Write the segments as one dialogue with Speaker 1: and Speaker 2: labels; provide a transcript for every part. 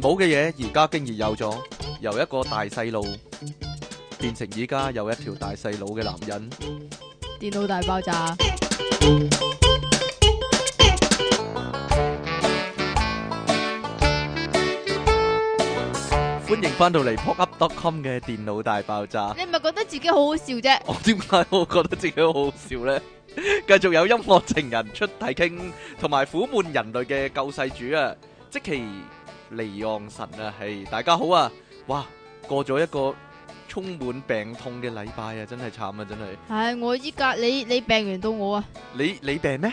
Speaker 1: 冇嘅嘢，而家經已有咗，由一個大細路變成而家有一條大細路嘅男人。
Speaker 2: 電腦大爆炸，
Speaker 1: 歡迎翻到嚟 popup.com 嘅電腦大爆炸。
Speaker 2: 你咪覺得自己好好笑啫？
Speaker 1: 我點解我覺得自己好好笑呢？繼續有音樂情人出體 king，同埋苦悶人類嘅救世主啊，即其離岸神啊，係大家好啊！哇，過咗一個充滿病痛嘅禮拜啊，真係慘啊，真係
Speaker 2: 唉，我依家你你病完到我啊！
Speaker 1: 你你病咩？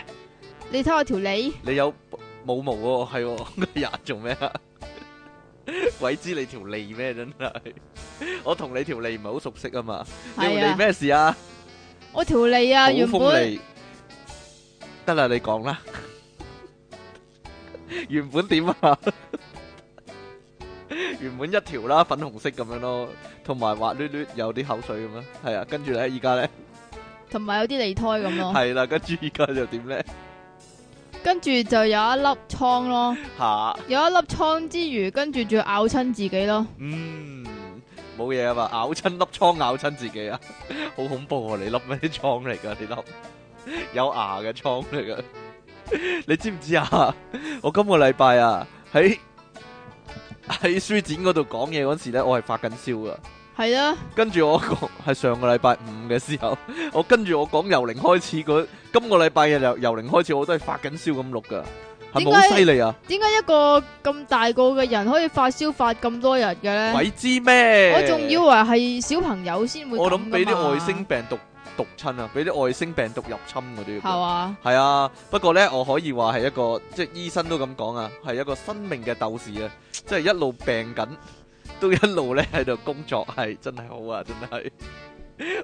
Speaker 2: 你睇我條脷，
Speaker 1: 你有冇毛喎、 係喎，哎呀，做咩啊？ 鬼知你條脷咩？真係，我同你條脷唔係好熟悉啊嘛。你條
Speaker 2: 係
Speaker 1: 脷
Speaker 2: 啊，
Speaker 1: 咩事啊？
Speaker 2: 我條脷啊，原
Speaker 1: 好風
Speaker 2: 本
Speaker 1: 利，得啦，你 講啦。原本點啊？ 原本一條啦，粉紅色咁樣咯，同埋滑捋捋有啲口水咁樣，係啊。跟住咧，而家咧
Speaker 2: 同埋有啲脷胎咁咯，
Speaker 1: 係啦，跟住而家就點咧？
Speaker 2: 跟住就有一粒瘡咯，
Speaker 1: 下
Speaker 2: 有一粒瘡之餘，跟住仲要咬親自己 咯，
Speaker 1: 嗯冇嘢啊嘛，咬親粒瘡，咬親自己啊，好恐怖啊！你粒咩啲瘡嚟㗎？你粒有牙嘅瘡嚟㗎。 你知唔知啊？我今個禮拜啊喺喺書展嗰度講嘢嗰時咧，我係發緊燒噶。
Speaker 2: 係啦，
Speaker 1: 跟住我講係上個禮拜五嘅時候，我跟住我講由零開始嗰，今個禮拜嘅由由零開始，我都係發緊燒咁錄噶，係咪
Speaker 2: 點
Speaker 1: 好
Speaker 2: 解
Speaker 1: 犀利啊？
Speaker 2: 點解一個咁大個嘅人可以發燒發咁多日嘅咧？
Speaker 1: 鬼知咩？
Speaker 2: 我仲以為係小朋友先會
Speaker 1: 我
Speaker 2: 咁
Speaker 1: 諗俾
Speaker 2: 㗎
Speaker 1: 啲
Speaker 2: 嘛
Speaker 1: 外星病毒毒親啊，俾啲外星病毒入侵嗰啲。
Speaker 2: 係嘛？
Speaker 1: 係啊，不過呢，我可以話係一個，即係醫生都咁講啊，係一個生命嘅鬥士啊，即係一路病緊，都一路呢喺度工作，係真係好啊，真係。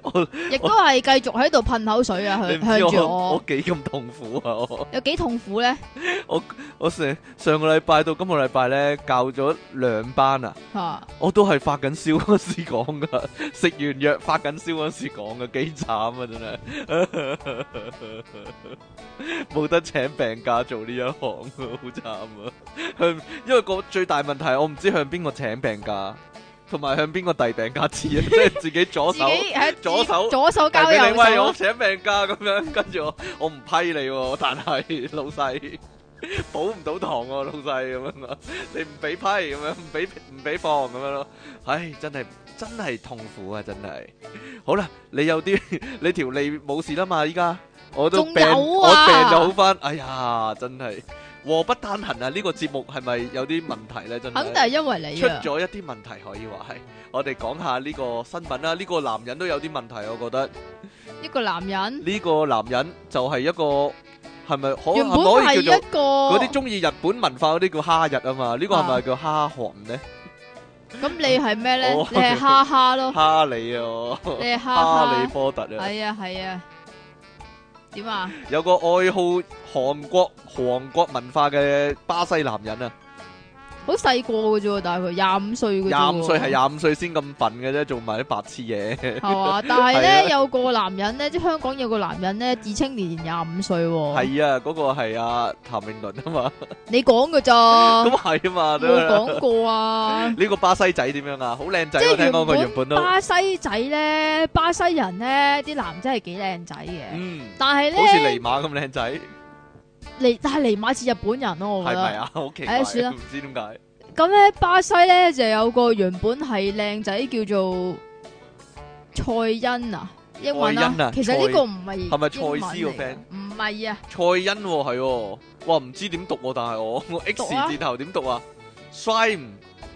Speaker 1: 我
Speaker 2: 亦都係繼續喺度噴口水啊！
Speaker 1: 你
Speaker 2: 向
Speaker 1: 唔
Speaker 2: 向
Speaker 1: 知
Speaker 2: 住
Speaker 1: 我
Speaker 2: 我
Speaker 1: 我，幾咁痛苦啊！我
Speaker 2: 有幾痛苦咧
Speaker 1: 我上上個禮拜到今個禮拜呢，教咗兩班啊，
Speaker 2: 吓？
Speaker 1: 我都係發緊燒嗰時講噶， 食完藥發緊燒嗰時講噶，幾慘啊真係， 冇得請病假做呢一行， 好慘啊！向因為個最大問題，我唔知向邊個請病假，同埋向邊個遞病假紙啊， 即係自己左
Speaker 2: 自
Speaker 1: 手。
Speaker 2: 己喺
Speaker 1: 左手
Speaker 2: 左手交
Speaker 1: 遞俾
Speaker 2: 右
Speaker 1: 你喂，我
Speaker 2: 手，
Speaker 1: 請病假咁樣，跟住我我唔批你喎，但係老細 補唔到堂喎，老細咁樣啊，你唔俾批咁樣，唔俾唔俾放咁樣咯，唉，真係真係痛苦啊，真係。好啦，你有啲 你條脷冇事啦嘛，依家我都
Speaker 2: 仲
Speaker 1: 病，
Speaker 2: 有啊
Speaker 1: 我病就好翻，哎呀，真係禍不單行啊！呢個節目係咪有啲問題咧？真
Speaker 2: 肯定
Speaker 1: 係。
Speaker 2: 係因為你
Speaker 1: 出
Speaker 2: 啊！
Speaker 1: 咗一啲問題，可以話係。我哋講下呢個新聞啦，呢、個男人都有啲問題，我覺得。
Speaker 2: 一個男人
Speaker 1: 呢個男人就係一個係咪可
Speaker 2: 原本
Speaker 1: 啊可唔可
Speaker 2: 係
Speaker 1: 以叫
Speaker 2: 一
Speaker 1: 做
Speaker 2: 個
Speaker 1: 嗰啲中意日本文化嗰啲叫蝦日啊嘛？呢個係咪叫蝦韓咧？
Speaker 2: 咁，你係咩咧？
Speaker 1: 我啊
Speaker 2: 你係哈哈 咯，
Speaker 1: 蝦你 啊，
Speaker 2: 你係哈
Speaker 1: 蝦你
Speaker 2: 哈，
Speaker 1: 波特啊！
Speaker 2: 哦係啊係啊，點啊？
Speaker 1: 有個愛好韓國韓國文化嘅巴西男人啊，
Speaker 2: 好細個嘅啫喎，但係佢廿五歲嘅啫喎，
Speaker 1: 廿五歲係廿五歲先咁笨嘅啫，做埋啲白痴嘢。
Speaker 2: 係 嘛？但係咧
Speaker 1: 係啊
Speaker 2: 有個男人咧，即係香港有個男人咧，自稱年年廿五歲喎，
Speaker 1: 係啊，嗰個係阿譚詠麟啊嘛，
Speaker 2: 你講嘅咋？
Speaker 1: 咁係啊嘛。
Speaker 2: 哦冇講過 啊！
Speaker 1: 呢個巴西仔點樣啊？好靚仔
Speaker 2: 即
Speaker 1: 啊，聽
Speaker 2: 係
Speaker 1: 講佢
Speaker 2: 原
Speaker 1: 原本
Speaker 2: 本
Speaker 1: 都
Speaker 2: 巴西仔咧，巴西人咧啲男仔係幾靚仔嘅，
Speaker 1: 嗯，
Speaker 2: 但係
Speaker 1: 好似
Speaker 2: 咧
Speaker 1: 尼馬咁靚仔。
Speaker 2: 尼但係尼馬似日本人咯，我覺
Speaker 1: 係咪
Speaker 2: 得。
Speaker 1: 啊？ 好奇怪，
Speaker 2: 唉算啦
Speaker 1: 唔知點解。
Speaker 2: 咁咧巴西咧就有個原本係靚仔叫做蔡恩啊，英文
Speaker 1: 蔡恩啊
Speaker 2: 啊。其實呢個唔係
Speaker 1: 係咪蔡
Speaker 2: 英文嚟
Speaker 1: 司個
Speaker 2: 嘅
Speaker 1: friend？
Speaker 2: 唔係啊，
Speaker 1: 蔡恩喎係喎，哇唔知點讀喎，但係我我 X
Speaker 2: 讀啊
Speaker 1: 字頭點讀啊？Shine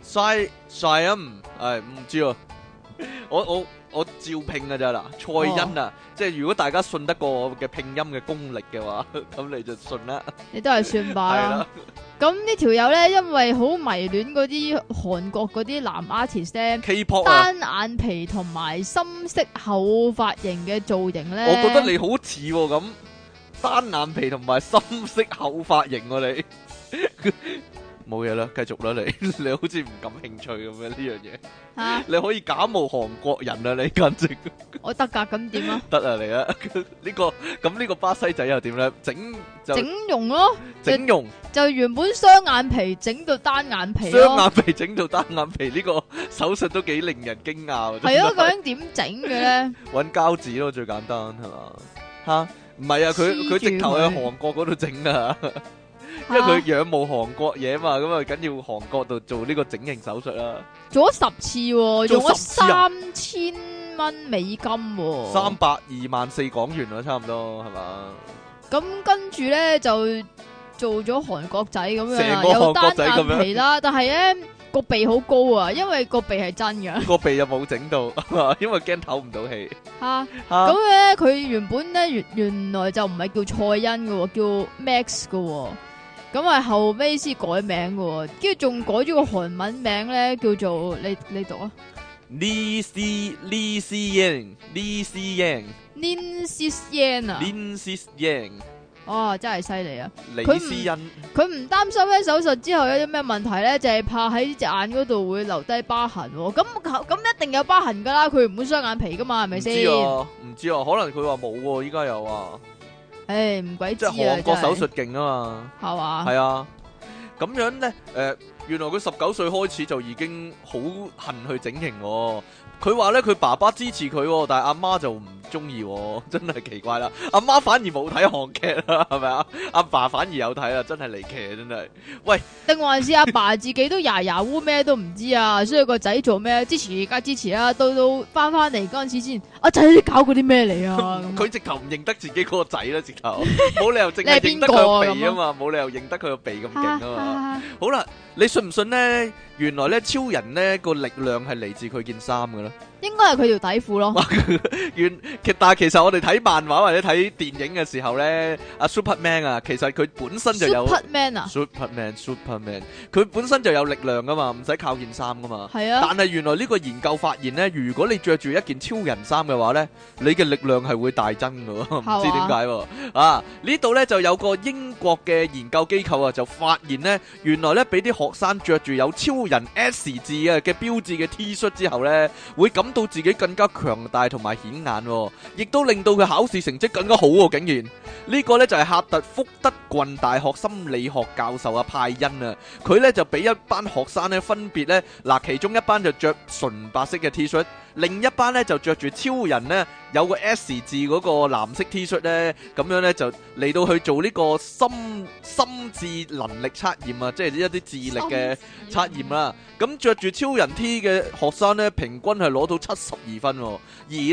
Speaker 1: shine shine，唉唔知啊。 我我我照拼㗎咋嗱，蔡恩啊，即係如果大家信得過我嘅拼音嘅功力嘅話， 咁你就信啦，
Speaker 2: 你都係 算
Speaker 1: 係
Speaker 2: 吧
Speaker 1: 啦
Speaker 2: 啦。。咁呢條友咧，因為好迷戀嗰啲韓國嗰啲男 artist 咧。
Speaker 1: K-pop 啊，
Speaker 2: 單眼皮同埋深色厚髮型嘅造型咧，
Speaker 1: 我覺得你好似喎咁，單眼皮同埋深色厚髮型喎你， 冇嘢啦，繼續啦，你 你好似唔感興趣咁樣呢樣嘢，
Speaker 2: 吓，
Speaker 1: 你可以假冒韓國人啊，你簡直
Speaker 2: 啊我得噶，咁點啊？
Speaker 1: 得啊你啊，呢個咁呢個巴西仔又點咧？整 就
Speaker 2: 整容咯，
Speaker 1: 整容，
Speaker 2: 就原本雙眼皮整到單眼皮
Speaker 1: 雙
Speaker 2: 咯，
Speaker 1: 眼皮整到單眼皮，呢個手術都幾令人驚訝喎。
Speaker 2: 係啊
Speaker 1: 真
Speaker 2: 咯，
Speaker 1: 係
Speaker 2: 究竟點整嘅咧？
Speaker 1: 搵膠紙咯，最簡單係嘛？吓，唔係啊，佢
Speaker 2: 黐住
Speaker 1: 佢直頭去
Speaker 2: 佢
Speaker 1: 韓國嗰度整啊， 因為
Speaker 2: 嚇
Speaker 1: 佢仰慕韓國嘢嘛，咁啊，緊要韓國度做呢個整形手術啦，
Speaker 2: 做咗十次
Speaker 1: 做
Speaker 2: 喎，用
Speaker 1: 10
Speaker 2: 咗
Speaker 1: 次啊
Speaker 2: 三千蚊美金喎，
Speaker 1: 三百二萬四港元啊啦，差唔多係嘛？
Speaker 2: 咁跟住咧就做咗韓國仔咁樣
Speaker 1: 成
Speaker 2: 啦，
Speaker 1: 個
Speaker 2: 有
Speaker 1: 韓國
Speaker 2: 單
Speaker 1: 仔咁樣
Speaker 2: 眼皮啦，但係咧個鼻好高啊，因為個鼻係真嘅
Speaker 1: 個鼻又冇整到， 因為驚唞唔到氣。啊
Speaker 2: 吓。
Speaker 1: 吓
Speaker 2: 咁咧佢原本咧原原來就唔係叫蔡恩嘅喎，叫 Max 嘅喎。咁啊後尾先改名嘅喎，跟住仲改咗個韓文名咧，叫做你你讀啊
Speaker 1: Lee Si Lee Si Yang Lee Si Yang
Speaker 2: n i n s i s Yan 啊，
Speaker 1: Lin Si Yang
Speaker 2: 哦真係犀利啊！
Speaker 1: 李
Speaker 2: 佢唔
Speaker 1: 思欣
Speaker 2: 佢唔擔心咧手術之後有啲咩問題咧，就係、怕喺隻眼嗰度會留低疤痕、喎。咁咁一定有疤痕噶啦，佢唔會雙眼皮噶嘛，係咪
Speaker 1: 唔知
Speaker 2: 先？
Speaker 1: 啊，唔知啊，可能佢話冇喎，依家又話，
Speaker 2: 唉，唔鬼
Speaker 1: 即
Speaker 2: 知
Speaker 1: 係
Speaker 2: 啊！
Speaker 1: 韓國
Speaker 2: 真係
Speaker 1: 手術勁啊嘛。
Speaker 2: 係嘛？
Speaker 1: 系啊，咁樣呢，诶、原來佢十九歲開始就已經好恨去整形、喎。佢話呢，佢爸爸支持佢、喎，但係阿媽就唔中意喎， 真係奇怪啦。阿媽反而冇睇韓劇啦， 係咪啊？阿爸反而有睇啦，真係離奇啊，真係。
Speaker 2: 定還是阿爸自己都牙牙烏咩都唔知啊？所以個仔做咩支持而家支持啊？到到翻翻嚟嗰陣時先，阿仔你搞過啲咩 嚟啊？咁
Speaker 1: 佢直頭唔認得自己嗰個仔啦，直 頭冇理由淨
Speaker 2: 你係
Speaker 1: 係
Speaker 2: 邊
Speaker 1: 認得佢個
Speaker 2: 個
Speaker 1: 鼻啊嘛，冇理由認得佢個鼻咁勁
Speaker 2: 哈
Speaker 1: 啊嘛。
Speaker 2: 哈
Speaker 1: 好啦，你信唔信呢？原來呢，超人呢個力量係嚟自佢件衫噶啦。
Speaker 2: 應該係佢條底 褲咯，
Speaker 1: 原其但係其實我哋睇漫畫或者睇電影嘅時候咧，阿 Superman 啊，其實佢本身就有
Speaker 2: Superman 啊，
Speaker 1: Superman Superman，佢本身就有力量噶嘛，唔使靠件衫噶嘛。
Speaker 2: 係啊，
Speaker 1: 但係原來呢個研究發現咧，如果你着住一件超人衫嘅話咧，你嘅力量係會大增嘅喎，唔
Speaker 2: 嘛
Speaker 1: 知點解喎。啊，呢度咧就有個英國嘅研究機構啊，就發現咧，原來咧俾啲學生着住有超人 S 字啊嘅標誌嘅 T 恤之後咧，會感到自己更加強大同埋顯眼、喎，亦都令到佢考試成績更加好喎、竟然呢、個呢，就係赫特福德郡大學心理學教授啊派恩啊，佢呢就俾一班學生呢分別呢，嗱，其中一班就着純白色嘅 T 恤，另一班呢就着住超人呢有個 S 字嗰個藍色 T 恤呢，咁樣呢就嚟到去做呢個心心智能力測驗啊，即係一啲智力嘅。測驗啦。咁着住超人 T 嘅學生呢，平均係攞到七十二分、喎。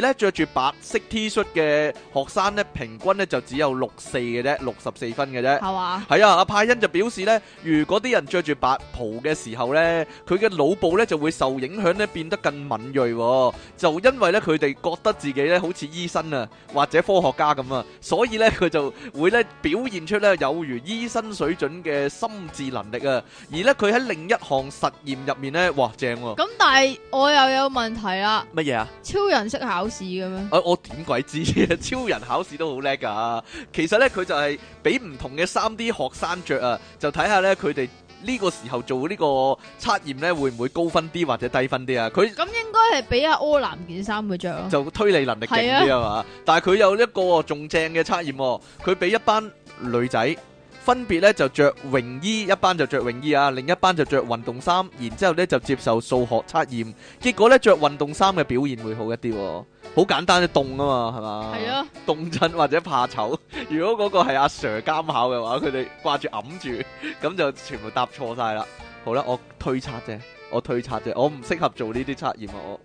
Speaker 1: 而呢，着住白色 T 恤嘅學生呢，平均呢就只有六四嘅啫，六十四分嘅啫。
Speaker 2: 係嘛？
Speaker 1: 係啊，阿派恩就表示呢，如果啲人着住白袍嘅時候呢，佢嘅腦部呢就會受影響呢，變得更敏鋭、喎。就因為呢，佢哋覺得自己呢好似醫生啊，或者科學家咁啊，所以呢，佢就會呢表現出呢有如醫生水準嘅心智能力啊。而呢，佢喺另一項實驗入面呢，哇正喎、
Speaker 2: 咁但係我又有問題啦。
Speaker 1: 乜嘢啊？
Speaker 2: 超人識考試嘅咩？
Speaker 1: 啊！我點鬼知 超人考試都好叻㗎。其實呢，佢就係俾唔同嘅三 D 學生着啊，就睇下呢，佢哋呢個時候做呢個測驗呢，會唔會高分啲或者低分啲啊？佢
Speaker 2: 咁應該係俾阿柯南件衫佢着咯。
Speaker 1: 就推理能力勁啲啊嘛。但係佢有一個仲正嘅測驗喎，佢俾一班女仔。分別咧就着泳衣，一班就着泳衣啊，另一班就着運動衫，然之後咧就接受數學測驗，結果咧着運動衫嘅表現會好一啲、喎，好簡單，凍啊嘛，係嘛？
Speaker 2: 係啊，
Speaker 1: 凍親或者怕醜。 如果嗰個係阿 Sir 監考嘅話，佢哋掛住揞住，咁就全部答錯晒啦。好啦，我推測啫，我推測啫，我唔適合做呢啲測驗啊，我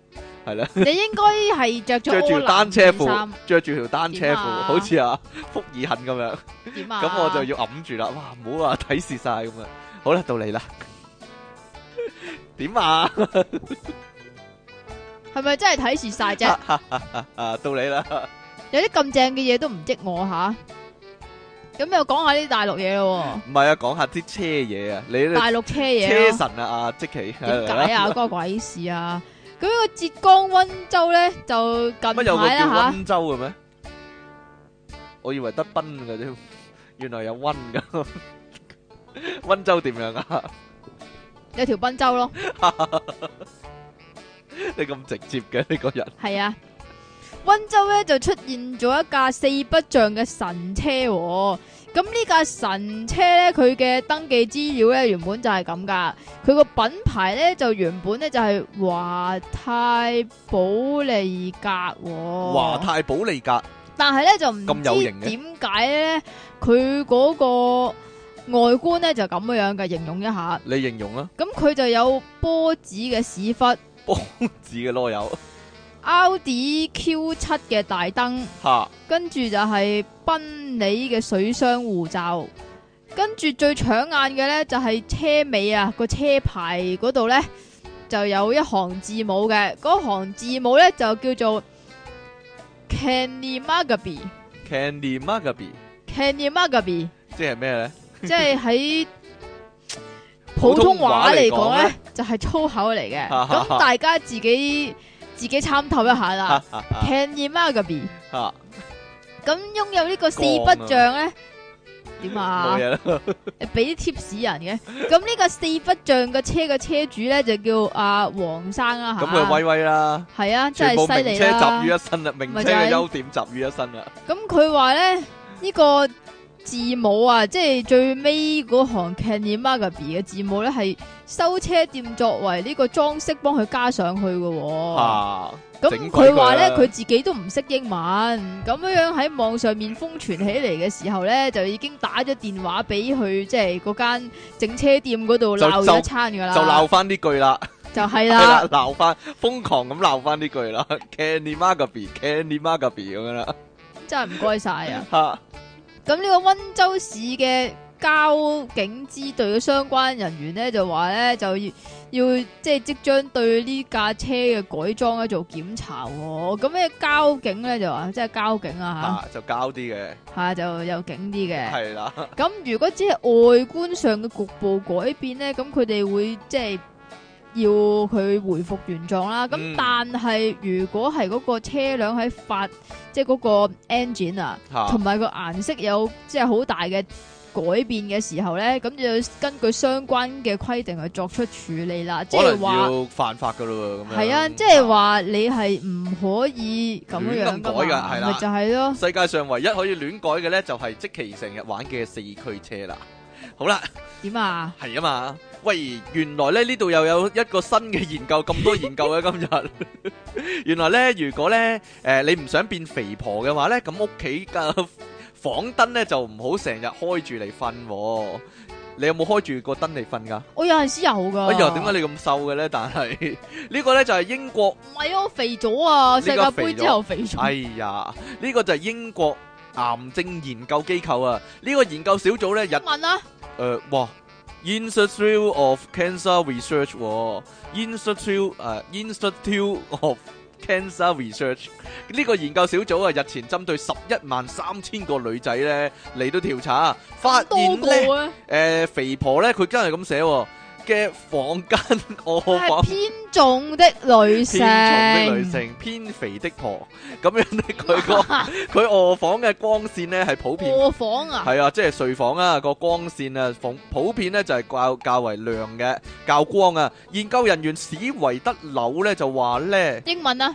Speaker 1: 係 啦，
Speaker 2: 你應該係着
Speaker 1: 着
Speaker 2: 咗
Speaker 1: 住
Speaker 2: 柯南
Speaker 1: 單車
Speaker 2: 件
Speaker 1: 褲
Speaker 2: 衫，
Speaker 1: 着住條單車褲，
Speaker 2: 點啊
Speaker 1: 好似啊福爾肯咁樣，
Speaker 2: 點啊？
Speaker 1: 咁我就要揞住啦。哇，唔好話睇視晒咁啊。好啦，到你啦。 點啊？
Speaker 2: 係咪真係睇時晒啫？
Speaker 1: 啊，到你啦。
Speaker 2: 有啲咁正嘅嘢都唔益我吓。咁又講下啲大陸嘢咯
Speaker 1: 唔係啊，講下啲車嘢啊，你
Speaker 2: 喎，
Speaker 1: 呢
Speaker 2: 大陸車嘢
Speaker 1: 車
Speaker 2: 咯。
Speaker 1: 神啊，阿即奇
Speaker 2: 點解啊？關我鬼事啊！咁呢個浙江温州咧就近
Speaker 1: 乜有個
Speaker 2: 排
Speaker 1: 叫
Speaker 2: 啦吓，
Speaker 1: 温州嘅咩？我以為得 à? 賓嘅啫，原來有温噶。温州點樣啊？
Speaker 2: 有條賓州咯，
Speaker 1: 你咁直接嘅呢個人，
Speaker 2: 係啊。温州咧就出現咗一架四不像嘅神車喎。咁呢架神車咧，佢嘅登記資料咧原本就係咁噶，佢個品牌咧就原本咧就係華泰保利格喎。
Speaker 1: 華泰保利格
Speaker 2: 但係咧就唔
Speaker 1: 咁有
Speaker 2: 知
Speaker 1: 型嘅
Speaker 2: 點解咧，佢嗰個外觀咧就咁樣嘅，形容一下。
Speaker 1: 你形容啊，
Speaker 2: 咁佢就有波子嘅屎忽、
Speaker 1: 自己啰柚
Speaker 2: Audi Q 七嘅大燈，
Speaker 1: 吓，
Speaker 2: 跟住就係賓利嘅水箱護罩，跟住最搶眼嘅咧就係、車尾啊個車牌嗰度咧就有一行字母嘅，嗰行字母咧就叫做 Canny Magaby。
Speaker 1: Candy Mugabe
Speaker 2: Canny Magaby，
Speaker 1: 即係咩咧？
Speaker 2: 即係喺
Speaker 1: 普
Speaker 2: 普
Speaker 1: 通
Speaker 2: 通
Speaker 1: 話
Speaker 2: 話
Speaker 1: 嚟
Speaker 2: 嚟
Speaker 1: 講
Speaker 2: 講
Speaker 1: 咧
Speaker 2: 咧，就係粗口嚟 嘅。咁大家自己自己參透一 下啦。Canny Magaby，
Speaker 1: 吓，
Speaker 2: 咁擁有呢個四不像咧，
Speaker 1: 啊
Speaker 2: 點
Speaker 1: 冇
Speaker 2: 啊？
Speaker 1: 嘢啦，
Speaker 2: 你俾啲 tips 人嘅。咁呢個四不像嘅車嘅車主咧，就叫阿黃生啦
Speaker 1: 咁佢
Speaker 2: 吓。
Speaker 1: 威威啦，
Speaker 2: 係啊，真
Speaker 1: 全部
Speaker 2: 係犀
Speaker 1: 名
Speaker 2: 利
Speaker 1: 車集
Speaker 2: 啦
Speaker 1: 於。一身啦，名車
Speaker 2: 咪就係
Speaker 1: 嘅優點集於一身啦，
Speaker 2: 咁佢話咧呢、個字母啊，即係最尾嗰行 Canny Magaby 嘅字母咧，係修車店作為呢個裝飾幫佢加上去嘅喎、
Speaker 1: 吓，啊整
Speaker 2: 咁
Speaker 1: 鬼
Speaker 2: 佢話
Speaker 1: 佢啊
Speaker 2: 咧
Speaker 1: 啦
Speaker 2: 佢自己都唔識英文，咁樣樣喺網上面瘋傳起嚟嘅時候咧，就已經打咗電話俾佢即係嗰間整車店嗰度
Speaker 1: 就
Speaker 2: 鬧
Speaker 1: 就
Speaker 2: 咗一餐㗎
Speaker 1: 就
Speaker 2: 啦，
Speaker 1: 鬧翻呢句啦，
Speaker 2: 就係
Speaker 1: 係啦
Speaker 2: 啦，，
Speaker 1: 鬧翻，瘋狂咁鬧翻呢句啦，Candy Mugabe，Candy Mugabe 咁樣啦，
Speaker 2: 真係唔該晒啊！
Speaker 1: 吓，
Speaker 2: 咁呢個温州市嘅交警支隊嘅相關人員咧就話咧就要要即係即將對呢架車嘅改裝咧做檢查喎。咁咧交警咧就話即係交警啊
Speaker 1: 啊就交啲嘅，
Speaker 2: 嚇嚇就有警啲嘅。
Speaker 1: 係啦，
Speaker 2: 咁如果只係外觀上嘅局部改變咧，咁佢哋會即係。要佢回復原狀啦，咁、
Speaker 1: 嗯
Speaker 2: 但係如果係嗰個車輛喺發，即係嗰個 engine 啊，
Speaker 1: 吓
Speaker 2: 同。埋個顏色有即係好大嘅改變嘅時候咧，咁就要根據相關嘅規定去作出處理啦。即
Speaker 1: 可
Speaker 2: 係
Speaker 1: 能
Speaker 2: 話
Speaker 1: 要犯法噶咯喎，咁樣
Speaker 2: 係啊，即係話你係唔可以咁樣樣
Speaker 1: 亂咁改㗎
Speaker 2: 嘛
Speaker 1: 係啦
Speaker 2: 咪就係咯。
Speaker 1: 世界上唯一可以亂改嘅呢，就係即期成日玩嘅四驅車啦。好啦，
Speaker 2: 點啊？
Speaker 1: 係啊嘛，喂，原來呢呢度又有一個新嘅研究，咁多研究嘅今日。 原來呢，如果呢，誒、你唔想變肥婆嘅話呢，咁屋企嘅房燈呢，就唔好成日開住嚟瞓喎。你有冇開住個燈嚟瞓噶？
Speaker 2: 我有陣時有噶。
Speaker 1: 哎呀，點解你咁瘦嘅呢？但係呢個呢，就係英國。
Speaker 2: 唔係啊？我肥咗啊！世界
Speaker 1: 呢個肥
Speaker 2: 盃
Speaker 1: 咗
Speaker 2: 之後肥咗。
Speaker 1: 哎呀，呢、個就係英國癌症研究機構啊！呢、個研究小組咧日
Speaker 2: 英文啦，
Speaker 1: 誒、哇 Institute of Cancer Research 喎 Institute 誒、Institute of Cancer Research 呢個研究小組啊，日前針對十一萬三千個女仔咧嚟到調查，發
Speaker 2: 咁多
Speaker 1: 現咧誒、
Speaker 2: 個啊，
Speaker 1: 肥婆咧佢真係咁寫喎嘅房間我
Speaker 2: 係
Speaker 1: 房。
Speaker 2: 偏重的女性。
Speaker 1: 偏重的女性，偏肥的婆，咁樣咧佢個佢卧房嘅光線咧係普遍
Speaker 2: 卧房啊，
Speaker 1: 係啊，即係睡房啊個光線啊，普普遍咧就係較較為亮嘅，較光啊。研究人員史維德柳咧就話咧。
Speaker 2: 英文啊，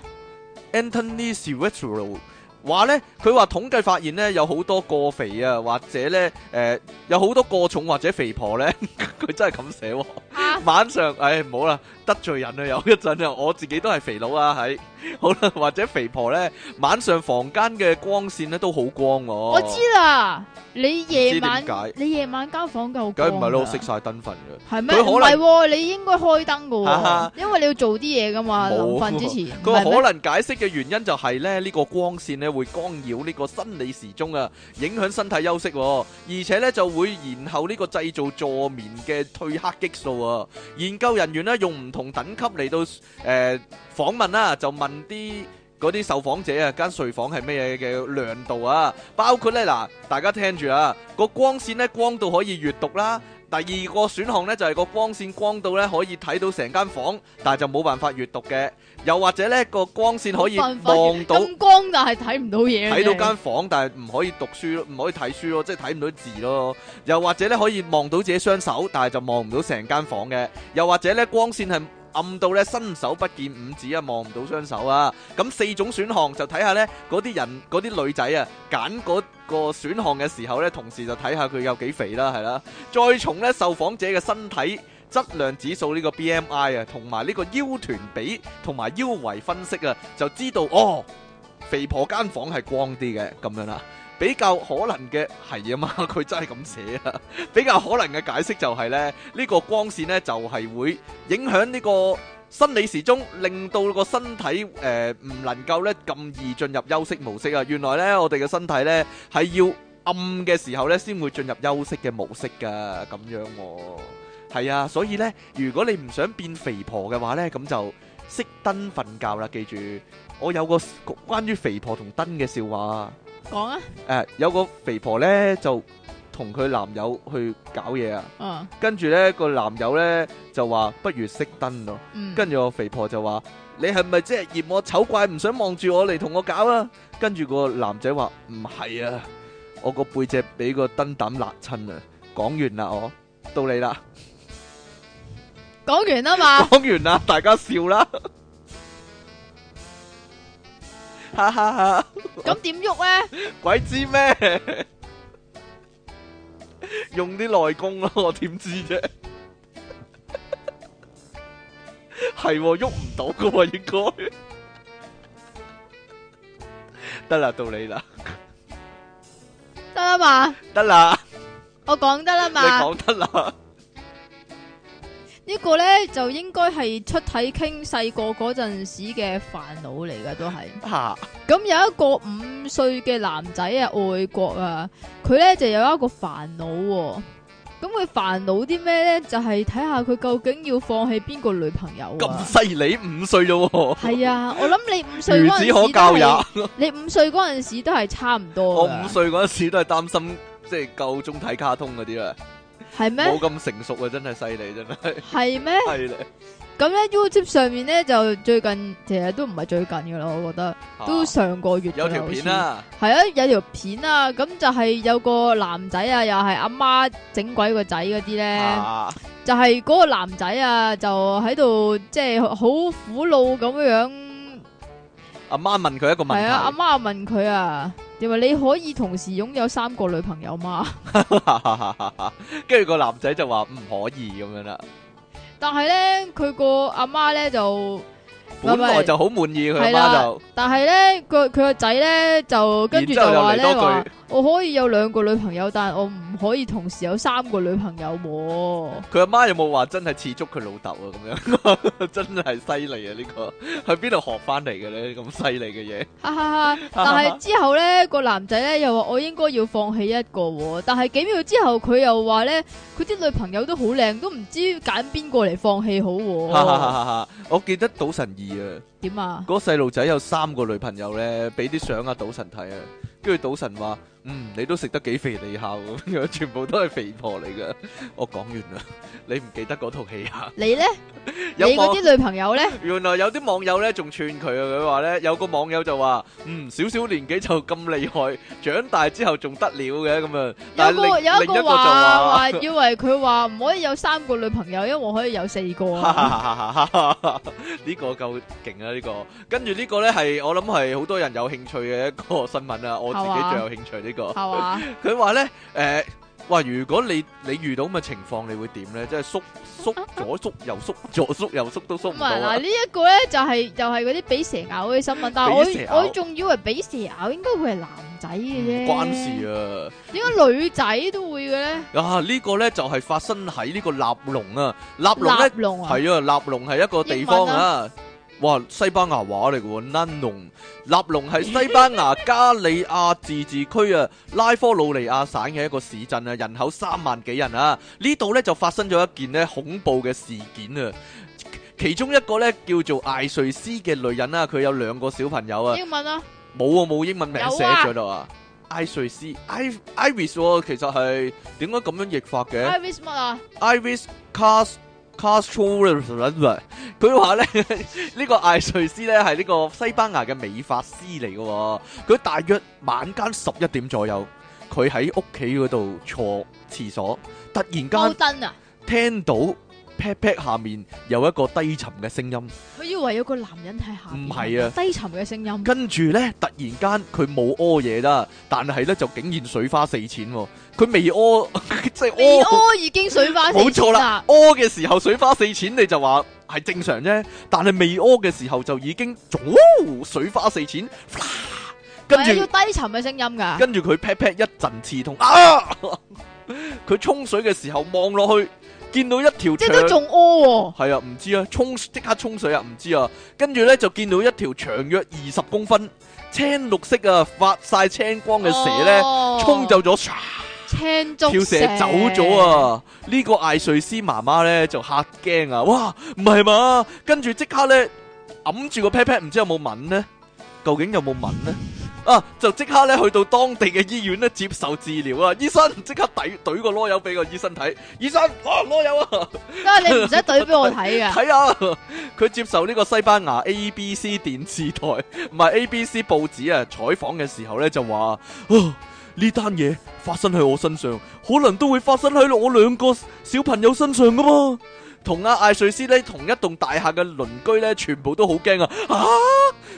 Speaker 1: Anthony s i v e t r o 話咧，佢話統計發現咧有好多過肥啊，或者咧誒、呃有好多過重或者肥婆咧， 佢真係咁寫喎。
Speaker 2: 啊
Speaker 1: 晚上唉唔好啦，得罪人啊！有一陣啊，我自己都係肥佬啊，係 好啦，或者肥婆咧，晚上房間嘅光線咧都好光喎、
Speaker 2: 我知啦。你夜
Speaker 1: 哦唔
Speaker 2: 晚
Speaker 1: 知點解
Speaker 2: 你夜晚間房夠
Speaker 1: 梗係唔係
Speaker 2: 光
Speaker 1: 咯，
Speaker 2: 㗎
Speaker 1: 熄晒燈瞓嘅。
Speaker 2: 系咩？
Speaker 1: 佢
Speaker 2: 唔
Speaker 1: 可能
Speaker 2: 係喎，你應該開燈噶
Speaker 1: 哈哈
Speaker 2: 喎，因為你要做啲嘢噶嘛，
Speaker 1: 冇
Speaker 2: 臨瞓之前。
Speaker 1: 佢
Speaker 2: 唔係咩
Speaker 1: 可能解釋嘅原因就係咧，呢個光線咧會干擾呢個生理時鐘啊，影響身體休息喎，而且咧就會延後呢個製造助眠嘅褪黑激素啊。研究人員咧用唔同等級嚟到誒、呃、訪問啦、就問啲。嗰啲受訪者啊，間睡房係咩嘢嘅亮度啊？包括咧嗱，大家聽住啊，個光線咧光到可以閲讀啦，第二個選項呢，就係、個光線光到呢可以睇到成間房，但係就冇辦法閲讀嘅。又或者呢個光線可以
Speaker 2: 冇辦法閱
Speaker 1: 望到
Speaker 2: 咁光但係睇唔到嘢，
Speaker 1: 睇到
Speaker 2: 真係
Speaker 1: 間房，但係唔可以讀書咯，唔可以睇書咯，即係睇唔到字咯。又或者呢，可以望到自己雙手，但係就望唔到成間房嘅。又或者呢，光線係暗到呢，伸手不見五指啊，望唔到雙手啊。咁四種選項就睇下呢嗰啲人嗰啲女仔啊，揀嗰個選項嘅時候呢，同時就睇下佢有幾肥啦，係啦。再從呢受訪者嘅身體質量指數呢個 BMI 啊，同埋呢個腰臀比同埋腰圍分析啊，就知道哦， 肥婆間房係光啲嘅咁樣啦。比較可能嘅係啊嘛，佢真係咁寫啊。比較可能嘅解釋就係呢，呢、個光線呢，就係、會影響呢個生理時鐘，令到個身體誒唔、能夠呢咁易進入休息模式啊。原來呢，我哋嘅身體呢係要暗嘅時候呢先會進入休息嘅模式噶，咁樣喎、係啊，所以呢，如果你唔想變肥婆嘅話呢，咁就熄燈瞓覺啦。記住，我有個關於肥婆同燈嘅笑話啊。
Speaker 2: 講啊，
Speaker 1: 誒、有個肥婆咧就同佢男友去搞嘢啊，
Speaker 2: 啊，
Speaker 1: 跟住咧個男友咧就話不如熄燈咯，
Speaker 2: 嗯，
Speaker 1: 跟住個肥婆就話你係咪即係嫌我醜怪唔想望住我嚟同我搞啊？跟住個男仔話唔係啊，我個背脊俾個燈膽辣親啊！講完啦我，到你啦，
Speaker 2: 講完 啊嘛，
Speaker 1: 講完啦，大家笑啦，哈哈哈。
Speaker 2: 咁點喐咧？
Speaker 1: 鬼知咩？用啲內功咯， 我點知啫？係喎喐唔到噶喎，應該得啦，到你啦，
Speaker 2: 得啦嘛，
Speaker 1: 得啦，
Speaker 2: 我講得啦
Speaker 1: 你
Speaker 2: 嘛，
Speaker 1: 講得啦，
Speaker 2: 呢個咧就應該係出體傾細個嗰陣時嘅煩惱嚟噶，都係。
Speaker 1: 吓
Speaker 2: 咁有一個五歲嘅男仔啊，外國啊，佢咧就有一個煩惱喎。咁佢煩惱啲咩咧？就係睇下佢究竟要放棄邊個女朋友啊？
Speaker 1: 咁犀利，五歲啫喎，
Speaker 2: 係啊，我諗你五歲
Speaker 1: 孺
Speaker 2: 嗰陣
Speaker 1: 子
Speaker 2: 時
Speaker 1: 可教也。
Speaker 2: 都係你五歲嗰陣時都係差唔多
Speaker 1: 我
Speaker 2: 㗎
Speaker 1: 五歲嗰陣時都係擔心，即係夠鐘睇卡通嗰啲啦，
Speaker 2: 係
Speaker 1: 冇
Speaker 2: 咩？
Speaker 1: 咁成熟啊，真係犀利， 真係
Speaker 2: 係咩？
Speaker 1: 係咧，
Speaker 2: 咁咧 YouTube 上面咧就最近其實都唔係最近噶啦，我覺得
Speaker 1: 嚇
Speaker 2: 都上個月㗎
Speaker 1: 啊有條
Speaker 2: 好似
Speaker 1: 片啦，
Speaker 2: 係啊，有條片啊，咁就係有個男仔啊，又係阿媽整鬼個仔嗰啲咧。
Speaker 1: 啊
Speaker 2: 就係嗰個男仔啊，就喺度即係好苦惱咁樣，
Speaker 1: 阿媽問佢一個問
Speaker 2: 係
Speaker 1: 題
Speaker 2: 啊，。阿媽問佢啊，點話你可以同時擁有三個女朋友嗎？
Speaker 1: 跟住個男仔就話唔可以咁樣啦，
Speaker 2: 但係咧，佢個阿媽咧就，喂
Speaker 1: 本來就好滿意佢阿媽就，
Speaker 2: 但係咧，佢佢個仔咧就跟住就話
Speaker 1: 然之後又嚟
Speaker 2: 咧
Speaker 1: 多
Speaker 2: 話
Speaker 1: 句，
Speaker 2: 我可以有兩個女朋友，但我唔可以同時有三個女朋友喎。
Speaker 1: 佢阿媽有冇話真係似足佢老豆啊咁樣， 真係犀利啊呢個，去邊度學翻嚟嘅咧咁犀利嘅嘢？
Speaker 2: 哈哈哈！但係之後咧，個男仔咧又話我應該要放棄一個喎，但係幾秒之後佢又話咧，佢啲女朋友都好靚，都唔知揀邊個嚟放棄好喎。
Speaker 1: 我記得賭神二啊，
Speaker 2: 點啊？
Speaker 1: 嗰細路仔有三個女朋友咧，俾啲相啊賭神睇啊，跟住賭神話：嗯，你都食得幾肥你下咁樣，全部都係肥婆嚟嘅。我講完啦，你唔記得嗰套戲啊？
Speaker 2: 你咧？你
Speaker 1: 有
Speaker 2: 嗰
Speaker 1: 冇？
Speaker 2: 啲女朋友咧？
Speaker 1: 原來有啲網友咧仲串佢啊！佢話咧有個網友就話：嗯，少少年紀就咁厲害，長大之後仲得了嘅咁啊！
Speaker 2: 有
Speaker 1: 但係
Speaker 2: 個
Speaker 1: 另
Speaker 2: 有
Speaker 1: 另一
Speaker 2: 個
Speaker 1: 個就
Speaker 2: 話
Speaker 1: 話，
Speaker 2: 話，以為佢話唔可以有三個女朋友，因為我可以有四個啊。
Speaker 1: 呢個夠勁啊！呢個跟住呢個咧係我諗係好多人有興趣嘅一個新聞啊！我自
Speaker 2: 係嘛
Speaker 1: 己最有興趣 呢個。
Speaker 2: 係嘛？
Speaker 1: 佢話咧誒。哇！如果你你遇到咁嘅情況，你會點咧？即 係縮縮左縮右縮左縮右縮都縮唔
Speaker 2: 咁
Speaker 1: 到
Speaker 2: 啊
Speaker 1: 啊
Speaker 2: 嗱，！呢一個咧就係又係嗰啲俾蛇咬嘅新聞，但
Speaker 1: 俾蛇
Speaker 2: 係
Speaker 1: 咬
Speaker 2: 我我仲以為俾蛇咬應該會係男仔嘅
Speaker 1: 唔
Speaker 2: 啫，
Speaker 1: 關事。啊！
Speaker 2: 點解女仔都會嘅咧？
Speaker 1: 啊！呢個呢就係發生喺呢個納龍啊，納龍呢
Speaker 2: 立龍啊，
Speaker 1: 係啊，納龍係一個地方啊。哇！西班牙話嚟嘅喎 n 龍，納龍係西班牙加利亞自治區啊，拉科魯尼亞省嘅一個市鎮啊，人口三萬幾人啊。呢度呢就發生咗一件呢恐怖嘅事件啊，其其中一個呢叫做艾瑞斯嘅女人啊，佢有兩個小朋友啊。
Speaker 2: 英文啊，
Speaker 1: 冇啊，冇英文名寫咗喺度啊。艾瑞斯 I Iris 喎其實係點解咁樣譯法嘅？
Speaker 2: Iris 乜啊？
Speaker 1: Iris Cast Castro 佢話咧呢個艾瑞斯咧係呢個西班牙嘅美髮師嚟嘅喎，佢大約晚間十一點左右，佢喺屋企嗰度坐廁所，突然
Speaker 2: 高
Speaker 1: 間
Speaker 2: 登啊？
Speaker 1: 聽到 pat pat 下面有一個低沉嘅聲音，
Speaker 2: 佢以為有個男人喺下面
Speaker 1: 唔係啊
Speaker 2: 低沉嘅聲音。
Speaker 1: 跟住咧突然間佢冇屙嘢啦，但係咧就竟然水花四濺喎，佢未屙 即係
Speaker 2: 未
Speaker 1: 屙。
Speaker 2: 屙已經水花四啊
Speaker 1: 冇錯
Speaker 2: 濺
Speaker 1: 啦
Speaker 2: 啦，，
Speaker 1: 屙嘅時候水花四濺，你就話係正常啫。但係未屙嘅時候就已經，哦，水花四濺，嘩跟
Speaker 2: 係啊要
Speaker 1: 住
Speaker 2: 低沉嘅聲音㗎。
Speaker 1: 跟住佢 pat pat 一陣刺痛，啊！ 佢沖水嘅時候望落去，見到一條
Speaker 2: 即
Speaker 1: 長
Speaker 2: 係都仲屙喎，
Speaker 1: 係啊，唔知啊，沖即刻沖水啊，唔知啊。跟住咧就見到一條長約二十公分、青綠色啊，發晒青光嘅蛇咧，
Speaker 2: 哦
Speaker 1: 沖走咗。唰
Speaker 2: 青竹
Speaker 1: 跳蛇走咗！啊！呢、個艾瑞斯媽媽咧就嚇驚啊！哇，唔係嘛？跟住即刻咧揞住個 pat pat，唔知有冇吻呢？究竟有冇吻呢？啊！就即刻咧去到當地嘅醫院咧接受治療啊！醫生即刻懟懟個籮柚俾個醫生睇，醫生攞籮柚啊！
Speaker 2: 但係你唔啊使懟俾我睇㗎。
Speaker 1: 睇下 佢接受呢個西班牙 ABC 電視台唔係 ABC 報紙啊採訪嘅時候咧就話啊呢單嘢發生喺我身上，可能都會發生喺我兩個小朋友身上噶嘛。同阿艾瑞斯咧同一棟大廈嘅鄰居咧，全部都好驚啊！啊，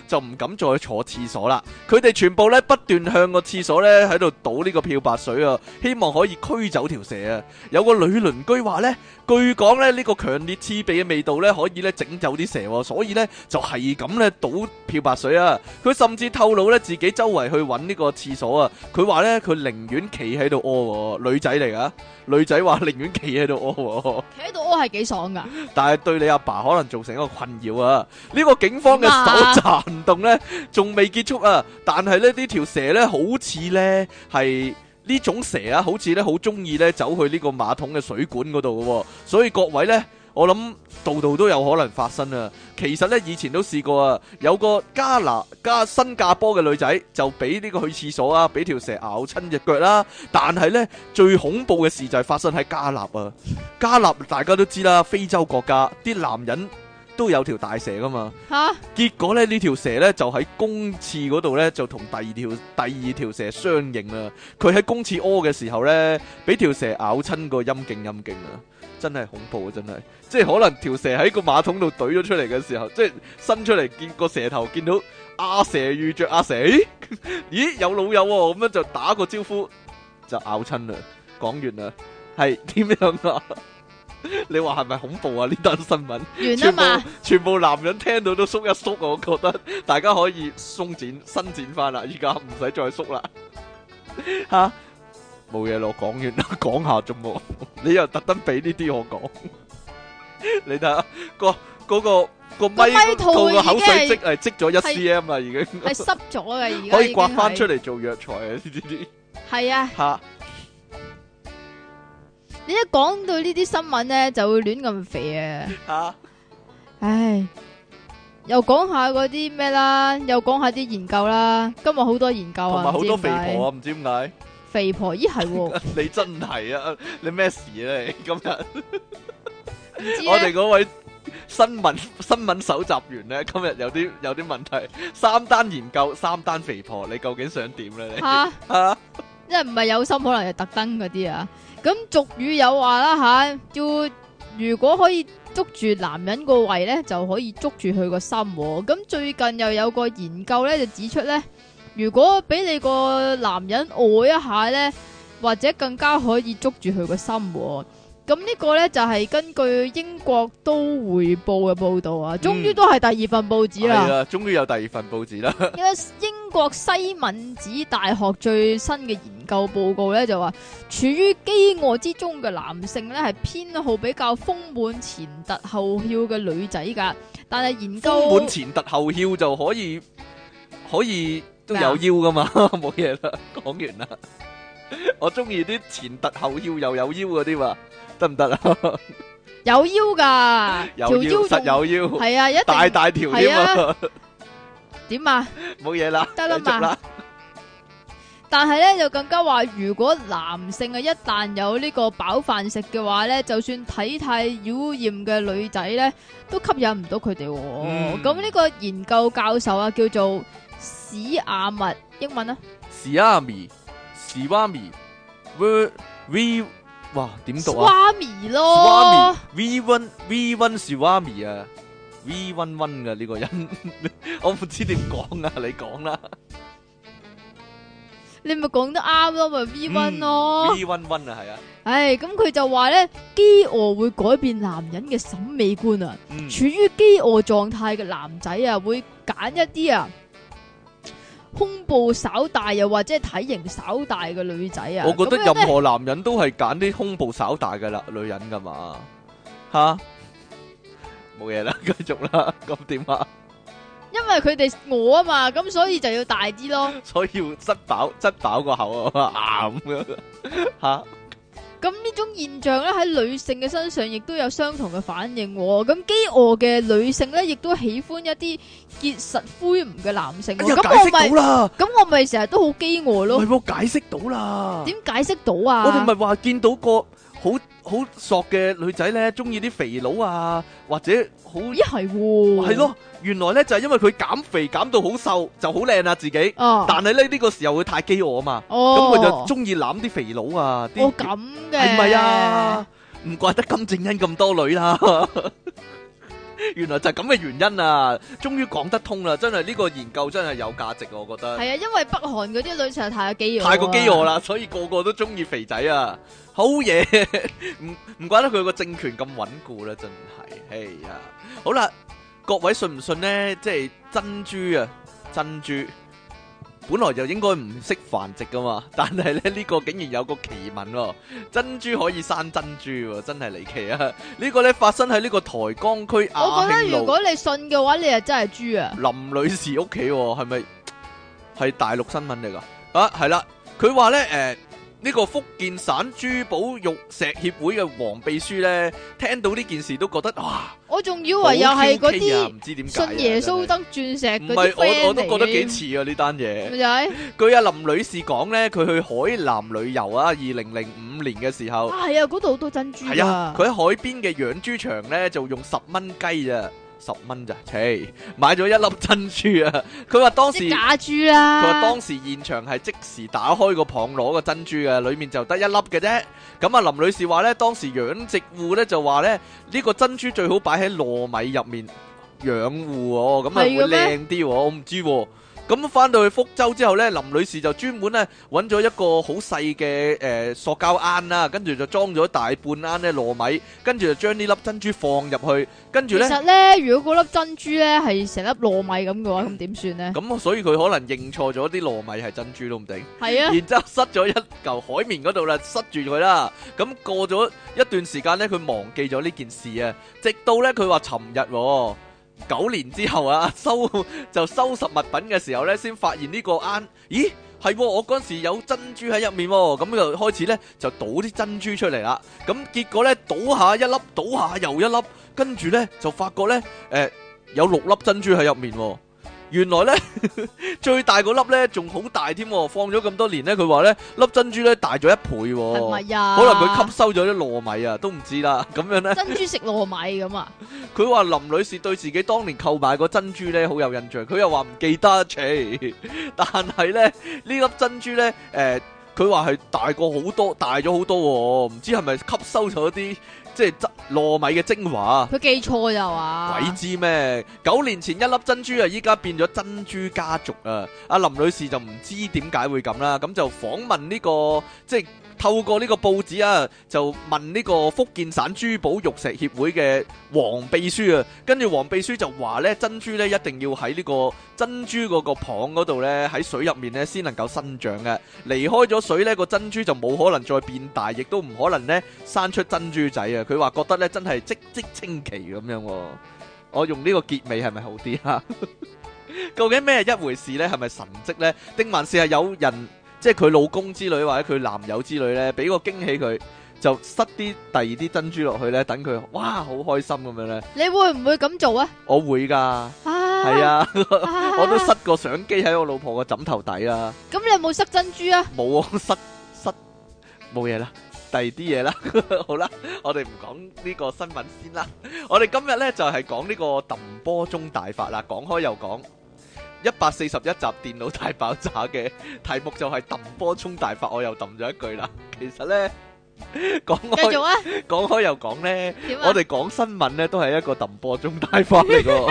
Speaker 1: 就唔敢再坐廁所啦。佢哋全部咧不斷向個廁所咧喺度倒呢個漂白水啊，希望可以驅走條蛇啊。有個女鄰居話咧。據講咧，呢、個強烈刺鼻嘅味道咧，可以咧整走啲蛇、喎，所以咧就係咁咧倒漂白水啊！佢甚至透露咧自己周圍去揾呢個廁所啊！佢話咧佢寧願企喺度屙喎，女仔嚟噶，女仔話寧願企喺度屙
Speaker 2: 企喺度屙係幾爽㗎，
Speaker 1: 喎，但係對你阿爸可能造成一個困擾啊！呢、個警方嘅搜查行動咧仲未結束啊，但係咧呢條蛇咧好似咧係。呢種蛇啊，好似咧好中意咧走去呢個馬桶嘅水管嗰度嘅喎，所以各位呢，我諗度度都有可能發生啊。其實呢，以前都試過啊，有個加拿加新加坡嘅女仔就俾呢個去廁所啊，俾條蛇咬親只腳啦。但係呢，最恐怖嘅事就係發生喺加納啊！加納大家都知啦，非洲國家啲男人都有條大蛇噶嘛。
Speaker 2: 吓
Speaker 1: 結果咧呢條蛇咧就喺公廁嗰度咧就同第二條第二條蛇相認啦。佢喺公廁屙嘅時候咧，俾條蛇咬親個陰莖陰莖啊！真係恐怖啊！真係，即係可能條蛇喺個馬桶度懟咗出嚟嘅時候，即係伸出嚟見個蛇頭，見到阿蛇遇着啊阿蛇， 咦咦有老友喎、咁樣就打個招呼就咬親啦。講完啦，係點樣啊？你話係咪恐怖啊？呢單新聞？
Speaker 2: 完啊
Speaker 1: 全部
Speaker 2: 嘛，
Speaker 1: 全部男人聽到都縮一縮，我覺得大家可以鬆展伸展翻啦，而家唔使再縮 啦。吓，冇嘢咯，講 完啦，講下啫 嘛。你又特登俾呢啲我 講，你睇下個嗰個個咪
Speaker 2: 咪套
Speaker 1: 套個
Speaker 2: 已經
Speaker 1: 口水積
Speaker 2: 係
Speaker 1: 係積咗一
Speaker 2: 係
Speaker 1: cm 啦，已經
Speaker 2: 係濕咗嘅而家
Speaker 1: 可以刮翻
Speaker 2: 已
Speaker 1: 出
Speaker 2: 經係
Speaker 1: 嚟做藥材 啊！呢啲
Speaker 2: 係啊！
Speaker 1: 吓
Speaker 2: 你一講到呢啲新聞咧，就會亂咁肥啊！
Speaker 1: 吓
Speaker 2: 唉，又講下嗰啲咩啦，又講下啲研究啦。今日好多研究
Speaker 1: 同
Speaker 2: 啊，
Speaker 1: 埋好
Speaker 2: 唔知
Speaker 1: 多肥
Speaker 2: 點解
Speaker 1: 婆啊，唔知點解。
Speaker 2: 肥婆咦係喎，唔
Speaker 1: 你真係啊！你咩事咧？ 你今日？
Speaker 2: 知
Speaker 1: 我哋
Speaker 2: 咧
Speaker 1: 嗰位新聞新聞搜集員咧，今日有啲有啲問題，三單研究，三單肥婆，你究竟想點咧？你
Speaker 2: 吓，
Speaker 1: 啊
Speaker 2: 因為唔係有心，可能係特登嗰啲啊。咁俗語有話啦吓，要如果可以捉住男人個胃咧，就可以捉住佢個心喎。咁最近又有個研究咧，就指出咧，如果俾你個男人餓一下咧，或者更加可以捉住佢個心喎。咁呢個咧就係根據英國都會報嘅報導啊，終於都係第二份報紙啦
Speaker 1: 係。啦，終於有第二份報紙啦，
Speaker 2: 因為英國西敏寺大學最新嘅研究報告咧就話，處於飢餓之中嘅男性咧係偏好比較豐滿前凸後翹嘅女仔㗎，但係研
Speaker 1: 豐
Speaker 2: 究
Speaker 1: 滿前凸後翹就可以可以都有腰噶嘛，
Speaker 2: 啊
Speaker 1: 冇嘢啦，講完啦。我中意啲前凸後翹又有腰嗰啲嘛，得唔得啊？
Speaker 2: 有腰㗎，條
Speaker 1: 有腰
Speaker 2: 腰
Speaker 1: 實
Speaker 2: 仲
Speaker 1: 有腰，
Speaker 2: 係啊，一
Speaker 1: 大
Speaker 2: 定
Speaker 1: 大條添啊，
Speaker 2: 點啊？
Speaker 1: 冇嘢啦，
Speaker 2: 得啦
Speaker 1: 繼續
Speaker 2: 嘛
Speaker 1: 啦，
Speaker 2: 但系咧就更加話，如果男性啊一旦有呢個飽飯食嘅話咧，就算體態妖艳嘅女仔咧，都吸引唔到佢哋
Speaker 1: 嗯
Speaker 2: 喎。咁呢、個研究教授啊，叫做史亞密，英文啊，
Speaker 1: Siami，Siami，Ver- V- 哇，點讀啊？
Speaker 2: Swami 咯
Speaker 1: Swami，，V1 V1 Swami啊，V11 㗎，呢個人。 我唔知點講啊，你講啦。嗯，
Speaker 2: 你咪講得啱咯，咪
Speaker 1: 嗯
Speaker 2: V one 咯。
Speaker 1: V11 啊，係啊，嗯，
Speaker 2: 唉，咁佢就話咧，飢餓會改變男人嘅審美觀啊。
Speaker 1: 嗯
Speaker 2: 處於飢餓狀態嘅男仔啊，會揀一啲啊胸部稍大又或者係體型稍大嘅女仔啊。
Speaker 1: 我覺得
Speaker 2: 咁樣 咧
Speaker 1: 任何男人都係揀啲胸部稍大嘅啦，女人㗎嘛。吓？冇嘢啦，繼續啦，咁點啊？所以要塞飽-
Speaker 2: 因為佢哋餓啊嘛，咁所以就要大啲咯。
Speaker 1: 塞飽個口啊，啊，咁樣。吓？
Speaker 2: 咁呢種現象咧喺女性嘅身上亦都有相同嘅反應喎。咁飢餓嘅女性咧，亦都喜歡一啲結實灰唔嘅男性喎。
Speaker 1: 哎呀，
Speaker 2: 咁、我
Speaker 1: 解釋
Speaker 2: 咪
Speaker 1: 到啦。
Speaker 2: 咁我咪成日都好飢餓咯。
Speaker 1: 喂，我解釋到啦。
Speaker 2: 點解釋到啊？
Speaker 1: 我哋咪話見到個好-好索嘅女仔呢，鍾意啲肥佬啊，或者好-
Speaker 2: 咦係喎，
Speaker 1: 係咯，原來呢，就係因為佢減肥減到好瘦，就好靚啦自己。
Speaker 2: 啊，
Speaker 1: 但係呢，呢個時候佢太飢餓啊嘛，
Speaker 2: 哦，
Speaker 1: 咁佢就鍾意攬啲肥佬啊，啲-
Speaker 2: 哦咁嘅，
Speaker 1: 係咪啊？唔怪得金正恩咁多女啦。 原來就係咁嘅原因啊，終於講得通啦，真係呢個研究真係有價值，我覺得。
Speaker 2: 系啊，因為北韓嗰啲女實在太過啊飢餓，
Speaker 1: 太過飢餓。啦，所以個個都中意肥仔啊！好嘢， 唔唔怪得佢個政權咁穩固啦，真係。哎呀，好啦，各位信唔信呢？即係珍珠啊，珍珠本來就應該唔識繁殖噶嘛， 但係咧呢、個竟然有個奇聞喎、珍珠可以生珍珠喎、真係離奇啊！呢個呢發生喺呢個台江區
Speaker 2: 我
Speaker 1: 亞
Speaker 2: 覺
Speaker 1: 慶
Speaker 2: 得如
Speaker 1: 路
Speaker 2: 果你信嘅話，你就真係豬啊！
Speaker 1: 林女士屋企喎，係咪係大陸新聞嚟噶？啊，係啦，佢話呢，誒、呢個福建省珠寶玉石協會嘅黃秘書呢，聽到呢件事都覺得哇，
Speaker 2: 我仲以
Speaker 1: 以
Speaker 2: 為又係嗰
Speaker 1: 唔
Speaker 2: 啲
Speaker 1: 知點解啊
Speaker 2: 信耶穌
Speaker 1: 真係
Speaker 2: 得鑽石
Speaker 1: 唔
Speaker 2: 嗰啲
Speaker 1: 係
Speaker 2: friend
Speaker 1: 我我都覺得
Speaker 2: 嚟嘅
Speaker 1: 幾似啊呢單嘢。
Speaker 2: 咪就係
Speaker 1: 據阿林女士講呢，佢去海南旅遊啊，二零零五年嘅時候。
Speaker 2: 啊係啊，嗰度好多珍珠
Speaker 1: 係啊，佢喺海邊嘅養豬場咧就用十蚊雞咋，十蚊咋，切買咗一粒珍珠啊！佢話當時佢
Speaker 2: 即係假豬
Speaker 1: 話
Speaker 2: 啦
Speaker 1: 當。時現場係即時打開個蚌攞個珍珠嘅，裡面就得一粒嘅啫。咁啊，林女士話咧，當時養殖戶咧就話咧，呢個珍珠最好擺喺糯米入面養護喎，咁啊
Speaker 2: 係
Speaker 1: 會
Speaker 2: 嘅咩
Speaker 1: 靚啲喎，我唔知喎。咁翻到去福州之後咧，林女士就專門咧揾咗一個好細嘅誒塑膠罌啦，跟住就裝咗大半罌咧糯米，跟住就將呢粒珍珠放入去，跟
Speaker 2: 其
Speaker 1: 住咧
Speaker 2: 實咧，如果嗰粒珍珠咧係成粒糯米咁嘅話，咁點算咧？
Speaker 1: 咁，啊所以佢可能認錯咗啲糯米係珍珠都唔定。
Speaker 2: 係啊，
Speaker 1: 然之後塞咗一嚿海綿嗰度啦，塞住佢啦。咁過咗一段時間呢，佢忘記咗呢件事啊。直到呢，佢話尋日喎九年之後啊，收就收拾物品嘅時候呢，先發現呢個啱。咦， 係喎、我嗰陣時有珍珠喺入面喎、咁就開始呢，就倒啲珍珠出嚟啦。咁結果呢，倒下一粒，倒下又一粒，跟住呢，就發覺呢，誒、有六粒珍珠喺入面喎、原來呢，最大嗰粒呢仲好大添喎，放咗咁多年呢，佢話呢粒珍珠呢大咗一倍喎、
Speaker 2: 係咪呀？
Speaker 1: 哦可能佢吸收咗啲糯米啊，都唔知啦。咁樣呢，
Speaker 2: 珍珠食糯米咁啊？
Speaker 1: 佢話林女士對自己當年購買個珍珠呢好有印象，佢又話唔記得，切。 但係呢，呢粒珍珠呢，誒、呃佢話係大過好多，大咗好多喎、唔知係咪吸收咗啲即係糯米嘅精華。啊
Speaker 2: 佢記錯就話
Speaker 1: 鬼知咩？九年前一粒珍珠啊，依家變咗珍珠家族啊！阿林女士就唔知點解會咁啦，咁就訪問呢、個即係透過呢個報紙啊，就問呢個福建省珠寶玉石協會嘅黃秘書啊，跟住黃秘書就話呢，珍珠呢一定要喺呢個珍珠嗰個蚌嗰度呢，喺水入面呢先能夠生長嘅，離開咗水呢個珍珠就冇可能再變大，亦都唔可能呢生出珍珠仔啊！佢話覺得呢真係嘖嘖稱奇咁樣喎。我用呢個結尾係咪好啲啊？ 究竟咩一回事呢？係咪神蹟呢？定還是係有人即係佢老公之類或者佢男友之類呢？俾個驚喜佢，就塞啲第二啲珍珠落去呢，等佢哇好開心咁樣呢？
Speaker 2: 你會唔會咁做啊？
Speaker 1: 我會㗎。
Speaker 2: Ai, 啊，
Speaker 1: 係啊，
Speaker 2: 啊，
Speaker 1: 我都塞個相機喺我老婆個枕頭底啊啦，
Speaker 2: 咁你有冇塞珍珠 啊？
Speaker 1: 冇啊，塞塞冇嘢啦，第二啲嘢啦， 好啦，我哋唔講呢個新聞先啦，我哋今日呢就係講呢個揼波鐘大法啦，講開又講。一百四十一集《電腦大爆炸》嘅 題目就係揼波鐘大法，我又揼咗一句啦。其實呢， 講
Speaker 2: 繼續
Speaker 1: 開
Speaker 2: 啊，
Speaker 1: 講開又講呢。
Speaker 2: 點啊
Speaker 1: 我？哋講新聞咧，都係一個揼波鐘大法嚟 噶。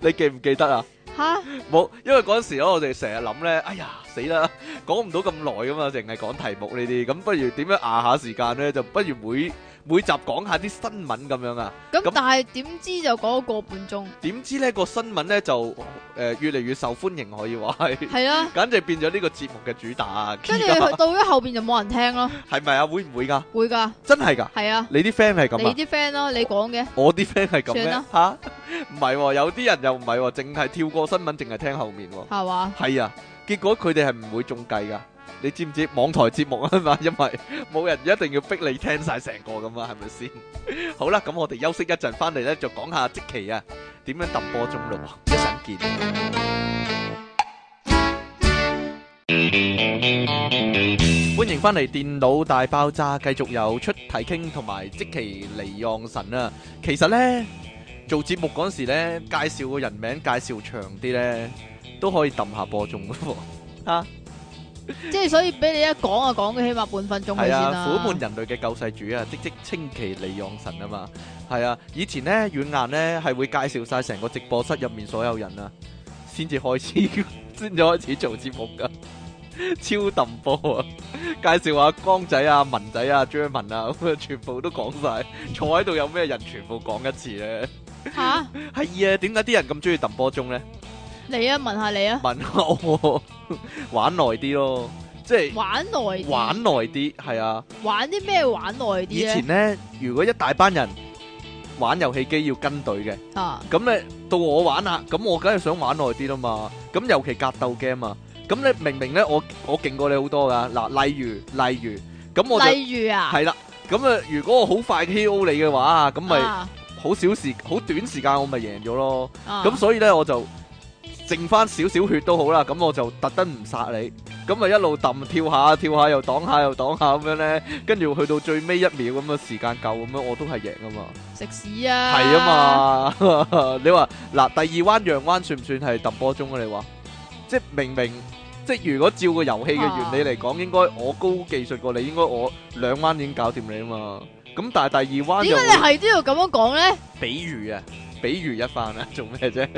Speaker 1: 你記唔記得啊？
Speaker 2: 吓，
Speaker 1: 冇，因為嗰陣時咧，我哋成日諗咧，哎呀死啦，講唔到咁耐噶嘛，淨係講題目呢啲，咁不如點樣壓下時間咧？就不如每每集講下啲新聞咁樣啊。咁
Speaker 2: 咁但係點知就講咗個半鐘，
Speaker 1: 點知呢個新聞咧就誒、呃越嚟越受歡迎，可以話係，
Speaker 2: 係啦，
Speaker 1: 簡直變咗呢個節目嘅主打。
Speaker 2: 跟住
Speaker 1: 而家
Speaker 2: 去到咗後邊就冇人聽咯，
Speaker 1: 係咪啊？會唔會噶？
Speaker 2: 會㗎，
Speaker 1: 真係噶？
Speaker 2: 係啊，
Speaker 1: 你啲 friend 係
Speaker 2: 你
Speaker 1: 咁啊？
Speaker 2: 啲 friend 咯，你講嘅，
Speaker 1: 我啲 friend 係咁
Speaker 2: 算
Speaker 1: 咩
Speaker 2: 啦？
Speaker 1: 吓，唔係喎，有啲人又唔係喎，淨係跳過新聞，淨係聽後面喎。
Speaker 2: 係嘛？
Speaker 1: 係啊，結果佢哋係唔會中計噶。你知唔知網台節目啊嘛？因為冇人一定要逼你聽晒成個咁啊，係咪先？好啦，咁我哋休息一陣，翻嚟咧就講下即期啊，點樣揼波中路啊，一陣見。歡迎翻嚟《電腦大爆炸》，繼續有出題傾同埋即期離讓神啊。其實咧做節目嗰陣時咧，介紹個人名介紹長啲咧。都可以揼下波中嘅喎，
Speaker 2: 即係所以俾你一講啊，講嘅起碼半分鐘佢
Speaker 1: 係
Speaker 2: 先
Speaker 1: 啊，
Speaker 2: 啦。
Speaker 1: 苦悶人類嘅救世主啊，即即稱其利用神啊嘛，係啊，以前咧軟硬咧係會介紹晒成個直播室入面所有人啊，先至開始 先至開始做節目噶， 超揼波啊！介紹下江仔啊、文仔啊、張文啊，咁啊全部都講晒，坐喺度有咩人全部講一次咧？
Speaker 2: 吓，
Speaker 1: 係啊，點解啲人咁中意揼波鐘咧？
Speaker 2: 你啊，問下你啊，
Speaker 1: 問我 玩耐啲咯，即係。
Speaker 2: 玩耐啲
Speaker 1: 玩耐啲，係啊！
Speaker 2: 玩啲咩玩耐啲
Speaker 1: 以
Speaker 2: 咧
Speaker 1: 前？呢，如果一大班人玩遊戲機要跟隊嘅，
Speaker 2: 啊，
Speaker 1: 咁咧到我玩啦，咁我梗係想玩耐啲啦嘛。咁尤其格鬥 game 啊，咁咧明明呢，我我勁過你好多噶，嗱，例如例如，咁我就
Speaker 2: 例如啊，
Speaker 1: 係啦。咁啊，如果我好快 KO 你嘅話，咁咪
Speaker 2: 啊
Speaker 1: 好少時好短時間我咪贏咗咯。
Speaker 2: 啊
Speaker 1: 咁所以呢，我就剩翻少少血都好啦，咁我就特登唔殺你，咁咪一路揼跳下跳下又擋下又擋下咁樣呢。跟住去到最尾一秒咁嘅時間夠咁樣，我都係贏啊嘛，
Speaker 2: 食屎啊，
Speaker 1: 係啊嘛，你話嗱第二彎讓彎算唔算係揼波鐘啊？你話即係明明即係如果照個遊戲嘅原理嚟
Speaker 2: 啊
Speaker 1: 講，應該我高技術過你，應該我兩彎已經搞掂你啊嘛，咁但係第二彎
Speaker 2: 點
Speaker 1: 又會
Speaker 2: 解你係都要咁樣講咧？
Speaker 1: 比喻啊，比喻一番啊， 做咩啫？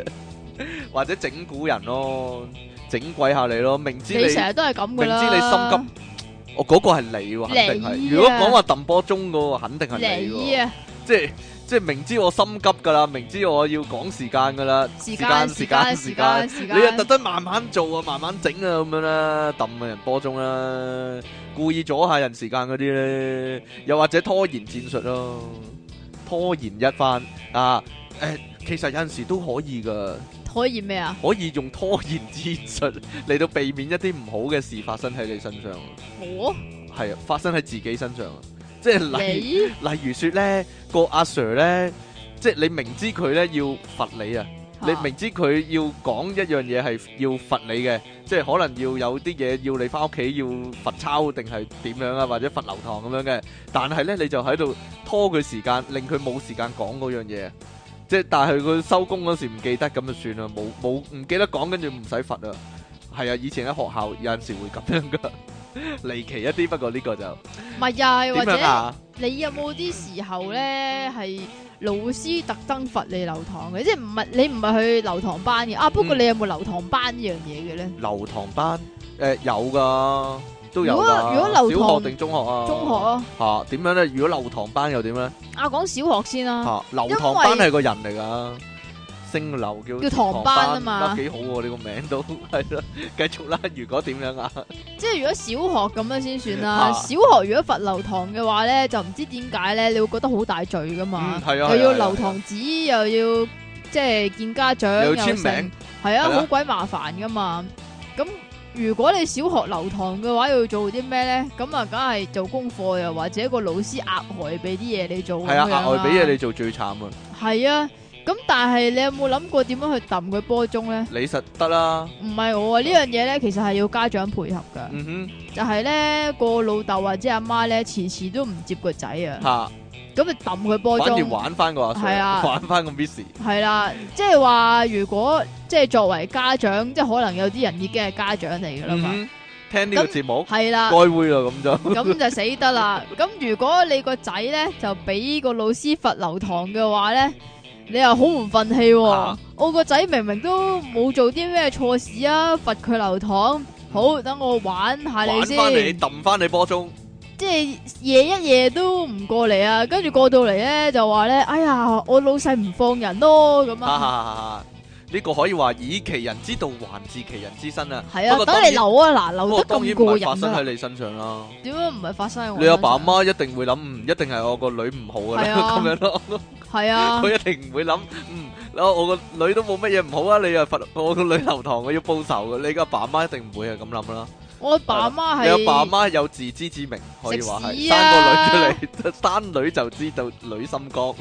Speaker 1: 或者整蠱人咯，整鬼下你咯，明知你
Speaker 2: 你成日都係咁噶
Speaker 1: 明
Speaker 2: 啦。
Speaker 1: 知你心急，我嗰個係你喎，肯定
Speaker 2: 你
Speaker 1: 係。
Speaker 2: 啊
Speaker 1: 如果講話揼波鐘嗰個，肯定係你
Speaker 2: 你
Speaker 1: 喎。
Speaker 2: 啊，
Speaker 1: 即係即係明知我心急㗎啦，明知我要趕時間㗎啦，
Speaker 2: 時間
Speaker 1: 時
Speaker 2: 時
Speaker 1: 間
Speaker 2: 間
Speaker 1: 時
Speaker 2: 時
Speaker 1: 間
Speaker 2: 間時
Speaker 1: 你又特
Speaker 2: 間，
Speaker 1: 登慢慢做啊，慢慢整啊，咁樣啦，揼人波鐘啦，故意阻下人時間嗰啲咧，又或者拖延戰術咯，拖延一番啊，誒、其實有陣時都可以噶，
Speaker 2: 可以咩啊？
Speaker 1: 可以用拖延戰術嚟到避免一啲唔好嘅事發生喺你身上，
Speaker 2: 我
Speaker 1: 係啊，發生喺自己身上，啊即係例如。
Speaker 2: 你
Speaker 1: 例如說咧，個阿 Sir 咧，即係你明知佢咧要罰你啊，你明知佢要講一樣嘢係要罰你嘅，即係可能要有啲嘢要你翻屋企要罰抄定係點樣啊，或者罰留堂咁樣嘅，但係咧你就喺度拖佢時間，令佢冇時間講嗰樣嘢。即係但係佢收工嗰時唔記得咁就算啦，冇冇唔記得講，跟住唔使罰啊。係啊，以前喺學校有陣時會咁樣噶， 離奇一啲。不過呢個就
Speaker 2: 唔係啊，又或
Speaker 1: 點樣
Speaker 2: 者
Speaker 1: 啊？
Speaker 2: 你有冇啲時候咧係老師特登罰你留堂嘅？即係唔係你唔係去留堂班嘅啊？不過
Speaker 1: 嗯
Speaker 2: 你有冇留堂班呢樣嘢嘅咧？
Speaker 1: 流堂班誒、有噶，都有
Speaker 2: 如果
Speaker 1: 㗎
Speaker 2: 如果流堂
Speaker 1: 小學定中學啊？
Speaker 2: 中學啊，
Speaker 1: 嚇點、樣咧？如果流堂班又點咧？
Speaker 2: 啊講小學先
Speaker 1: 嚇、
Speaker 2: 啦，
Speaker 1: 流
Speaker 2: 啊因
Speaker 1: 堂班
Speaker 2: 為
Speaker 1: 係個人嚟㗎，姓劉叫
Speaker 2: 叫堂班啊嘛
Speaker 1: 啊幾好喎、你個名都 係啦，繼續啦。如果點樣啊？
Speaker 2: 即係如果小學咁樣先算
Speaker 1: 啊
Speaker 2: 啦。小學如果罰留堂嘅話咧，就唔知點解咧，你會覺得好大罪噶嘛
Speaker 1: 嗯，，係啊，
Speaker 2: 又要
Speaker 1: 係啊
Speaker 2: 留，堂紙，又要即係見家長，
Speaker 1: 又
Speaker 2: 又
Speaker 1: 要簽名
Speaker 2: 成，係啊，
Speaker 1: 係啊
Speaker 2: 好鬼麻煩噶嘛。咁如果你小學留堂嘅話，要做啲咩咧？咁啊，梗係做功課，又或者個老師額外俾啲嘢你做咁
Speaker 1: 係
Speaker 2: 樣
Speaker 1: 啊，
Speaker 2: 啦。
Speaker 1: 額外俾嘢你做最慘啊！
Speaker 2: 係啊，咁咁但係你有冇諗過點樣去揼佢波鐘咧？
Speaker 1: 你實得啦，
Speaker 2: 唔係我啊，呢樣嘢咧其實係要家長配合噶，
Speaker 1: 嗯
Speaker 2: 就係咧個老豆或者阿媽咧遲遲都唔接個仔啊
Speaker 1: 哼，，嚇，
Speaker 2: 咁就揼佢波
Speaker 1: 反而
Speaker 2: 鐘。
Speaker 1: 玩翻個阿 Sir，
Speaker 2: 係啊
Speaker 1: 玩翻個 Miss，
Speaker 2: 係啦，即係話如果即係作為家長，即係可能有啲人已經係家長嚟噶啦
Speaker 1: 嗯
Speaker 2: 嘛，
Speaker 1: 哼，聽呢個
Speaker 2: 咁啊
Speaker 1: 節目，
Speaker 2: 係啦
Speaker 1: 該。會啦咁就，
Speaker 2: 咁就死得啦。咁如果你個仔咧就俾個老師罰留堂嘅話咧，你又好唔忿氣喎
Speaker 1: 啊。
Speaker 2: 我個仔明明都冇做啲咩錯事啊，罰佢留堂。好，等我玩下啊你
Speaker 1: 玩翻你，
Speaker 2: 先，
Speaker 1: 揼翻你波鐘，
Speaker 2: 即係夜一夜都唔過嚟啊。跟住過到嚟咧就話咧，哎呀，我老細唔放人咯，咁
Speaker 1: 哈哈
Speaker 2: 啊，
Speaker 1: 哈哈！呢個可以話以其人之道還治其人之身啊，
Speaker 2: 係
Speaker 1: 不
Speaker 2: 啊，
Speaker 1: 過
Speaker 2: 等
Speaker 1: 當
Speaker 2: 你
Speaker 1: 然
Speaker 2: 留啊，嗱，
Speaker 1: 不
Speaker 2: 留
Speaker 1: 過
Speaker 2: 得
Speaker 1: 當然
Speaker 2: 咁
Speaker 1: 唔
Speaker 2: 過
Speaker 1: 係發
Speaker 2: 癮
Speaker 1: 生
Speaker 2: 啊
Speaker 1: 喺，你身上啦。
Speaker 2: 點解唔係發生喺我？
Speaker 1: 你阿爸阿？媽一定會諗，嗯，一定係我個女唔好噶
Speaker 2: 係
Speaker 1: 啦，
Speaker 2: 啊
Speaker 1: 咁樣咯。
Speaker 2: 係啊，
Speaker 1: 佢一定唔會諗，嗯，我我個女都冇乜嘢唔好啊，你又罰 我個女留堂，我要報仇嘅。你嘅爸媽一定唔會係咁諗啦。
Speaker 2: 我阿爸阿媽
Speaker 1: 你阿
Speaker 2: 係
Speaker 1: 爸阿媽有自知之明，可以話
Speaker 2: 食
Speaker 1: 係
Speaker 2: 屎
Speaker 1: 生
Speaker 2: 啊
Speaker 1: 個女出嚟， 生女就知道女心肝，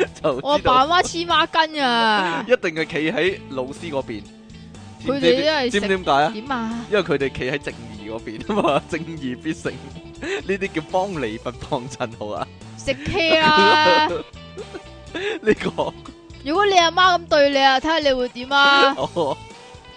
Speaker 1: 就
Speaker 2: 我阿
Speaker 1: 知
Speaker 2: 爸阿
Speaker 1: 道
Speaker 2: 媽黐孖筋啊
Speaker 1: 一！定係企喺老師嗰邊。知唔
Speaker 2: 佢
Speaker 1: 知
Speaker 2: 哋真係
Speaker 1: 知唔知
Speaker 2: 食
Speaker 1: 點解啊？
Speaker 2: 點啊？
Speaker 1: 因為佢哋企喺正義嗰邊啊嘛， 正義必勝，呢啲叫幫離不幫襯好啊。
Speaker 2: 食 K 啊！
Speaker 1: 呢個
Speaker 2: 如果你阿媽咁對你啊，睇下你會 點啊？
Speaker 1: 我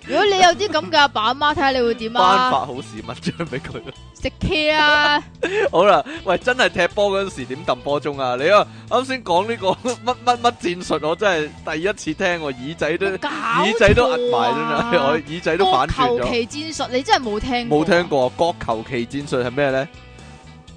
Speaker 2: 如果你有啲咁嘅阿爸阿媽，睇下你會點
Speaker 1: 頒
Speaker 2: 啊？
Speaker 1: 發好市文章俾佢。
Speaker 2: 食 K 啊！
Speaker 1: 好啦，喂，真係踢波嗰陣時點揼波鐘啊？你啊，啱先講呢個 乜乜乜戰術，我真係第一次聽，我耳仔都
Speaker 2: 有搞
Speaker 1: 耳仔都壓埋真 係，我
Speaker 2: 啦！
Speaker 1: 耳仔都反轉
Speaker 2: 球
Speaker 1: 咗。
Speaker 2: 棋戰術，你啊真係冇聽
Speaker 1: 冇聽
Speaker 2: 過？
Speaker 1: 過角球棋戰術係咩咧？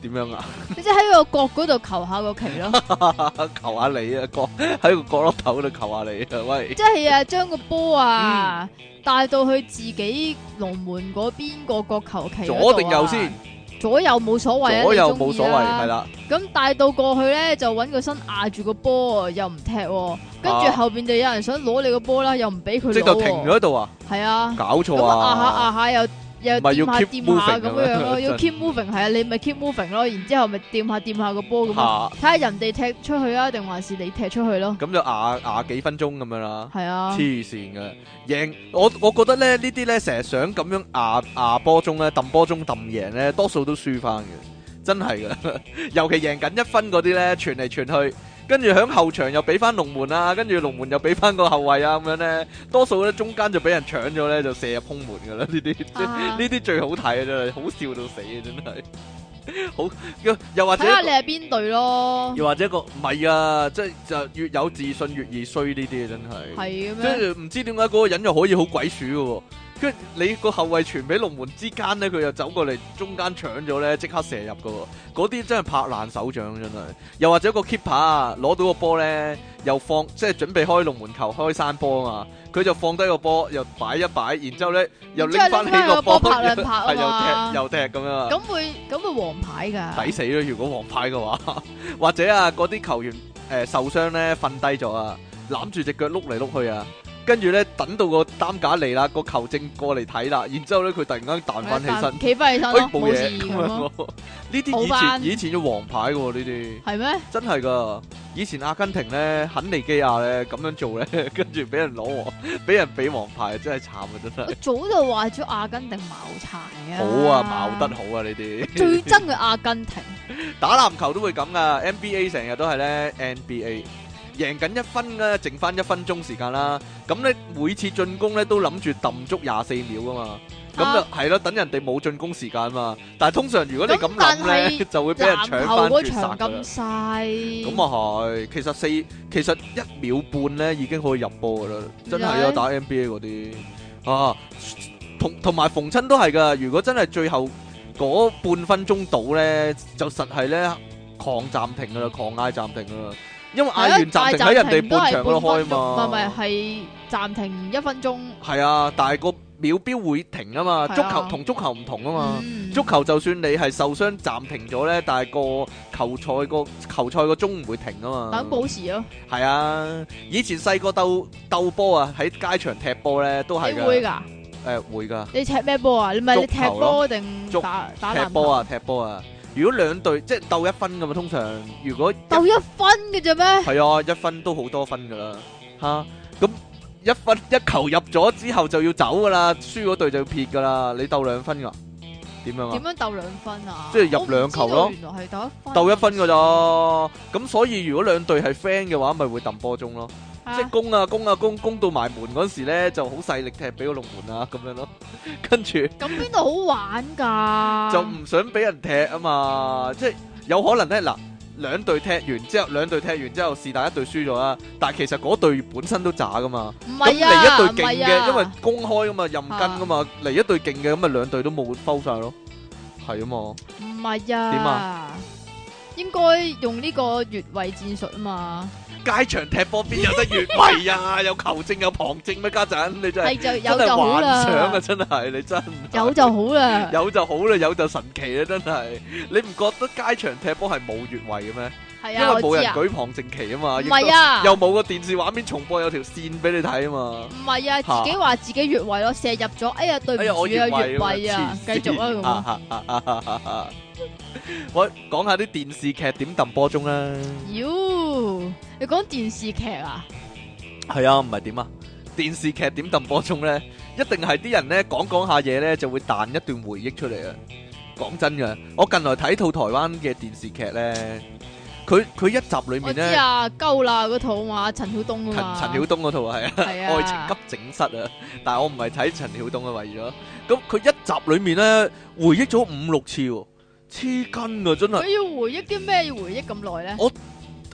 Speaker 1: 點樣啊？
Speaker 2: 你即係喺個角嗰度求下個棋咯，
Speaker 1: 求下你啊，角 喺個角落頭嗰度求下你啊！喂，
Speaker 2: 即係啊，將個波啊
Speaker 1: 嗯
Speaker 2: 帶到去自己龍門嗰邊個角球棋嗰度啊
Speaker 1: 左定右先？
Speaker 2: 左右冇所謂啊，
Speaker 1: 左右
Speaker 2: 你中意
Speaker 1: 冇所謂，係啦。
Speaker 2: 咁帶到過去咧，就揾個身壓住個波，又唔踢、喎。跟住
Speaker 1: 啊
Speaker 2: 後邊就有人想攞你個波啦，又唔俾佢攞、喎。
Speaker 1: 直頭停咗喺度啊！
Speaker 2: 係啊，
Speaker 1: 搞錯
Speaker 2: 咁啊壓下
Speaker 1: 啊！
Speaker 2: 壓下又又
Speaker 1: 唔係要
Speaker 2: 掂下
Speaker 1: keep
Speaker 2: 掂下
Speaker 1: moving
Speaker 2: 咁樣樣
Speaker 1: 咁樣
Speaker 2: 咯，要
Speaker 1: 真
Speaker 2: keep moving 係啊，你咪 keep moving 咯，然之後咪掂下掂下個波咁啊，
Speaker 1: 嚇
Speaker 2: 睇下人哋踢出去啊，定還是你踢出去咯？
Speaker 1: 咁就牙牙幾分鐘咁樣啦，
Speaker 2: 係啊，
Speaker 1: 黐線嘅贏我我覺得咧呢啲咧成日想咁樣牙牙波鐘咧揼波鐘揼贏咧，多數都輸翻嘅，真係嘅。尤其贏緊一分嗰啲咧，傳嚟 傳去，跟住響後場又俾翻龍門啊，跟住龍門又俾翻個後衞啊咁樣咧，多數咧中間就俾人搶咗咧，就射入空門㗎啦呢啲。
Speaker 2: 啊
Speaker 1: 呢啲最好睇啊！真係好笑到死啊！真係好又又或者
Speaker 2: 睇下你係邊隊咯，
Speaker 1: 又或者一個唔係啊，即係就越有自信越易衰呢啲啊，真係。
Speaker 2: 係嘅
Speaker 1: 即
Speaker 2: 咩？
Speaker 1: 係唔知點解嗰個人又可以好鬼鼠嘅喎，跟住你個後衞傳俾龍門之間咧，佢又走過嚟中間搶咗咧，即刻射入嘅喎。嗰啲真係拍爛手掌真係。又或者個 keeper 啊，攞到個波咧，又放即係準備開龍門球開山波啊嘛，佢就放低個波又擺一擺，然之後咧又拎翻起個波，
Speaker 2: 然之後拎返起個波拍兩拍啊
Speaker 1: 係
Speaker 2: 嘛
Speaker 1: 又踢又踢咁樣啊。
Speaker 2: 咁會咁會黃牌㗎
Speaker 1: 抵，死咯！如果黃牌嘅話， 或者啊嗰啲球員誒、呃受傷咧，瞓低咗啊，攬住只腳碌嚟碌去啊，跟住咧等到個擔架嚟啦，個球證過嚟睇啦，然之後咧佢突然間彈翻起身，
Speaker 2: 企翻起身
Speaker 1: 哎
Speaker 2: 咯，
Speaker 1: 冇
Speaker 2: 冇
Speaker 1: 嘢
Speaker 2: 事
Speaker 1: 咁
Speaker 2: 咁
Speaker 1: 樣
Speaker 2: 咯，
Speaker 1: 咯。呢啲
Speaker 2: 好
Speaker 1: 以前
Speaker 2: 返
Speaker 1: 以前要黃牌嘅喎，呢啲
Speaker 2: 係咩？
Speaker 1: 真係噶。以前阿根廷咧，肯尼基亞咧咁樣做咧， 跟住俾人攞黃，俾人俾黃牌，真係慘啊！真
Speaker 2: 我
Speaker 1: 係
Speaker 2: 早就話咗阿根廷茅柴啊！
Speaker 1: 好啊，矛得好啊！呢啲。
Speaker 2: 最憎嘅阿 根廷，
Speaker 1: 打籃球都會咁噶，NBA 成日都係咧，NBA 贏緊一分嘅，剩翻一分鐘時間啦。咁咧每次進攻咧都諗住揼足廿四秒噶嘛，
Speaker 2: 啊
Speaker 1: 咁就係咯，等人哋冇進攻時間嘛。但係通常如果你咁
Speaker 2: 咁但
Speaker 1: 諗咧，
Speaker 2: 係
Speaker 1: 就會俾人
Speaker 2: 籃
Speaker 1: 搶
Speaker 2: 球
Speaker 1: 翻
Speaker 2: 嗰
Speaker 1: 絕
Speaker 2: 場
Speaker 1: 殺噶
Speaker 2: 咁
Speaker 1: 啦。
Speaker 2: 細，
Speaker 1: 咁啊係，其實四其實一秒半咧已經可以入波噶啦，真係啊
Speaker 2: 點解
Speaker 1: 打 NBA 嗰啲啊，同同埋逢親都係噶。如果真係最後嗰半分鐘到咧，就實係咧狂暫停噶啦，狂嗌暫停噶啦，因為嗌
Speaker 2: 係啊
Speaker 1: 完暫停喺人哋半場嗰度開
Speaker 2: 大暫停都係半分鐘唔係唔係
Speaker 1: 嘛，
Speaker 2: 係暫停一分鐘，
Speaker 1: 係啊，但係個秒標會停啊嘛，
Speaker 2: 係啊
Speaker 1: 足球同足球唔同啊嘛。
Speaker 2: 嗯
Speaker 1: 足球就算你係受傷暫停咗咧，但係個球賽個球賽個鐘唔會停啊嘛。
Speaker 2: 等保時咯，
Speaker 1: 係啊，以前細個鬥鬥波啊，喺街場踢波咧都係
Speaker 2: 你
Speaker 1: 噶。
Speaker 2: 會㗎？
Speaker 1: 誒會㗎，
Speaker 2: 你踢咩波啊？你咪你
Speaker 1: 足
Speaker 2: 踢
Speaker 1: 球咯
Speaker 2: 波定
Speaker 1: 足
Speaker 2: 打打
Speaker 1: 踢
Speaker 2: 籃
Speaker 1: 波
Speaker 2: 球？
Speaker 1: 啊，踢波啊，如果兩隊即係鬥一分咁嘛，通常如果一
Speaker 2: 斗一分嘅啫咩？
Speaker 1: 係啊，一分都好多分噶啦，吓咁一分一球入咗之後就要走噶啦，輸嗰隊就要撇噶啦，你鬥兩分噶，點樣啊
Speaker 2: 點？樣鬥兩分啊？
Speaker 1: 即係入兩球咯
Speaker 2: 我唔知道原來係鬥一分，
Speaker 1: 鬥一分噶咋，咁所以如果兩隊係 friend 嘅話，咪會揼波鐘咯，
Speaker 2: 啊
Speaker 1: 即係攻啊攻啊攻，攻到埋門嗰時咧就好勢力踢俾個龍門啊咁樣咯，跟住。
Speaker 2: 咁邊度好玩㗎？
Speaker 1: 就唔想俾人踢啊嘛，即係有可能咧嗱，兩隊踢完之後，兩隊踢完之後是但一隊輸咗啦，但係其實嗰隊本身都渣噶嘛，
Speaker 2: 唔
Speaker 1: 咁
Speaker 2: 係啊，
Speaker 1: 嚟一隊
Speaker 2: 唔
Speaker 1: 勁
Speaker 2: 係
Speaker 1: 嘅，
Speaker 2: 啊
Speaker 1: 因為公開噶嘛，任根噶嘛，嚟一隊勁嘅，咁咪兩隊都冇收晒咯，係啊嘛，
Speaker 2: 唔係
Speaker 1: 點
Speaker 2: 啊，應該用呢個越位戰術啊嘛，
Speaker 1: 街場踢波邊有得越位 啊？有球證有旁證咩？家陣你真係
Speaker 2: 係就
Speaker 1: 真
Speaker 2: 有
Speaker 1: 係
Speaker 2: 就好
Speaker 1: 幻想啊！
Speaker 2: 啦，
Speaker 1: 真係你真係
Speaker 2: 有就好啦，
Speaker 1: 有就好啦，有就神奇啦，真係你唔覺得街場踢波係冇越位嘅咩？
Speaker 2: 係
Speaker 1: 因為
Speaker 2: 啊，我
Speaker 1: 冇
Speaker 2: 知
Speaker 1: 人
Speaker 2: 啊，
Speaker 1: 舉旁證旗啊嘛，
Speaker 2: 唔
Speaker 1: 亦都
Speaker 2: 係啊，
Speaker 1: 又冇個電視畫面重播有條線俾你睇啊嘛。
Speaker 2: 唔係啊，
Speaker 1: 嚇
Speaker 2: 自己話自己越位咯，射入咗，哎呀對唔
Speaker 1: 哎呀，我
Speaker 2: 住
Speaker 1: 越
Speaker 2: 啊，
Speaker 1: 位
Speaker 2: 越位啊，繼
Speaker 1: 咁
Speaker 2: 續
Speaker 1: 樣
Speaker 2: 啊
Speaker 1: 啊！我講下啲電視劇點揼波鐘啊啦。
Speaker 2: 咁，妖，你講電視劇啊？
Speaker 1: 係啊，唔係點啊？電視劇點揼波鐘咧，一定係啲人咧講講下嘢咧，就會彈一段回憶出嚟啊！講真嘅，我近來睇套台灣嘅電視劇咧，佢佢一集裏
Speaker 2: 我
Speaker 1: 面
Speaker 2: 知
Speaker 1: 咧，
Speaker 2: 啊，夠啦嗰套嘛，陳曉東
Speaker 1: 陳
Speaker 2: 啊嘛，
Speaker 1: 陳曉東嗰套係啊。
Speaker 2: 係 啊，
Speaker 1: 愛情急整室啊！但係我唔係睇陳曉東啊，為咗咁佢一集裏面咧回憶咗五六次喎，黐筋啊！真係
Speaker 2: 佢要回憶啲咩？要回憶咁耐咧？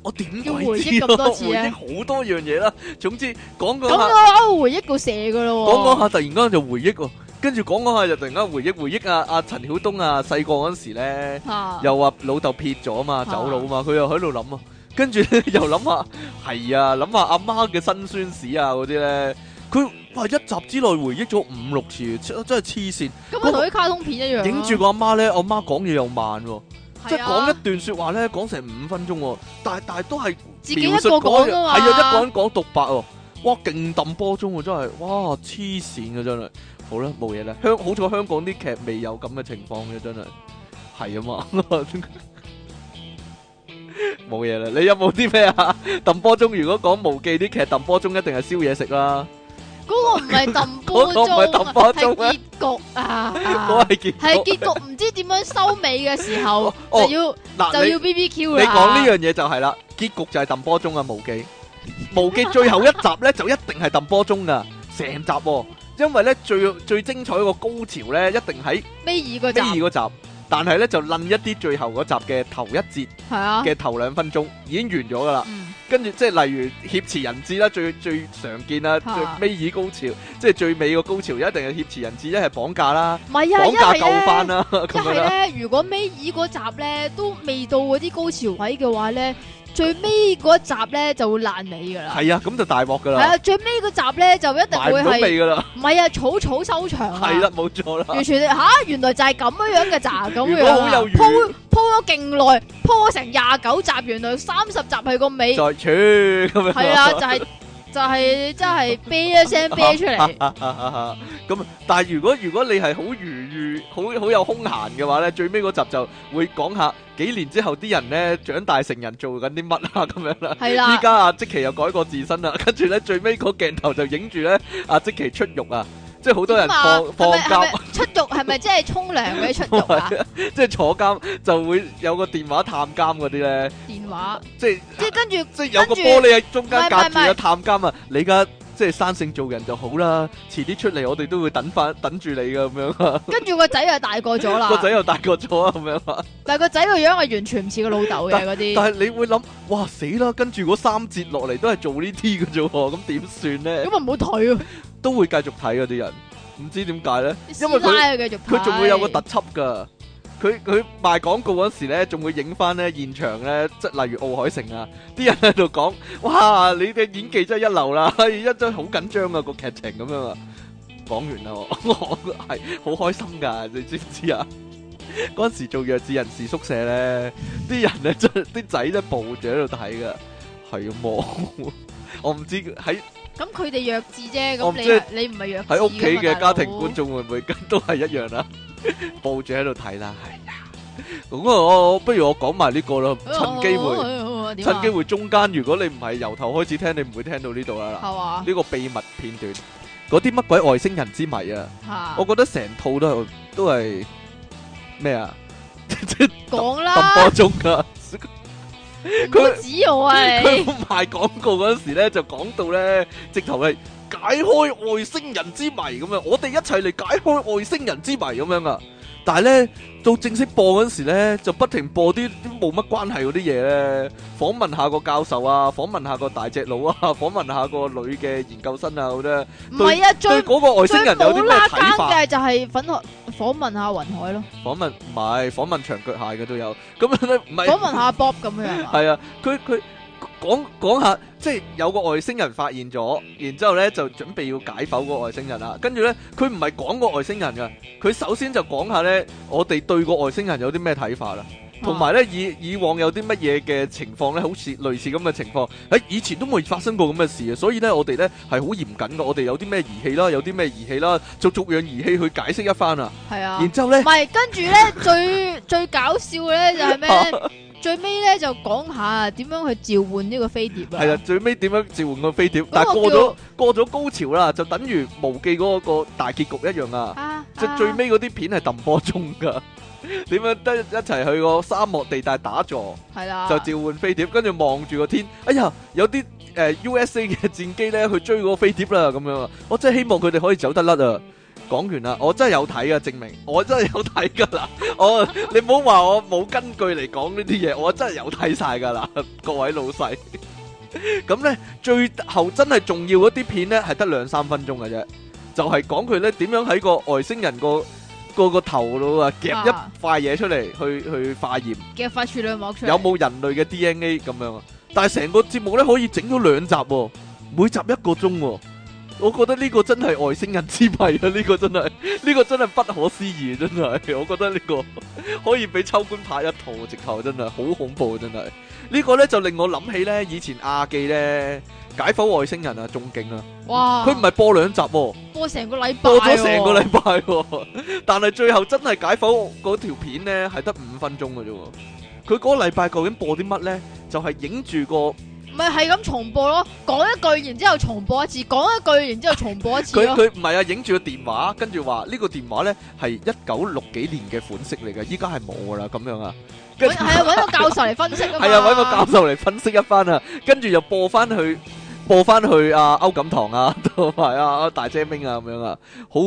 Speaker 1: 我點
Speaker 2: 要
Speaker 1: 鬼
Speaker 2: 回
Speaker 1: 知
Speaker 2: 憶
Speaker 1: 啊
Speaker 2: 咁多次啊
Speaker 1: 回憶好多樣嘢啦，總之講講
Speaker 2: 咁啊
Speaker 1: 下
Speaker 2: 我回憶到射噶咯喎，
Speaker 1: 講講下，突然間就回憶喎，跟住講講下就突然間回憶回憶啊！阿陳曉東啊，細個嗰陣時咧。
Speaker 2: 嚇
Speaker 1: 又話老豆撇咗嘛，走佬嘛，佢又喺度諗啊，跟住咧 又諗下，係啊，諗下阿媽嘅辛酸史啊嗰啲咧，佢哇一集之內回憶咗五六次，真真係黐線。
Speaker 2: 咁啊咪同啲卡通片一樣咯
Speaker 1: 影住個阿媽咧，我媽講嘢又慢喎，即係
Speaker 2: 係啊
Speaker 1: 講一段説話咧，講成五分鐘喎，但係但係都係
Speaker 2: 自己一
Speaker 1: 描述
Speaker 2: 個
Speaker 1: 嗰
Speaker 2: 講
Speaker 1: 樣
Speaker 2: 噶嘛，
Speaker 1: 係啊，一個人講獨白喎，哇勁揼波鐘喎，真係，哇黐線嘅真係。好啦，冇嘢啦，香好彩香港啲劇未有咁嘅情況嘅，真係係啊嘛， 冇嘢啦。你有冇啲咩啊？揼波鐘如果講無記啲劇，揼波鐘一定係燒嘢食啦，
Speaker 2: 嗰個唔係揼 波
Speaker 1: 嗰個唔係
Speaker 2: 鐘
Speaker 1: 揼
Speaker 2: 啊，
Speaker 1: 波鐘咩嗰係
Speaker 2: 係結局啊，
Speaker 1: 結
Speaker 2: 係
Speaker 1: 局。
Speaker 2: 結局唔知點樣收尾嘅時候
Speaker 1: 哦
Speaker 2: 就要
Speaker 1: 嗱，
Speaker 2: 就
Speaker 1: 你
Speaker 2: 要 B B Q
Speaker 1: 你
Speaker 2: 啦。
Speaker 1: 講呢樣嘢就係啦，結局就係揼波鐘啊，無記。無 記最後一集咧就一定係揼波鐘噶，成集喎、因為咧最最精彩個高潮咧一定喺
Speaker 2: 尾二個集
Speaker 1: 尾二嗰集，但係咧就掄一啲最後嗰集嘅頭一節
Speaker 2: 係啊，
Speaker 1: 嘅頭兩分鐘已經完咗噶啦，
Speaker 2: 嗯
Speaker 1: 跟住即係例如挾持人質啦，最最常見啦，
Speaker 2: 啊
Speaker 1: 最尾二高潮，即係最尾個高潮一定係挾持人質，一係綁架啦，
Speaker 2: 唔係啊，
Speaker 1: 綁
Speaker 2: 一
Speaker 1: 架
Speaker 2: 係
Speaker 1: 救翻
Speaker 2: 咧。
Speaker 1: 啦，咁
Speaker 2: 一係
Speaker 1: 樣啦。
Speaker 2: 咧，如果尾二嗰集咧都未到嗰啲高潮位嘅話咧，最尾嗰一集咧就會爛尾噶啦。
Speaker 1: 係啊，咁就大鑊噶
Speaker 2: 係
Speaker 1: 啦，
Speaker 2: 啊，最尾嗰集咧就一定
Speaker 1: 埋
Speaker 2: 會
Speaker 1: 唔到
Speaker 2: 係
Speaker 1: 味噶啦，
Speaker 2: 唔係啊，草草收場啊
Speaker 1: 係啦，冇錯啦。
Speaker 2: 完全你吓，原來就係啊咁樣樣嘅咋，咁
Speaker 1: 如
Speaker 2: 樣
Speaker 1: 果好有緣
Speaker 2: 鋪鋪咗勁耐，鋪咗成廿九集，原來三十集係個 尾，
Speaker 1: 再穿咁樣。
Speaker 2: 哎係啊啦，就係就係真係啤一聲啤出嚟，
Speaker 1: 咁但係如果如果你係好愉悅、好好有空閒嘅話咧，最尾嗰集就會講下幾年之後啲人咧長大成人做緊啲乜啊 咁樣啦。
Speaker 2: 係
Speaker 1: 依
Speaker 2: 啦，
Speaker 1: 家阿即奇又改過自身啦， 跟住咧最尾個鏡頭就影住咧阿即奇出獄啊，即係好多人
Speaker 2: 點啊
Speaker 1: 放放
Speaker 2: 係咪係
Speaker 1: 監，
Speaker 2: 咪出獄係咪即係沖涼嗰啲出獄啊？
Speaker 1: 即係坐監就會有個電話探監嗰啲咧，
Speaker 2: 電話
Speaker 1: 即係
Speaker 2: 即係跟住
Speaker 1: 即係有個玻璃喺中間隔住啊探監啊！你而家即係生性做人就好啦，遲啲出嚟我哋都會等翻等住你噶咁樣啊！
Speaker 2: 跟住個仔又大個咗啦
Speaker 1: 個，仔又大個咗啊咁樣啊！
Speaker 2: 但係個仔個樣係完全唔似個老豆嘅嗰啲，
Speaker 1: 但係你會諗，哇死啦！跟住嗰三節落嚟都係做呢啲嘅啫喎，咁點算咧
Speaker 2: 咁？咪唔好退啊！
Speaker 1: 都會繼續睇嗰啲人，唔知點解咧？因為
Speaker 2: 師
Speaker 1: 佢
Speaker 2: 奶啊繼續睇
Speaker 1: 佢仲會有個特輯噶。佢佢賣廣告嗰時咧，仲會影翻咧現場咧，即係例如奧海城啊，啲人喺度講：哇，你嘅演技真係一流啦！一真係好緊張啊個劇情咁樣啊。講完啦， 我我係好開心噶，你知唔知啊？嗰陣時做弱智人士宿舍咧，啲人咧真係啲仔咧抱住喺度睇噶，係啊冇，我唔知喺
Speaker 2: 咁佢哋弱智啫，
Speaker 1: 我
Speaker 2: 咁
Speaker 1: 唔知
Speaker 2: 你你唔係弱智
Speaker 1: 喺屋企
Speaker 2: 㗎嘛
Speaker 1: 嘅家庭
Speaker 2: 大佬
Speaker 1: 觀眾會唔會跟都係一樣啦？抱住喺度睇啦，係呀，咁我我不如我講埋呢個啦，
Speaker 2: Ờ,
Speaker 1: 趁機
Speaker 2: 好
Speaker 1: 會，
Speaker 2: 啊好啊好啊點啊
Speaker 1: 趁機會中間，如果你唔係由頭開始聽，你唔會聽到呢度啦。
Speaker 2: 係嘛
Speaker 1: 呢個秘密片段，嗰啲乜鬼外星人之謎啊！
Speaker 2: 嚇
Speaker 1: 我覺得成套都係都係咩啊？
Speaker 2: 講
Speaker 1: 咁
Speaker 2: 啦，
Speaker 1: 多鐘噶，
Speaker 2: 唔好指我啊
Speaker 1: 佢
Speaker 2: 你，
Speaker 1: 賣廣告嗰陣時咧，就講到咧，直頭係解開外星人之謎咁樣，我哋一齊嚟解開外星人之謎咁樣啊！但係咧，到正式播嗰陣時咧，就不停播啲啲冇乜關係嗰啲嘢咧，訪問下個教授啊，訪問下個大隻佬啊， 訪問下個女嘅研究生啊，咁咧，
Speaker 2: 唔係啊
Speaker 1: 對
Speaker 2: 最。
Speaker 1: 嗰個外
Speaker 2: 最
Speaker 1: 星人有啲
Speaker 2: 冇
Speaker 1: 咩
Speaker 2: 啦更
Speaker 1: 睇法？
Speaker 2: 嘅就係粉學訪問下雲海咯，
Speaker 1: 訪問唔係訪問長腳蟹嘅都有，咁樣咧唔係
Speaker 2: 訪問下 Bob 咁 樣啊，
Speaker 1: 系啊，佢佢講講下，即係有個外星人發現咗，然之后咧就準備要解剖個外星人啦。跟住咧，佢唔係講個外星人噶，佢首先就講下咧，我哋對個外星人有啲咩睇法啦，啊同埋咧以以往有啲乜嘢嘅情況咧，好似類似咁嘅情況，喺以前都未發生過咁嘅事啊。所以咧，我哋咧係好嚴謹噶，我哋有啲咩儀器啦，有啲咩儀器啦，逐逐樣儀器去解釋一番啊。
Speaker 2: 係啊，
Speaker 1: 然之后咧
Speaker 2: 唔。係跟住咧最最搞笑咧就係
Speaker 1: 哦
Speaker 2: 咩？最尾咧就講下點樣去召喚呢個飛碟
Speaker 1: 系啦
Speaker 2: 啊，，
Speaker 1: 最尾點樣召喚個飛碟？但係
Speaker 2: 我
Speaker 1: 過
Speaker 2: 叫
Speaker 1: 咗過咗高潮啦，就等於無記嗰個大結局一樣啊！
Speaker 2: 啊，
Speaker 1: 即
Speaker 2: 啊
Speaker 1: 最尾嗰啲片係揼波鐘噶， 點樣得一齊去個沙漠地帶打坐，
Speaker 2: 係啦，
Speaker 1: 就召喚飛碟，跟住望住個天，哎呀，有啲誒 USA 嘅戰機咧去追嗰個飛碟啦，咁樣啊！我真係希望佢哋可以走得甩啊！講完啦，我真係有睇啊，證明我真係有睇噶啦！我你唔好話我冇根據嚟講呢啲嘢，我真係有睇晒噶啦， 各位老細。咁咧最後真係重要嗰啲片咧係得兩三分鐘嘅啫，就係講佢咧點樣喺個外星人個個個頭度啊夾一
Speaker 2: 啊
Speaker 1: 塊嘢出嚟去去化驗。
Speaker 2: 嘅發處女膜出嚟
Speaker 1: 有？冇人類嘅 DNA 咁樣啊？但係成個節目咧可以整咗兩集喎、每集一個鐘喎、我覺得呢個真係外星人之謎啊！呢、個真係，呢、 個真係不可思議，真係。我覺得呢、個 可以俾秋官拍一套，直頭真係好恐怖，真係。呢個呢，就令我諗起呢以前亞記呢解剖外星人啊，仲勁啊！
Speaker 2: 哇！
Speaker 1: 佢唔係播兩集喎、
Speaker 2: 播成個禮拜，
Speaker 1: 播咗成個禮拜喎， 但係最後真係解剖嗰條片咧係得五分鐘嘅啫喎。佢嗰個禮拜究竟播啲乜咧？就係影住個
Speaker 2: 唔係係咁重播咯，講一句然之後重播一次，講一句然之後重播一次
Speaker 1: 佢
Speaker 2: 咯。
Speaker 1: 佢唔係啊，影住個電話，跟住話呢個電話咧係一九六幾年嘅款式嚟嘅，依家係冇噶啦咁樣啊。跟
Speaker 2: 揾
Speaker 1: 住
Speaker 2: 係啊，揾個教授嚟分析啊嘛。
Speaker 1: 係啊，揾個教授嚟分析一番啊，跟住又播翻去播翻去啊歐錦棠啊， 同埋啊大姐明啊咁樣啊，好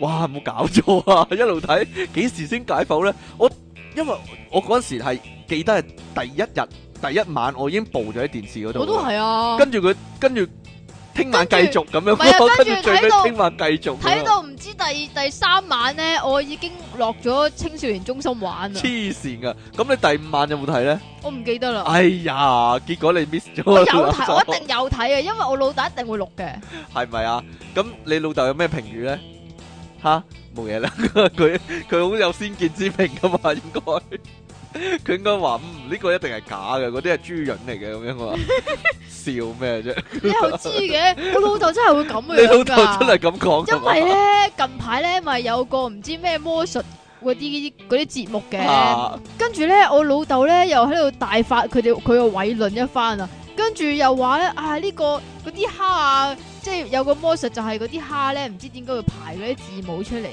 Speaker 1: 哇冇搞錯啊！一路睇幾時先解剖咧？我因為我嗰陣時係記得係第一日第一晚我已經報咗喺電視嗰度，
Speaker 2: 我都係啊，
Speaker 1: 跟住佢跟住聽晚繼
Speaker 2: 跟
Speaker 1: 續咁樣
Speaker 2: 唔係啊
Speaker 1: 咯， 跟
Speaker 2: 跟住
Speaker 1: 住最
Speaker 2: 睇到
Speaker 1: 尾聽晚繼續咁
Speaker 2: 睇
Speaker 1: 樣。
Speaker 2: 到唔知第第三晚咧，我已經落咗青少年中心玩啦，
Speaker 1: 黐線噶，咁你第五晚有冇睇咧？
Speaker 2: 我唔記得啦。
Speaker 1: 哎呀，結果你 miss 咗
Speaker 2: 我有
Speaker 1: 啦
Speaker 2: 睇，我一定有睇嘅，因為我老豆一定會錄 嘅。
Speaker 1: 系咪啊？咁你老豆有咩評語咧？吓，冇嘢啦， 佢佢好有先見之明噶嘛， 應該佢應該話嗯呢、個一定係假嘅，嗰啲係豬潤嚟嘅咁樣 啊，笑咩啫？
Speaker 2: 你又知嘅，我老豆真係會咁
Speaker 1: 你老豆
Speaker 2: 樣
Speaker 1: 真
Speaker 2: 㗎。
Speaker 1: 係咁啊講㗎
Speaker 2: 因
Speaker 1: 嘛
Speaker 2: 為咧近排咧咪有個唔知咩魔術嗰啲嗰啲節目嘅。
Speaker 1: 啊
Speaker 2: 跟住咧，我老豆咧又喺度大發佢哋佢個偉論一番啊！跟住又話咧啊呢、個嗰啲蝦啊，即係有個魔術就係嗰啲蝦咧，唔知點解會排嗰啲字母出嚟嘅。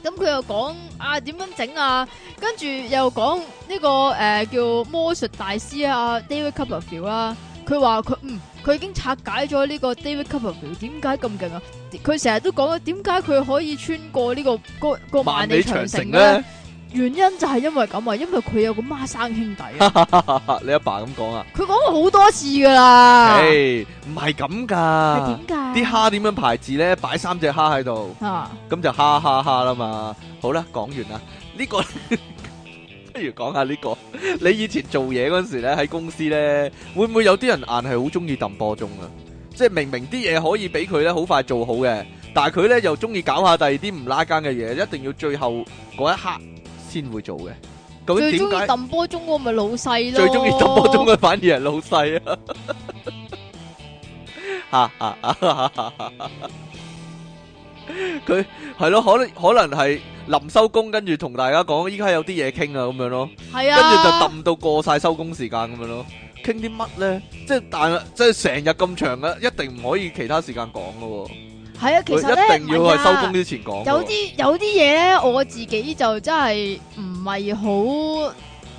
Speaker 2: 咁佢、
Speaker 1: 啊
Speaker 2: 又講啊點樣整啊，跟住又講呢、個誒、呃叫魔術大師啊 David Copperfield 啦、佢話佢嗯佢已經拆解咗呢個 David Copperfield 點解咁勁啊？佢成日都講啊，點解佢可以穿過呢、個個個萬
Speaker 1: 萬
Speaker 2: 里
Speaker 1: 里
Speaker 2: 長
Speaker 1: 長
Speaker 2: 城
Speaker 1: 城
Speaker 2: 咧？
Speaker 1: 咧，
Speaker 2: 原因就係因為咁啊，因為佢有個孖生兄弟啊，
Speaker 1: 你阿爸咁講啊？
Speaker 2: 佢講過好多次噶啦，
Speaker 1: 唉，唔係咁噶
Speaker 2: 係，點㗎？
Speaker 1: 啲蝦點樣排字咧？擺三隻蝦喺度。
Speaker 2: 啊，
Speaker 1: 咁就哈哈哈啦嘛。好啦，講完啦。呢、個 不如講下呢、個。你以前做嘢嗰陣時咧，喺公司咧，會唔會有啲人硬係好中意揼波鐘啊？即係明明啲嘢可以俾佢咧好快做好嘅，但係佢咧又中意搞下第二啲唔拉更嘅嘢，一定要最後嗰一刻先會做嘅。究
Speaker 2: 最
Speaker 1: 竟
Speaker 2: 中意
Speaker 1: 點解？
Speaker 2: 揼波鐘嗰個咪老細咯，
Speaker 1: 最中意揼波鐘嘅啊反而係老細 啊！佢係咯，可能可能係臨收工跟住同大家講，依家有啲嘢傾啊咁樣咯。
Speaker 2: 系
Speaker 1: 跟住就
Speaker 2: 啊，
Speaker 1: 揼到過晒收工時間咁樣咯。傾啲乜咧？即係但係即係成日咁長嘅，一定唔可以其他時間講嘅喎。
Speaker 2: 系啊，其實咧
Speaker 1: 佢一定要係收工
Speaker 2: 唔係啊
Speaker 1: 之前講嘅喎。
Speaker 2: 有啲有啲嘢咧，我自己就真係唔係好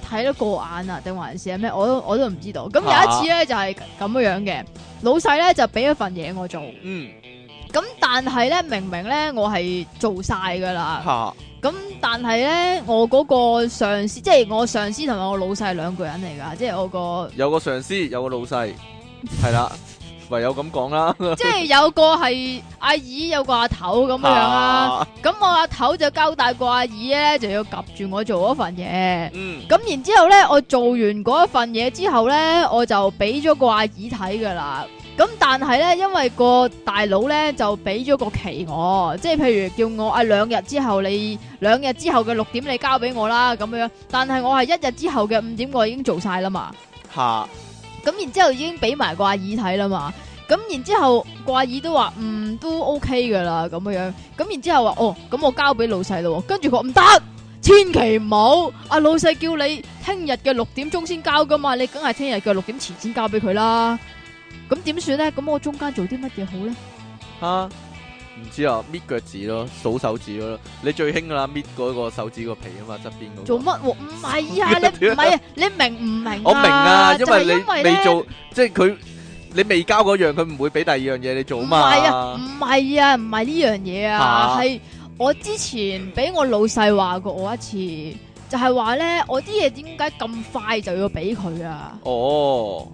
Speaker 2: 睇得過眼啊，定還是係咩？我都我都唔知道。咁有一次咧就係咁樣樣嘅，老細咧就俾一份嘢我做，
Speaker 1: 嗯
Speaker 2: 咁但係咧明明咧我係做晒噶啦。
Speaker 1: 嚇
Speaker 2: 咁但係咧，我嗰個上司，即係我上司同埋我老細兩個人嚟噶，即係我 個，
Speaker 1: 有個上司有個老細係啦，唯有咁講啦。
Speaker 2: 即係有個係阿姨，有個阿頭咁樣啦。
Speaker 1: 嚇
Speaker 2: 咁我阿頭就交代個阿姨咧，就要及住我做嗰份嘢。
Speaker 1: 嗯
Speaker 2: 咁然之後咧，我做完嗰一份嘢之後咧，我就俾咗個阿姨睇噶啦。咁但係咧，因為個大佬咧就俾咗個期我，即係譬如叫我啊兩日之後你兩日之後嘅六點你交俾我啦咁樣。但係我係一日之後嘅五點我已經做晒啦嘛。
Speaker 1: 嚇
Speaker 2: 咁然之後已經俾埋個阿姨睇啦嘛。咁然之後個阿姨都話嗯都 OK 噶啦咁樣。咁然之後話哦咁我交俾老細咯喎。跟住佢話唔得，千祈唔好。阿老細叫你聽日嘅六點鐘先交噶嘛，你梗係聽日嘅六點前先交俾佢啦。咁點算咧？咁我中間做啲乜嘢好咧？
Speaker 1: 嚇唔知啊，搣腳趾咯，數手指咯，你最興噶啦，搣嗰個手指個皮啊嘛，側邊嗰個。
Speaker 2: 做乜喎？唔係啊，你唔係啊，你明唔明啊？
Speaker 1: 我明啊，因
Speaker 2: 就係
Speaker 1: 為
Speaker 2: 因
Speaker 1: 你
Speaker 2: 為
Speaker 1: 未
Speaker 2: 呢
Speaker 1: 做，即係佢你未交嗰樣，佢唔會俾第二樣嘢你做
Speaker 2: 唔
Speaker 1: 嘛。
Speaker 2: 係啊，唔係啊，唔係呢樣嘢啊，
Speaker 1: 嚇
Speaker 2: 係、我之前俾我老細話過我一次，就係話咧，我啲嘢點解咁快就要俾佢啊？
Speaker 1: 哦，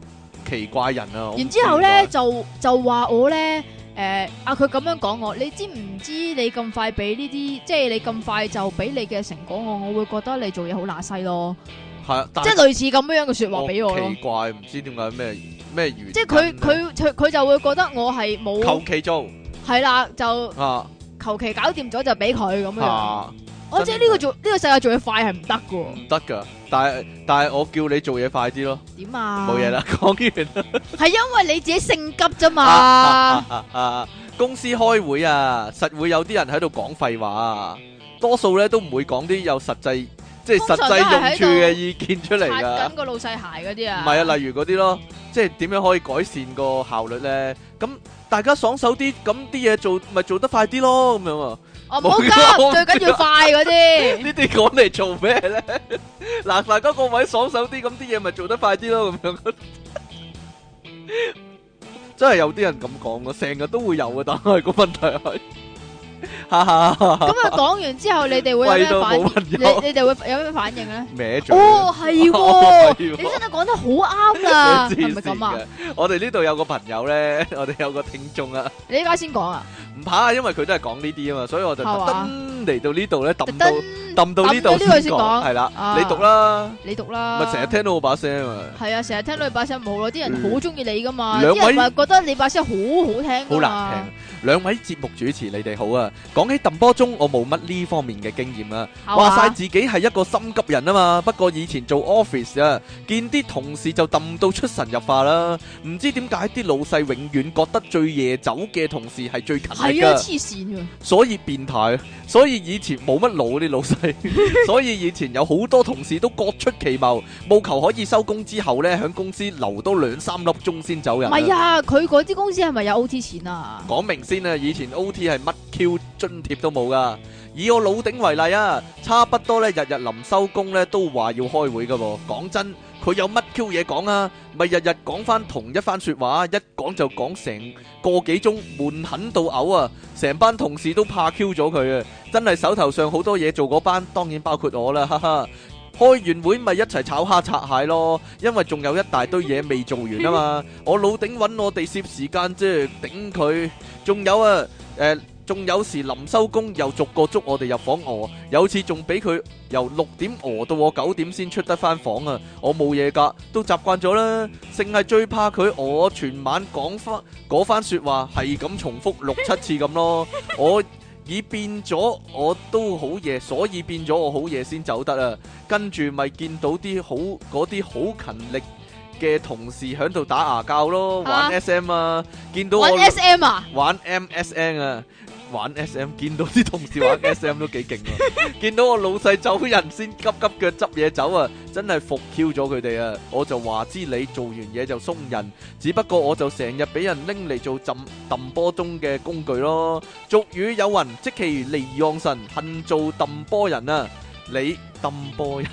Speaker 1: 奇怪人啊！我唔
Speaker 2: 然之後咧
Speaker 1: 知
Speaker 2: 就就話我咧，誒、啊佢咁樣講我，你知唔知你咁快俾呢啲，即係你咁快就俾你嘅成果我，我會覺得你做嘢好乸西咯，
Speaker 1: 點解，係啊，但
Speaker 2: 即係類似咁樣嘅説話
Speaker 1: 我
Speaker 2: 俾我咯
Speaker 1: 奇。怪，唔知點解咩咩原因啊？
Speaker 2: 即係佢佢佢佢就會覺得我係
Speaker 1: 求
Speaker 2: 冇
Speaker 1: 其做
Speaker 2: 係啦，就
Speaker 1: 啊
Speaker 2: 求其搞掂咗就俾佢咁樣。
Speaker 1: 啊，
Speaker 2: 我即係呢個做呢個世界做嘢快係唔得噶，
Speaker 1: 唔得噶！但係但係我叫你做嘢快啲咯，
Speaker 2: 點啊？
Speaker 1: 冇嘢，啦，講完啦
Speaker 2: 係因為你自己性急啫
Speaker 1: 啊
Speaker 2: 嘛。
Speaker 1: 啊啊啊！公司開會啊，實會有啲人喺度講廢話啊，多數咧都唔會講啲有實際即係實
Speaker 2: 嗯通常都
Speaker 1: 際
Speaker 2: 係
Speaker 1: 用
Speaker 2: 喺
Speaker 1: 處
Speaker 2: 度
Speaker 1: 嘅意見出嚟
Speaker 2: 擦
Speaker 1: 㗎
Speaker 2: 緊。個老細鞋嗰啲啊？
Speaker 1: 唔係啊，例如嗰啲咯，即係點樣可以改善個效率咧？咁大家爽手啲，咁啲嘢做咪做得快啲咯，咁樣啊？
Speaker 2: 哦，唔好急
Speaker 1: 冇，
Speaker 2: 最緊要快嗰啲。
Speaker 1: 呢啲講嚟做咩咧？嗱，大家個位爽手啲，咁啲嘢咪做得快啲咯，咁樣。真係有啲人咁講嘅，成日都會有嘅，但係個問題係，哈哈哈哈，
Speaker 2: 咁啊，講完之後你哋會有
Speaker 1: 貴
Speaker 2: 咩
Speaker 1: 到冇
Speaker 2: 反應？
Speaker 1: 朋
Speaker 2: 你
Speaker 1: 友，
Speaker 2: 你哋會有咩反應咧？
Speaker 1: 歪嘴。
Speaker 2: 哦，係
Speaker 1: 哦
Speaker 2: 喎，
Speaker 1: 係喎
Speaker 2: 你真係講得好啱啦，係咪咁
Speaker 1: 黐線
Speaker 2: 啊？
Speaker 1: 嘅？我哋呢度有個朋友咧，我哋有個聽眾啊。
Speaker 2: 你依家先講啊，
Speaker 1: 唔怕，因為佢都係講呢啲啊嘛，所以我就特
Speaker 2: 係嘛
Speaker 1: 登嚟到呢度咧，
Speaker 2: 特
Speaker 1: 揼
Speaker 2: 登
Speaker 1: 到揼到呢度
Speaker 2: 揼到呢度
Speaker 1: 先
Speaker 2: 先
Speaker 1: 講，
Speaker 2: 講
Speaker 1: 係啦
Speaker 2: 啊，
Speaker 1: 你讀啦，
Speaker 2: 你讀啦。
Speaker 1: 咪成日聽到我把聲啊，
Speaker 2: 係啊，成日聽到你把聲唔好咯，啲人好中意你噶嘛，
Speaker 1: 兩
Speaker 2: 啲
Speaker 1: 位
Speaker 2: 人話覺得你把聲好好聽
Speaker 1: 好
Speaker 2: 噶嘛
Speaker 1: 難聽。兩位節目主持，你哋好啊！講起揼波鐘，我冇乜呢方面嘅經驗啊。
Speaker 2: 係嘛
Speaker 1: 話晒自己係一個心急人啊嘛，不過以前做 office 啊，見啲同事就揼到出神入化啦。唔知點解啲老細永遠覺得最夜走嘅同事係最勤力
Speaker 2: 係啊，
Speaker 1: 㗎。
Speaker 2: 黐線㗎。
Speaker 1: 所以變態，所以以前冇乜腦啲老 細，所以以前有好多同事都各出奇謀，務求可以收工之後呢，喺公司留多兩三粒鐘先走人。
Speaker 2: 唔係啊，佢嗰啲公司係咪有 O T 錢啊？
Speaker 1: 講明先啊！以前 O.T. 係乜 Q 津貼都冇噶。以我老頂為例啊，差不多咧日日臨收工咧都話要開會噶喎。講真，佢有乜 Q 嘢講啊？咪日日講翻同一番説話，一講就講成個幾鐘，悶狠到嘔啊！成班同事都怕 Q 咗佢啊！真係手頭上好多嘢做嗰班，當然包括我啦，哈哈。開完會咪一齊炒蝦拆蟹咯，因為仲有一大堆嘢未做完啊嘛。我老頂揾我哋攝時間啫，頂佢。仲有啊，誒、仲有時臨收工又逐個捉我哋入房餓，有次仲俾佢由六點餓到我九點先出得翻房啊！我冇嘢㗎，都習慣咗啦，淨係最怕佢我全晚講翻嗰番説話係咁重複六七次咁咯，我。已變咗，我都好夜，所以變咗我好夜先走得啊！跟住咪見到啲好嗰啲好勤力嘅同事喺度打牙交咯，玩
Speaker 2: 啊
Speaker 1: S M 啊，見到我
Speaker 2: 揾 S M 啊？
Speaker 1: 玩 MSN 啊，玩 SM，見到啲同事玩 SM 都幾勁啊！見到我老細走人先急急腳執嘢走啊，真係服 Q 咗佢哋啊！我就話知你做完嘢就鬆人，只不過我就成日俾人拎嚟做揼揼波鐘嘅工具咯。俗語有云，即其離讓神，恨做揼波人 啊！你揼波人，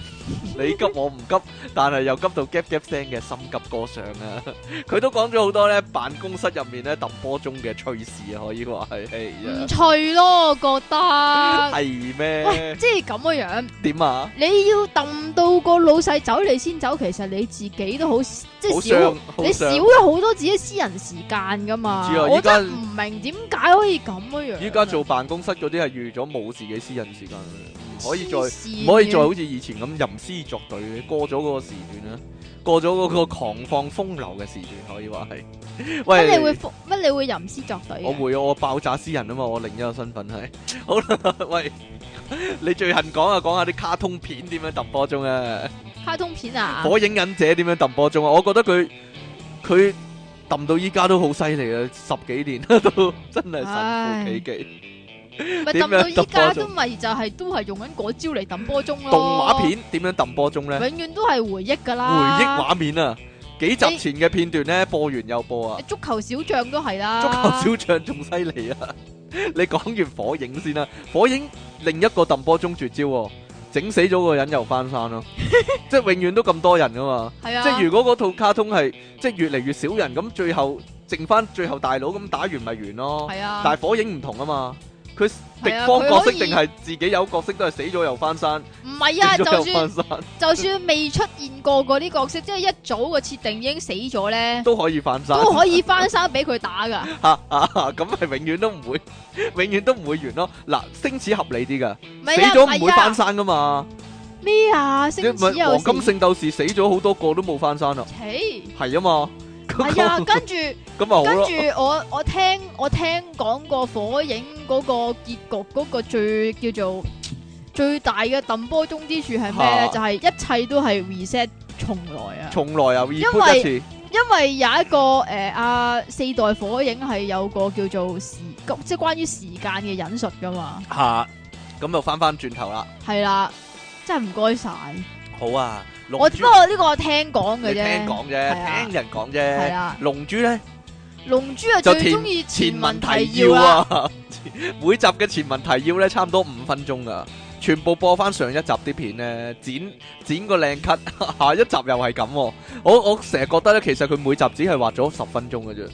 Speaker 1: 你急我唔急，但係又急到 gap gap 聲嘅心急歌上啊！ 佢都講咗好多咧，辦公室入面咧揼波鐘嘅趣事啊，可以話係係
Speaker 2: 唔
Speaker 1: 啊，
Speaker 2: 脆咯，我覺 得。
Speaker 1: 係
Speaker 2: 喂，
Speaker 1: 咩？
Speaker 2: 即係咁嘅樣，
Speaker 1: 點啊？
Speaker 2: 你要揼到個老細走你先走，其實你自己都好即
Speaker 1: 好
Speaker 2: 係少
Speaker 1: 傷，，好
Speaker 2: 你少
Speaker 1: 傷。
Speaker 2: 咗好多自己私人時間噶嘛
Speaker 1: 唔知啊。
Speaker 2: 我
Speaker 1: 依家
Speaker 2: 真係唔明點解可以咁嘅樣。
Speaker 1: 依家做辦公室嗰啲係預咗冇自己私人時間嘅，唔可以再
Speaker 2: 黐
Speaker 1: 唔
Speaker 2: 線
Speaker 1: 可以
Speaker 2: 嘅
Speaker 1: 再好似以前咁吟詩作對嘅，過咗嗰個時段啦，啊過咗嗰個狂放風流嘅時段，可以話係。
Speaker 2: 乜你會
Speaker 1: 喂，
Speaker 2: 服乜你會吟詩作對嘅？
Speaker 1: 我會啊我爆炸詩人啊嘛，我另一個身份係。 好啦，喂，你最恨講啊，講下啲卡通片點樣揼波鐘啊！
Speaker 2: 卡通片啊，
Speaker 1: 火影忍者點樣揼波鐘啊？我覺得佢佢揼到依家都好犀利啊，十幾年都真係神乎其技。
Speaker 2: 咪
Speaker 1: 點
Speaker 2: 揼到
Speaker 1: 樣揼
Speaker 2: 依家
Speaker 1: 波鐘
Speaker 2: 都咪就係都係用緊嗰招嚟揼波鐘咯。
Speaker 1: 動畫片點樣揼波鐘呢？
Speaker 2: 永遠都係回憶噶
Speaker 1: 回
Speaker 2: 啦，
Speaker 1: 憶畫面啊，幾集前嘅片段呢，播完又播啊。
Speaker 2: 足球小將都係啦，
Speaker 1: 足球小將仲犀利啊！ 你講完火影先啦，火影另一個揼波鐘絕招喎，整死咗個人又翻山 咯，即係永遠都咁多人噶嘛。
Speaker 2: 係啊，
Speaker 1: 即係如果嗰套卡通係即係越嚟越少人，咁最後剩翻最後大佬咁打完咪完咯。
Speaker 2: 係啊，
Speaker 1: 但係火影唔同啊嘛，佢敵
Speaker 2: 係啊
Speaker 1: 方
Speaker 2: 佢
Speaker 1: 角色
Speaker 2: 可以
Speaker 1: 定係自己有角色都係死咗又翻山，
Speaker 2: 唔係啊，
Speaker 1: 死
Speaker 2: 就
Speaker 1: 咗又
Speaker 2: 算
Speaker 1: 翻山
Speaker 2: 就算未出現過嗰啲角色，即係一早個設定已經死咗咧，
Speaker 1: 都可以翻山。
Speaker 2: 都可以翻生俾佢打噶，
Speaker 1: 哈哈哈咁係永遠都唔會， 永遠都唔會完咯。嗱，星矢合理啲噶，
Speaker 2: 咪
Speaker 1: 死
Speaker 2: 啊
Speaker 1: 咗唔會
Speaker 2: 咪啊
Speaker 1: 翻山噶嘛。
Speaker 2: 咩啊？
Speaker 1: 即
Speaker 2: 星矢
Speaker 1: 係
Speaker 2: 又
Speaker 1: 黃金
Speaker 2: 死，
Speaker 1: 聖鬥士死咗好多個都冇翻山啊，
Speaker 2: 切
Speaker 1: 係啊嘛。咁
Speaker 2: 係啊，
Speaker 1: 咁
Speaker 2: 跟住
Speaker 1: 咁咪 好
Speaker 2: 跟
Speaker 1: 咯
Speaker 2: 住。我我聽我聽講過火影嗰個結局嗰個最叫做最大嘅揼波鐘之處係咩
Speaker 1: 嚇
Speaker 2: 咧？就係一切都係 reset 重來啊！
Speaker 1: 從來啊
Speaker 2: 因
Speaker 1: repeat 一
Speaker 2: 為
Speaker 1: 次，
Speaker 2: 因為有一個誒阿、四代火影係有個叫做時即係關於時間嘅引述噶嘛，
Speaker 1: 吓咁就翻翻轉頭啦。
Speaker 2: 係啦，真係唔該晒。
Speaker 1: 好啊，龍
Speaker 2: 我
Speaker 1: 珠
Speaker 2: 不過呢個我聽講
Speaker 1: 你
Speaker 2: 嘅
Speaker 1: 聽
Speaker 2: 啫，
Speaker 1: 講啫，
Speaker 2: 係啊。
Speaker 1: 聽人講
Speaker 2: 係
Speaker 1: 啫。
Speaker 2: 啦，
Speaker 1: 龍珠咧
Speaker 2: 龍珠啊
Speaker 1: 就
Speaker 2: 最中意
Speaker 1: 前文
Speaker 2: 文
Speaker 1: 提
Speaker 2: 要
Speaker 1: 要
Speaker 2: 啦，
Speaker 1: 啊， 每集嘅前文提要咧差唔多五分鐘噶，全部播翻上一集啲片咧，剪剪個靚 cut，下一 集又係咁喎。我我成日覺得咧，其實佢每集只係畫咗十分鐘嘅啫，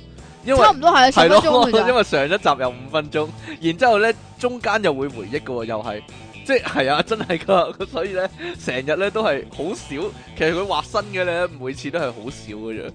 Speaker 1: 因為
Speaker 2: 差。唔多係
Speaker 1: 係
Speaker 2: 十分
Speaker 1: 咯，
Speaker 2: 鐘 嘅
Speaker 1: 因
Speaker 2: 咋，
Speaker 1: 為上一集又五分鐘，然之後咧中間又會回憶嘅喎，又係即係係啊，真係噶， 所以咧成日咧都係好少，其實佢畫新嘅咧，每次都係好少嘅啫。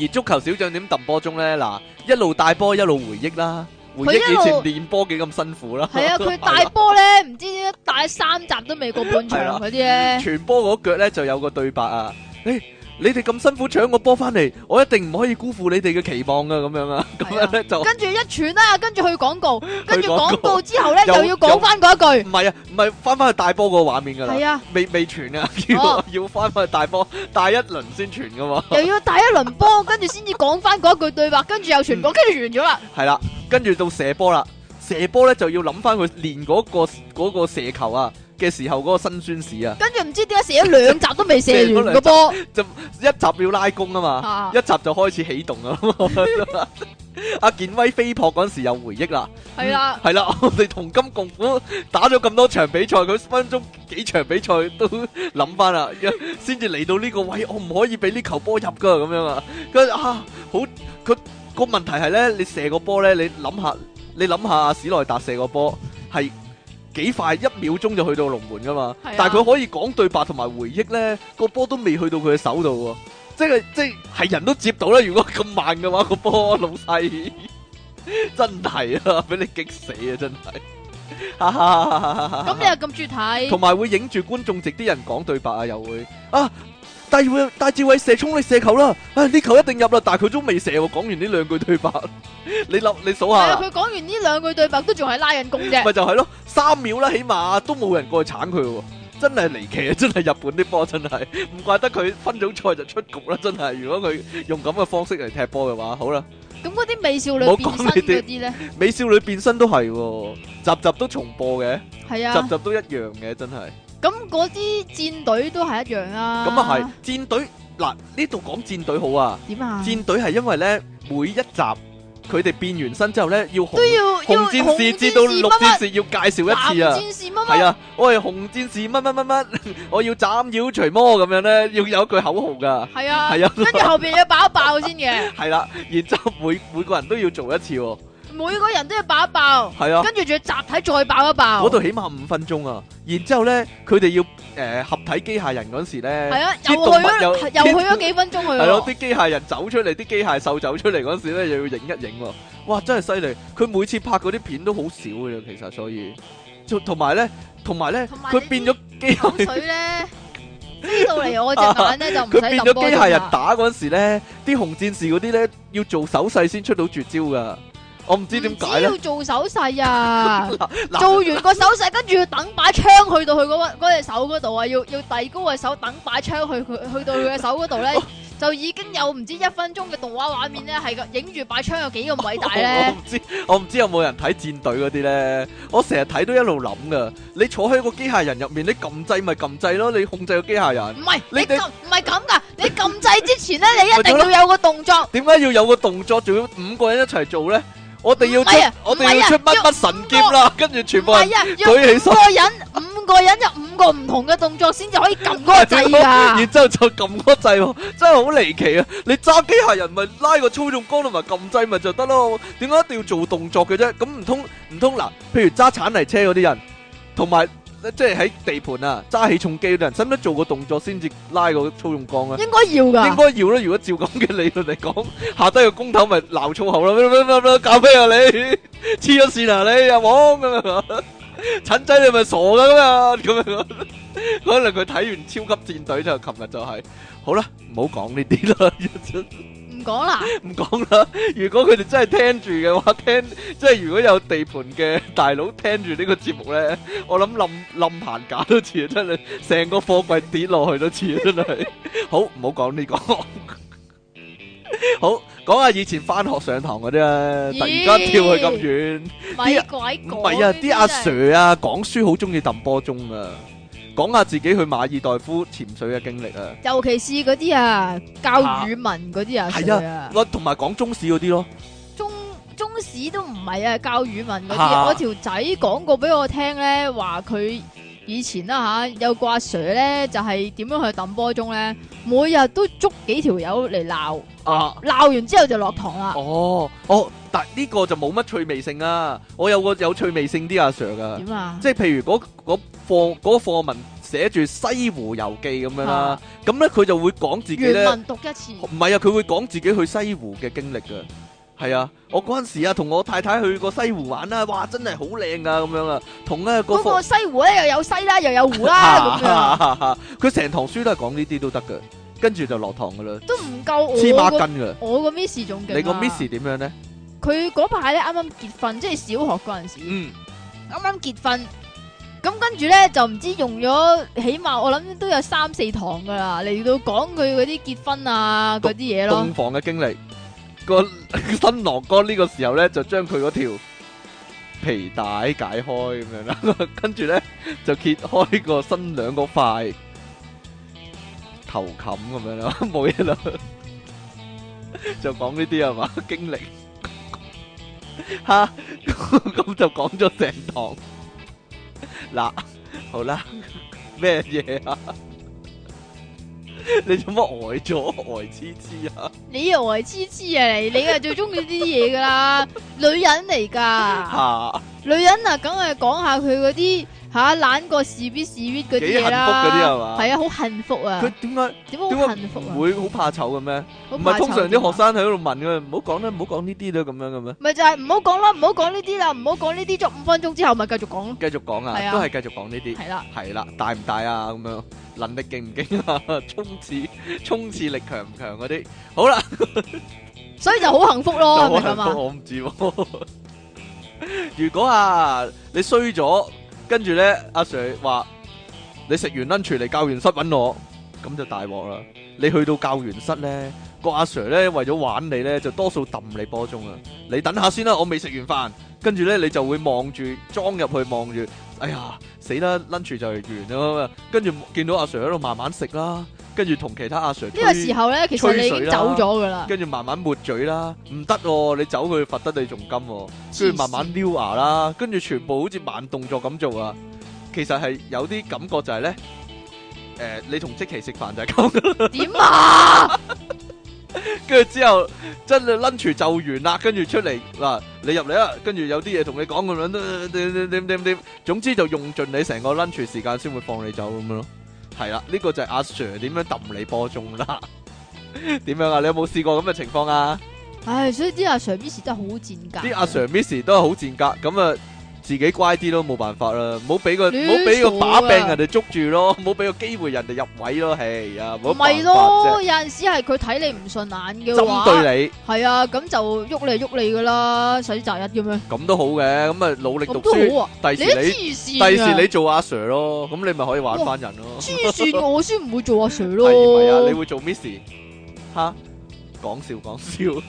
Speaker 1: 而足球小將點揼波鐘咧？嗱，一路帶波一路回憶啦，回憶
Speaker 2: 佢一路
Speaker 1: 以前練波幾咁辛苦啦。
Speaker 2: 係啊，佢
Speaker 1: 係
Speaker 2: 大
Speaker 1: 啦
Speaker 2: 波咧唔知點解大三集都未過半場嗰啲咧，
Speaker 1: 傳波嗰腳咧就有個對白啊，誒、你哋咁辛苦搶個波翻嚟，我一定唔可以辜負你哋嘅期望啊，咁樣啊，咁樣咧就。
Speaker 2: 跟住一傳啦，跟住去廣告，跟住
Speaker 1: 廣告
Speaker 2: 廣告之後咧
Speaker 1: 又
Speaker 2: 又要講翻嗰一 句，
Speaker 1: 唔係啊，唔係翻翻去大波個畫面㗎啦
Speaker 2: 係，啊。
Speaker 1: 未未傳啊，要、
Speaker 2: 哦
Speaker 1: 要翻翻去大波大一輪先傳㗎 嘛，
Speaker 2: 又要打一輪波，跟住先至講翻嗰一句對白，跟住又全
Speaker 1: 嗯
Speaker 2: 部，跟住完咗啦。
Speaker 1: 係啦，跟住到射波啦，射波咧就要諗翻佢練嗰、個嗰個射球啊嘅時候嗰個辛酸史啊，
Speaker 2: 跟住唔知點解射咗兩集都未射完個波，
Speaker 1: 一集要拉弓啊嘛，
Speaker 2: 啊
Speaker 1: 一集就開始起動啊 嘛，阿健威飛撲嗰陣時又回憶啦，
Speaker 2: 係啦，
Speaker 1: 係啦， 我哋同甘共苦打咗咁多場比賽，佢分分鐘幾場比賽都諗翻啦， 一先至嚟到呢個位，我唔可以俾呢球波入噶咁樣啊。跟住啊，好佢個問題係咧，你射個波咧，你諗下，你諗下史內達射個波係幾快，一秒鐘就去到龍門噶嘛。
Speaker 2: 係啊
Speaker 1: 但係佢可以講對白同埋回憶咧，個波都未去到佢嘅手度喎。即係即係係人都接到啦。如果咁慢嘅話，個波老細真係啊，俾你激死啊！真係， 哈哈哈哈哈哈
Speaker 2: 咁你又咁中意睇，
Speaker 1: 同埋會影住觀眾席啲人講對白啊，又會啊。戴志偉，戴志偉射衝你射球啦！啊，呢球一定入啦，但係佢都未射喎。講完呢兩句對白， 你諗你數下
Speaker 2: 係啊，
Speaker 1: 啦，
Speaker 2: 佢講完呢兩句對白都仲係拉緊弓啫，
Speaker 1: 咪就係咯，三秒啦，起碼都冇人過去鏟佢喎。真係離奇啊！ 真係日本啲波真係，唔怪得佢分組賽就出局啦！真係，如果佢用咁嘅方式嚟踢波嘅話，好啦，
Speaker 2: 咁嗰啲美少女
Speaker 1: 唔好
Speaker 2: 變身
Speaker 1: 講你哋
Speaker 2: 嗰啲咧，
Speaker 1: 美少女變身都係喎，集集都重播嘅，
Speaker 2: 係
Speaker 1: 集
Speaker 2: 啊，
Speaker 1: 集都一樣嘅，真係。
Speaker 2: 咁嗰啲戰隊都係一樣啦。
Speaker 1: 咁啊係，戰隊嗱呢度講戰隊好啊，
Speaker 2: 係點啊？
Speaker 1: 戰隊係因為咧每一集佢哋變完身之後咧要紅
Speaker 2: 都要
Speaker 1: 紅
Speaker 2: 要
Speaker 1: 戰士至到綠戰士要介紹一次啊
Speaker 2: 藍。戰
Speaker 1: 系
Speaker 2: 士乜乜
Speaker 1: 啊，我係紅戰士乜乜 乜乜，我要斬妖除魔咁樣咧，要有一句口號噶，
Speaker 2: 係啊，
Speaker 1: 係啊
Speaker 2: 跟住後邊要爆一爆先嘅，
Speaker 1: 係啦，然之後每每個人都要做一次喎，
Speaker 2: 每個人都要爆一爆，
Speaker 1: 係啊，
Speaker 2: 跟住仲要集體再爆一爆。
Speaker 1: 嗰度起碼五分鐘啊，然之後咧佢哋要诶合體機械人嗰時咧，
Speaker 2: 係啊，
Speaker 1: 啲
Speaker 2: 又
Speaker 1: 動
Speaker 2: 去
Speaker 1: 物又
Speaker 2: 咗又去咗幾分鐘去
Speaker 1: 係咯，
Speaker 2: 喎。
Speaker 1: 啲機械人走出嚟，啲機械獸走出嚟嗰時咧，又要影一影喎。哇，真係犀利！佢每次拍嗰啲片都好少嘅，其實所以，就同埋咧，同埋咧
Speaker 2: 同，埋
Speaker 1: 佢變咗機
Speaker 2: 口
Speaker 1: 械，
Speaker 2: 水咧飛到嚟我隻眼咧就唔
Speaker 1: 佢
Speaker 2: 使
Speaker 1: 變
Speaker 2: 咁
Speaker 1: 咗
Speaker 2: 多
Speaker 1: 機械人
Speaker 2: 啦。
Speaker 1: 打嗰時咧，啲紅戰士嗰啲咧要做手勢先出到絕招噶。我唔知點解咧
Speaker 2: 唔知，要做手勢 啊！
Speaker 1: 嗱
Speaker 2: 做完個手勢，跟住要等把槍去到佢嗰嗰隻手嗰度啊！要要遞高個手，等把槍去佢去到佢嘅手嗰度咧，就已經有唔知一分鐘嘅動畫畫面咧，係咁影住把槍有幾咁偉大
Speaker 1: 我
Speaker 2: 咧
Speaker 1: 唔！知， 我唔知有冇人睇戰隊嗰啲咧。我成日睇都一路諗噶。你坐喺個機械人入面，你撳掣咪撳掣咯，你控制個機械人。
Speaker 2: 唔係
Speaker 1: 你
Speaker 2: 你
Speaker 1: 哋
Speaker 2: 撳唔係咁噶，你撳掣之前咧，你一定要有個動作。
Speaker 1: 点解要有個動作，仲要五個人一齊做咧？我哋要出
Speaker 2: 唔係啊，
Speaker 1: 我哋要出乜乜神劍啦，跟住全
Speaker 2: 唔
Speaker 1: 部人
Speaker 2: 係啊，要
Speaker 1: 舉起
Speaker 2: 五
Speaker 1: 手，
Speaker 2: 個人五個人有五個唔同嘅動作先至可以撳嗰個掣 㗎。
Speaker 1: 然之后就撳個掣喎，真係好離奇啊！你揸機械人咪拉個操縱杆同埋撳掣咪就得咯，點解一定要做動作嘅啫？咁唔通唔通嗱，譬如揸鏟泥車嗰啲人，同埋即係喺地盤啊揸起重機嗰啲人，使唔使做個動作先至拉個操縱杆啊？
Speaker 2: 應該要㗎。
Speaker 1: 應該要啦，如果照咁嘅理論嚟講，下低個工頭咪鬧粗口啦，咩咩咩咩搞咩啊你， 黐咗線啊你阿王咁樣啊， 陳仔你咪傻噶咁啊咁樣啊， 可能佢睇完超級戰隊就琴日就係、好啦，唔好講呢啲啦，
Speaker 2: 唔講啦，
Speaker 1: 唔講啦。如果佢哋真係聽住嘅話，聽即係如果有地盤嘅大佬聽住呢個節目咧，我諗冧冧棚架都似，真係成個貨櫃跌落去都似，真係。 好，唔好講呢個。 好，講下以前翻學上堂嗰啲啊，突然間跳去咁遠。
Speaker 2: 咪
Speaker 1: 啲啊
Speaker 2: 鬼講。
Speaker 1: 唔係啊，啲阿 Sir 啊，講書好中意揼波鐘啊，講下自己去馬爾代夫潛水嘅經歷啊，
Speaker 2: 尤其是嗰啲啊教語文嗰啲
Speaker 1: 係
Speaker 2: 啊，
Speaker 1: 啊
Speaker 2: Sir 啊，
Speaker 1: 喂同埋講中史嗰啲咯。
Speaker 2: 中中史都唔係啊，教語文嗰
Speaker 1: 嚇
Speaker 2: 啲。我條仔講過俾我聽咧，話佢以前啦吓，有個阿 Sir 咧就係點樣去揼波鐘咧，每日都捉幾條友嚟鬧，
Speaker 1: 啊！
Speaker 2: 鬧完之後就落堂 啦。
Speaker 1: 哦，哦，但呢個就冇乜趣味性啊！我有個有趣味性啲阿 Sir 噶，
Speaker 2: 點啊？
Speaker 1: 即係譬如嗰嗰課嗰課文寫住《西湖遊記》咁樣啦，咁咧佢就會講自己
Speaker 2: 啊原
Speaker 1: 咧，
Speaker 2: 文讀一次，
Speaker 1: 唔係啊，佢會講自己去西湖嘅經歷噶。係啊，我嗰陣時啊，同我太太去過西湖玩啦，哇，真係好靚啊，咁樣啊，同咧嗰啊
Speaker 2: 嗰
Speaker 1: 課
Speaker 2: 個西湖咧又有西 啦，又有湖啦，咁樣
Speaker 1: 佢成堂書都係講呢啲都得噶，跟住就落堂噶啦，
Speaker 2: 都唔夠
Speaker 1: 黐
Speaker 2: 我哦個
Speaker 1: 孖筋噶。
Speaker 2: 我個 Miss 仲勁啊。
Speaker 1: 你個 Miss 點樣咧？
Speaker 2: 佢嗰排咧啱啱結婚，即係小學嗰陣時，
Speaker 1: 嗯，
Speaker 2: 啱啱結婚。咁跟住咧就唔知用咗，起碼我諗都有三四堂噶啦，嚟到講佢嗰啲結婚啊嗰啲嘢咯
Speaker 1: 洞。房嘅經歷，個 新郎哥呢個時候咧就將佢嗰條皮帶解開咁樣啦， 跟住咧就揭開個新娘嗰塊頭冚咁樣啦， 冇嘢啦，就講呢啲係嘛 經歷吓，咁就講咗成堂 嗱，好啦， 咩嘢啊？ 你做乜呆咗呆痴痴啊？
Speaker 2: 你以為痴痴 啊你，你係最中意呢啲嘢噶啦，女人嚟噶，
Speaker 1: 吓！
Speaker 2: 女人啊，梗係講下佢嗰啲吓懶過是必是必嗰啲嘢啦，
Speaker 1: 幾幸福嗰啲係嘛
Speaker 2: 係啊，好幸福啊
Speaker 1: 佢，點解
Speaker 2: 點解
Speaker 1: 點
Speaker 2: 好
Speaker 1: 解
Speaker 2: 幸福啊
Speaker 1: 唔？會好怕醜嘅咩？
Speaker 2: 好
Speaker 1: 唔係
Speaker 2: 怕
Speaker 1: 通常
Speaker 2: 醜啊
Speaker 1: 啲學生喺度問嘅，唔好講啦，唔好講呢啲啦，咁樣嘅咩？
Speaker 2: 咪就係唔好講啦，唔好講呢啲啦，唔好講呢啲，捉五分鐘之後咪繼續講咯，
Speaker 1: 繼續講
Speaker 2: 係
Speaker 1: 啊，
Speaker 2: 啊
Speaker 1: 都係繼續講呢啲，
Speaker 2: 係啦。
Speaker 1: 係啦，大唔大啊？咁樣能力勁唔勁啊？ 衝刺衝刺力強唔強嗰啲？好啦，
Speaker 2: 所以就好幸 福咯，係咪咁
Speaker 1: 就
Speaker 2: 啊？
Speaker 1: 我唔知喎。如果啊，你衰咗，跟住咧，阿 Sir 話你食完 lunch 嚟教員室揾我，咁就大鑊啦。你去到教員室咧，個阿 Sir 咧為咗玩你咧，就多數揼你波鐘啊！你等下先啦，我未食完飯，跟住咧你就會望住裝入去望住，哎呀死啦！lunch 就嚟完啦，跟住見到阿 Sir 喺度慢慢食啦，跟住同其他阿 Sir
Speaker 2: 呢個
Speaker 1: 吹
Speaker 2: 時候咧，其實你
Speaker 1: 吹
Speaker 2: 已
Speaker 1: 水
Speaker 2: 經
Speaker 1: 啦
Speaker 2: 走咗噶啦，
Speaker 1: 跟住慢慢抹嘴啦，唔得喎，你走佢罰得你仲金喎，跟住慢慢撩牙啦，跟住全部好似慢動作咁做啊，其實係有啲感覺就係咧，誒、你同即期食飯就係咁㗎啦，
Speaker 2: 點啊？
Speaker 1: 跟住之後真係 lunch 就完啦，跟住出嚟嗱，你入嚟啦，跟住有啲嘢同你講咁樣，點點點點點，總之就用盡你成個 lunch 時間先會放你走咁樣咯，係啦，呢、個就係阿 Sir 點樣揼你波中啦，點樣啊？你有冇試過咁嘅情況啊？
Speaker 2: 唉，所以啲阿 Sir B 時都係好賤格，
Speaker 1: 啲阿 Sir Miss 都係好賤格，咁啊自己乖啲咯，冇辦法啦，唔好俾個
Speaker 2: 亂
Speaker 1: 唔好俾個
Speaker 2: 數
Speaker 1: 把柄
Speaker 2: 啊
Speaker 1: 人哋捉住咯，唔好俾個機會人哋入位咯，係啊，
Speaker 2: 唔
Speaker 1: 冇
Speaker 2: 係
Speaker 1: 辦
Speaker 2: 咯？
Speaker 1: 法啫，
Speaker 2: 有陣時係佢睇你唔順眼嘅話，
Speaker 1: 針對
Speaker 2: 係啊，咁就喐你喐你噶啦，使責任嘅咩？
Speaker 1: 你咁都好嘅，咁啊努力讀
Speaker 2: 咁
Speaker 1: 書，
Speaker 2: 都好啊！
Speaker 1: 第
Speaker 2: 你
Speaker 1: 時
Speaker 2: 都
Speaker 1: 你
Speaker 2: 黐線
Speaker 1: 第
Speaker 2: 㗎
Speaker 1: 時你做阿 Sir 咯，咁你咪可以玩翻人咯，係
Speaker 2: 黐線，我先唔會做阿 Sir 咯。
Speaker 1: 唔 係啊？你會做 Miss 吓？講笑講笑，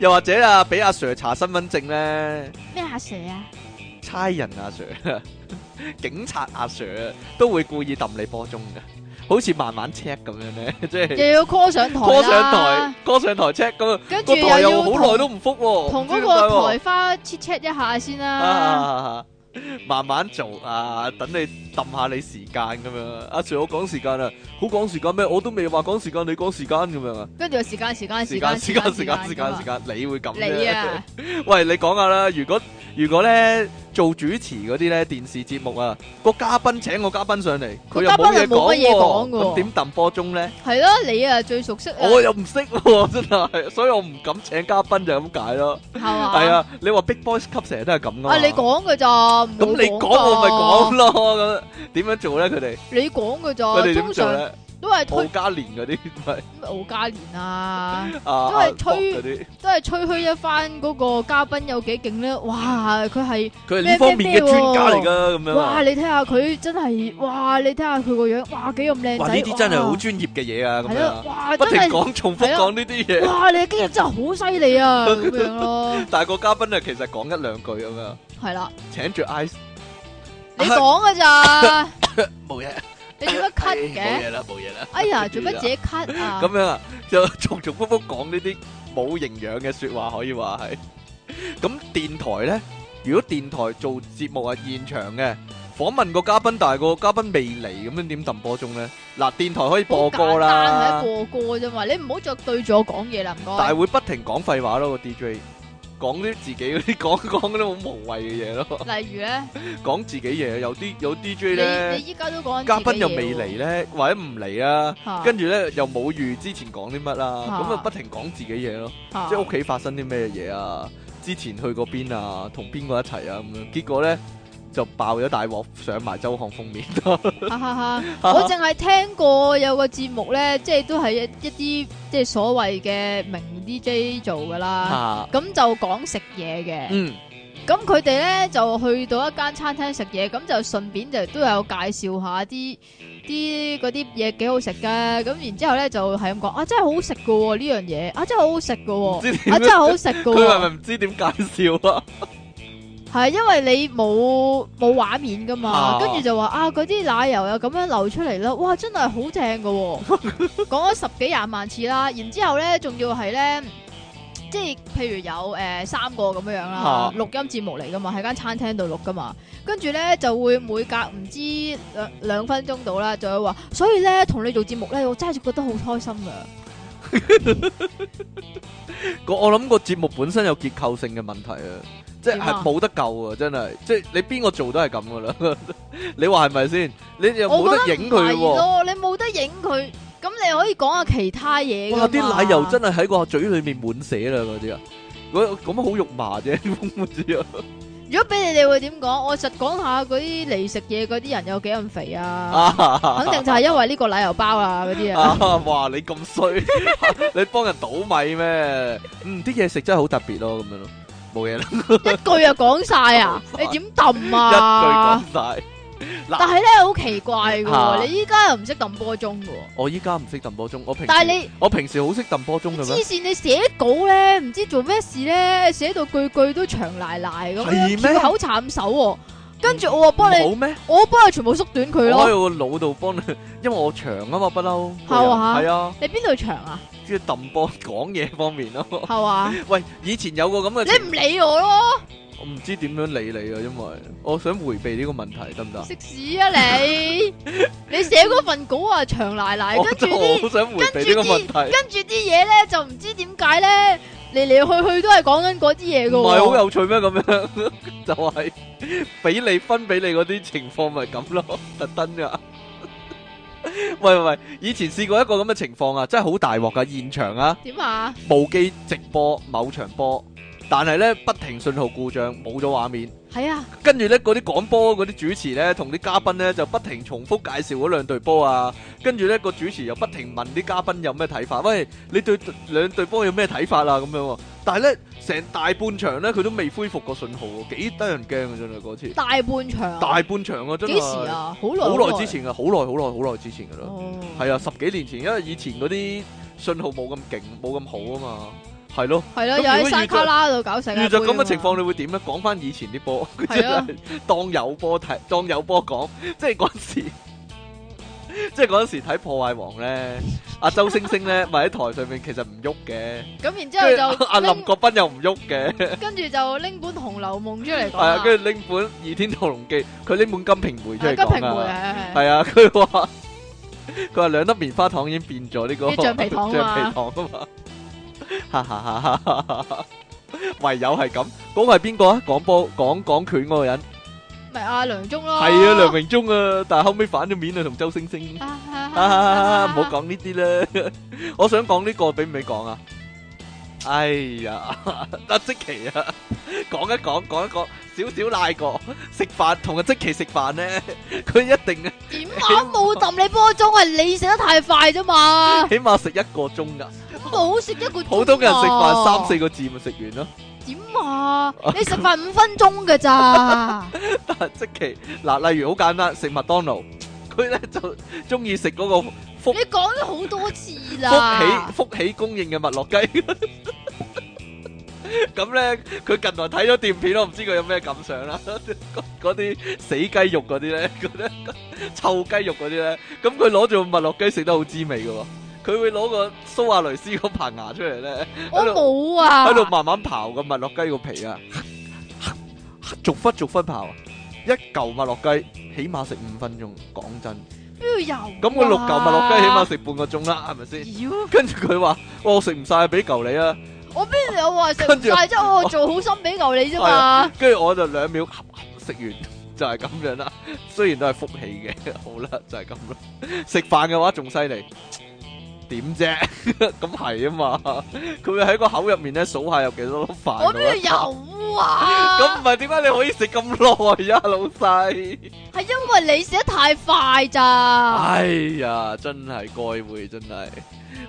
Speaker 1: 又或者啊，俾阿 Sir 查身份證咧。
Speaker 2: 咩阿 Sir 啊？
Speaker 1: 差人阿 Sir、警察阿 Sir 都會故意揼你波鐘嘅，好似慢慢 check 咁樣咧， 即
Speaker 2: 又
Speaker 1: 係
Speaker 2: 要 call 上台
Speaker 1: call
Speaker 2: 啦
Speaker 1: 上台，call 上台 check 咁啊，
Speaker 2: 跟
Speaker 1: 個
Speaker 2: 住
Speaker 1: 台
Speaker 2: 又
Speaker 1: 又
Speaker 2: 要
Speaker 1: 好耐都唔復喎，唔
Speaker 2: 同
Speaker 1: 知
Speaker 2: 嗰
Speaker 1: 點解
Speaker 2: 個
Speaker 1: 喎
Speaker 2: 台花 check check 一下先啦。
Speaker 1: 啊，慢慢做啊，等你揼下你時間咁樣。阿 Sir，我講時間啊，好講時間咩？我都未話講時間，你講時間咁樣啊？
Speaker 2: 跟住又時間時間
Speaker 1: 時
Speaker 2: 時
Speaker 1: 間
Speaker 2: 間
Speaker 1: 時間時間時
Speaker 2: 㗎
Speaker 1: 間
Speaker 2: 嘛
Speaker 1: 時間，你會咁
Speaker 2: 你
Speaker 1: 啫
Speaker 2: 啊，
Speaker 1: 喂，你講下啦，如果如果咧做主持嗰啲咧電視節目啊，個嘉賓請個嘉賓上嚟，佢
Speaker 2: 個
Speaker 1: 又
Speaker 2: 嘉賓
Speaker 1: 冇嘢
Speaker 2: 係冇乜嘢
Speaker 1: 講喎，
Speaker 2: 講㗎喎
Speaker 1: 咁點揼波鐘咧？
Speaker 2: 係咯，你啊最熟悉啊，
Speaker 1: 我又唔識喎，真係，所以我唔敢請嘉賓就係咁解咯。
Speaker 2: 係嘛？
Speaker 1: 係，啊，你話 Big Boys 級成日都係咁噶嘛
Speaker 2: 啊你講嘅咋？咁
Speaker 1: 咁你講我咪講，咯，咁點樣做咧？佢哋
Speaker 2: 你講嘅
Speaker 1: 佢
Speaker 2: 咋？
Speaker 1: 哋
Speaker 2: 通
Speaker 1: 點做
Speaker 2: 常
Speaker 1: 咧？
Speaker 2: 都係
Speaker 1: 敖
Speaker 2: 推
Speaker 1: 嘉年嗰啲咪
Speaker 2: 敖嘉年啊，
Speaker 1: 啊
Speaker 2: 都係
Speaker 1: 阿
Speaker 2: 吹
Speaker 1: Bob 嗰啲，
Speaker 2: 都係吹噓一番嗰個嘉賓有幾勁咧。哇，佢係
Speaker 1: 佢係呢
Speaker 2: 咩
Speaker 1: 方面嘅
Speaker 2: 咩咩
Speaker 1: 專家嚟噶，咁樣啊
Speaker 2: 哇，。你睇下佢真係哇，你睇下佢個樣，哇幾咁靚仔。
Speaker 1: 哇！呢啲真係好
Speaker 2: 哇
Speaker 1: 專業嘅嘢啊，咁
Speaker 2: 係
Speaker 1: 樣啊
Speaker 2: 咯，。哇
Speaker 1: 不
Speaker 2: 真
Speaker 1: 停
Speaker 2: 係。
Speaker 1: 講重複講呢啲嘢，
Speaker 2: 哇！你嘅經驗真係好犀利 啊，咁樣咯，
Speaker 1: 但係個嘉賓啊，其實講一兩句咁樣，
Speaker 2: 係啦，
Speaker 1: 請住 ice
Speaker 2: 你講噶咋？
Speaker 1: 冇嘢，
Speaker 2: 你做乜
Speaker 1: 唉
Speaker 2: cut
Speaker 1: 冇
Speaker 2: 嘅？
Speaker 1: 嘢啦，冇嘢啦，
Speaker 2: 哎呀，做乜自己 cut 啊？
Speaker 1: 咁樣啊，就重重複複講呢啲冇營養嘅説話，可以話係。咁電台咧，如果電台做節目啊，現場嘅訪問個嘉賓，但係個嘉賓未嚟，咁樣點揼波鐘咧？嗱，電台可以播歌啦
Speaker 2: 好簡單，係一個歌啫嘛，你唔好再對住我講嘢啦，唔
Speaker 1: 但係
Speaker 2: 該。
Speaker 1: 會不停講廢話咯，個 DJ 講啲自己嗰啲講講嗰啲好無謂嘅嘢咯。
Speaker 2: 例如咧，
Speaker 1: 講自己嘢，有啲有 DJ
Speaker 2: 你
Speaker 1: 咧
Speaker 2: 你，依家都講緊
Speaker 1: 嘉賓
Speaker 2: 賓
Speaker 1: 又未嚟，咧，或者唔嚟啊，
Speaker 2: 嚇
Speaker 1: 跟住咧又冇預之前講啲乜啦，
Speaker 2: 嚇
Speaker 1: 咁啊不停講自己嘢咯，
Speaker 2: 嚇
Speaker 1: 即係屋企發生啲咩嘢啊，之前去過邊啊，同邊個一齊啊咁樣，結果咧就爆咗大鑊，上埋周刊封面。
Speaker 2: 哈 哈哈！我淨係聽過有個節目咧，即係都係一一啲即係所謂嘅名 DJ 做噶啦，
Speaker 1: 嚇
Speaker 2: 咁就講食嘢嘅。
Speaker 1: 嗯，
Speaker 2: 咁佢哋咧就去到一間餐廳食嘢，咁就順便就都有介紹下啲啲嗰啲嘢幾好食嘅，咁然之後咧就係咁講啊，真係好食噶喎呢樣嘢，啊真係好好食噶
Speaker 1: 唔
Speaker 2: 喎，
Speaker 1: 知
Speaker 2: 啊
Speaker 1: 點
Speaker 2: 真
Speaker 1: 樣，
Speaker 2: 係好食噶
Speaker 1: 佢係咪
Speaker 2: 喎，
Speaker 1: 唔知點介紹啊？
Speaker 2: 係因為你冇冇畫面噶
Speaker 1: 啊
Speaker 2: 嘛，跟住就話啊嗰啲奶油又咁樣流出嚟啦，哇真係好正噶喎， 講咗十幾廿萬次啦，然之後咧仲要係咧。即係譬如有誒、呃三個咁樣樣啦
Speaker 1: 啊，
Speaker 2: 錄音節目嚟噶嘛，喺間餐廳度錄噶嘛，跟住咧就會每隔唔知兩兩分鐘到啦，就會話，所以咧同你做節目咧，我真係覺得好開心噶，
Speaker 1: 個我諗個節目本身有結構性嘅問題啊，即係
Speaker 2: 點啊
Speaker 1: 冇得救啊，真係，即係你邊個做都係咁 噶啦，你話係咪先？你又冇
Speaker 2: 我覺
Speaker 1: 得
Speaker 2: 得
Speaker 1: 影
Speaker 2: 唔
Speaker 1: 佢
Speaker 2: 係
Speaker 1: 喎。
Speaker 2: 咯，你冇得影佢，咁你可以講下其他嘢㗎嘛
Speaker 1: 哇！啲奶油真係喺個嘴裏面滿寫啦，嗰啲啊，嗰咁好肉麻啫， 唔 知啊。
Speaker 2: 如果俾你哋會點講？我實講下嗰啲嚟食嘢嗰啲人有幾咁肥 啊，
Speaker 1: 啊
Speaker 2: 肯定就係因為呢個奶油包啦嗰 啲啊，
Speaker 1: 啊！哇！你咁衰， 你幫人倒米咩？嗯，啲嘢食真係好特別咯，咁樣咯，冇嘢啦，
Speaker 2: 一句就講晒啊，你點揼
Speaker 1: 一
Speaker 2: 啊？
Speaker 1: 句講晒。
Speaker 2: 但係咧好奇怪嘅
Speaker 1: 嚇
Speaker 2: 喎，你依家又唔識揼波鐘嘅喎，
Speaker 1: 我依家唔識揼波鐘，我平
Speaker 2: 但
Speaker 1: 時
Speaker 2: 係你
Speaker 1: 我平時好識揼波鐘嘅
Speaker 2: 黐
Speaker 1: 咩？
Speaker 2: 線你寫稿咧，唔知做咩事咧，寫到句句都長賴賴咁
Speaker 1: 係咩
Speaker 2: 樣，翹口慘手喎，跟住我話幫你，
Speaker 1: 好咩？
Speaker 2: 我幫你全部縮短
Speaker 1: 我
Speaker 2: 佢
Speaker 1: 喺
Speaker 2: 咯。
Speaker 1: 我腦度幫你， 因為我長啊嘛，不嬲。
Speaker 2: 係嘛
Speaker 1: 係啊，
Speaker 2: 你邊度長 啊？
Speaker 1: 即係揼波講嘢方面咯。
Speaker 2: 係嘛？
Speaker 1: 喂，以前有個咁嘅
Speaker 2: 你唔理我咯，
Speaker 1: 我唔知點樣理你啊，因為我想迴避呢個問題得唔得？
Speaker 2: 食屎啊你！你寫嗰份稿啊長賴賴，
Speaker 1: 我
Speaker 2: 跟住
Speaker 1: 真
Speaker 2: 啲
Speaker 1: 係。好想迴避呢個問題，
Speaker 2: 跟住啲嘢咧就唔知點解咧嚟嚟去去都係講緊嗰啲嘢
Speaker 1: 唔
Speaker 2: 噶
Speaker 1: 係好
Speaker 2: 喎。
Speaker 1: 有趣咩？咁樣就係俾你分俾你嗰啲情況咪咁咯，特登噶。喂喂喂，以前試過一個咁嘅情況啊，真係好大鑊噶，現場啊！
Speaker 2: 點啊？
Speaker 1: 無記直播某場波，但係咧不停信號故障，冇咗畫面。
Speaker 2: 係啊，
Speaker 1: 跟住咧，嗰啲講波嗰啲主持咧，同啲嘉賓咧就不停重複介紹嗰兩隊波啊。跟住咧，個主持又不停問啲嘉賓有咩睇法。喂，你對兩隊波有咩睇法啊？咁樣喎。但係咧，成大半場咧，佢都未恢復過信號喎，幾得人驚啊！真係嗰次
Speaker 2: 大半場。
Speaker 1: 大半場啊，真係
Speaker 2: 幾時？啊？好耐
Speaker 1: 好耐之。前啊，好耐好耐好耐之前噶啦。
Speaker 2: 哦，
Speaker 1: 係啊，十幾年前，因為以前嗰啲信號冇咁勁，冇咁好啊嘛。係咯。
Speaker 2: 係
Speaker 1: 咁
Speaker 2: 啦，
Speaker 1: 如
Speaker 2: 又
Speaker 1: 果
Speaker 2: 喺山卡拉度搞世界盃
Speaker 1: 遇着咁嘅情況，
Speaker 2: 啊
Speaker 1: 你會點咧？講翻以前啲 波，佢真
Speaker 2: 係啊
Speaker 1: 係當有波睇，當有波講，即係嗰陣時， 即係嗰陣時睇破壞王咧，阿周星星 咧，咪喺台上面其實唔喐嘅，
Speaker 2: 嘛咁
Speaker 1: 跟
Speaker 2: 然之
Speaker 1: 住
Speaker 2: 後就
Speaker 1: 阿阿林
Speaker 2: 拎
Speaker 1: 國斌又唔喐 嘅，
Speaker 2: 跟住就拎本《紅樓夢》出嚟講
Speaker 1: 係啊，
Speaker 2: 啊。
Speaker 1: 跟住拎本《倚天屠龍記》，佢拎本《金瓶梅》出
Speaker 2: 係
Speaker 1: 嚟
Speaker 2: 金瓶梅
Speaker 1: 講啊，
Speaker 2: 係 係
Speaker 1: 係啊，佢話佢話兩粒棉花糖已經變咗呢個
Speaker 2: 啲橡皮糖
Speaker 1: 橡
Speaker 2: 啊
Speaker 1: 皮糖啊嘛，哈哈哈哈哈哈！唯有係咁，嗰個係邊個啊？講波講講拳嗰個人。
Speaker 2: 係，咪阿梁中咯。
Speaker 1: 系啊， 梁榮忠啊，但系後尾反咗面啊，同周星星。啊，唔好
Speaker 2: 講。
Speaker 1: 講呢啲啦。 我想講呢個，俾唔俾講啊？哎呀， 阿即奇啊， 講一講，講一講，少少賴過。食飯同阿即奇食飯咧，佢一定
Speaker 2: 點啊？冇揼你波鐘係你食得太快啫嘛，
Speaker 1: 起碼食一個鐘噶。
Speaker 2: 冇食一個鐘
Speaker 1: 普通人食飯
Speaker 2: 啊
Speaker 1: 三四個字咪食完咯。
Speaker 2: 點啊？你食飯五分鐘嘅咋？
Speaker 1: 但係即奇嗱，例如好簡單，食麥當勞，佢咧 就中意食嗰個福
Speaker 2: 你講咗好多次啦。
Speaker 1: 福喜福喜供應嘅麥樂雞。 咁咧，佢近來睇咗段片，我唔知佢有咩感想啦。 嗰嗰啲死雞肉嗰啲咧，嗰啲 臭雞肉嗰啲咧，咁佢攞住個麥樂雞食得好滋味嘅喎。佢會攞個蘇亞雷斯嗰棚牙出嚟咧，
Speaker 2: 我冇啊
Speaker 1: 喺。度慢慢刨個麥樂雞個皮啊，逐忽逐忽刨，啊一嚿麥樂雞起碼食五分鐘。講真，
Speaker 2: 邊度有啊？
Speaker 1: 咁個六嚿麥樂雞起碼食半個鐘啦，係咪先？
Speaker 2: 起碼。
Speaker 1: 跟住佢話：哇我食唔晒，俾嚿你啊！
Speaker 2: 我邊度有話食
Speaker 1: 跟
Speaker 2: 唔
Speaker 1: 住啊
Speaker 2: 晒啫？我做好心俾牛你啫嘛。
Speaker 1: 跟住我就兩秒 合合食完，就係咁樣啦。雖然都係福氣嘅， 好啦，就係咁啦。食飯嘅話仲犀利，點啫？ 咁係啊嘛，佢會喺個口入面咧數下有幾多粒飯。
Speaker 2: 我邊度有啊？
Speaker 1: 咁唔係點解你可以食咁耐啊，老細？
Speaker 2: 係因為你食得太快咋。
Speaker 1: 哎呀，真係該會，真係。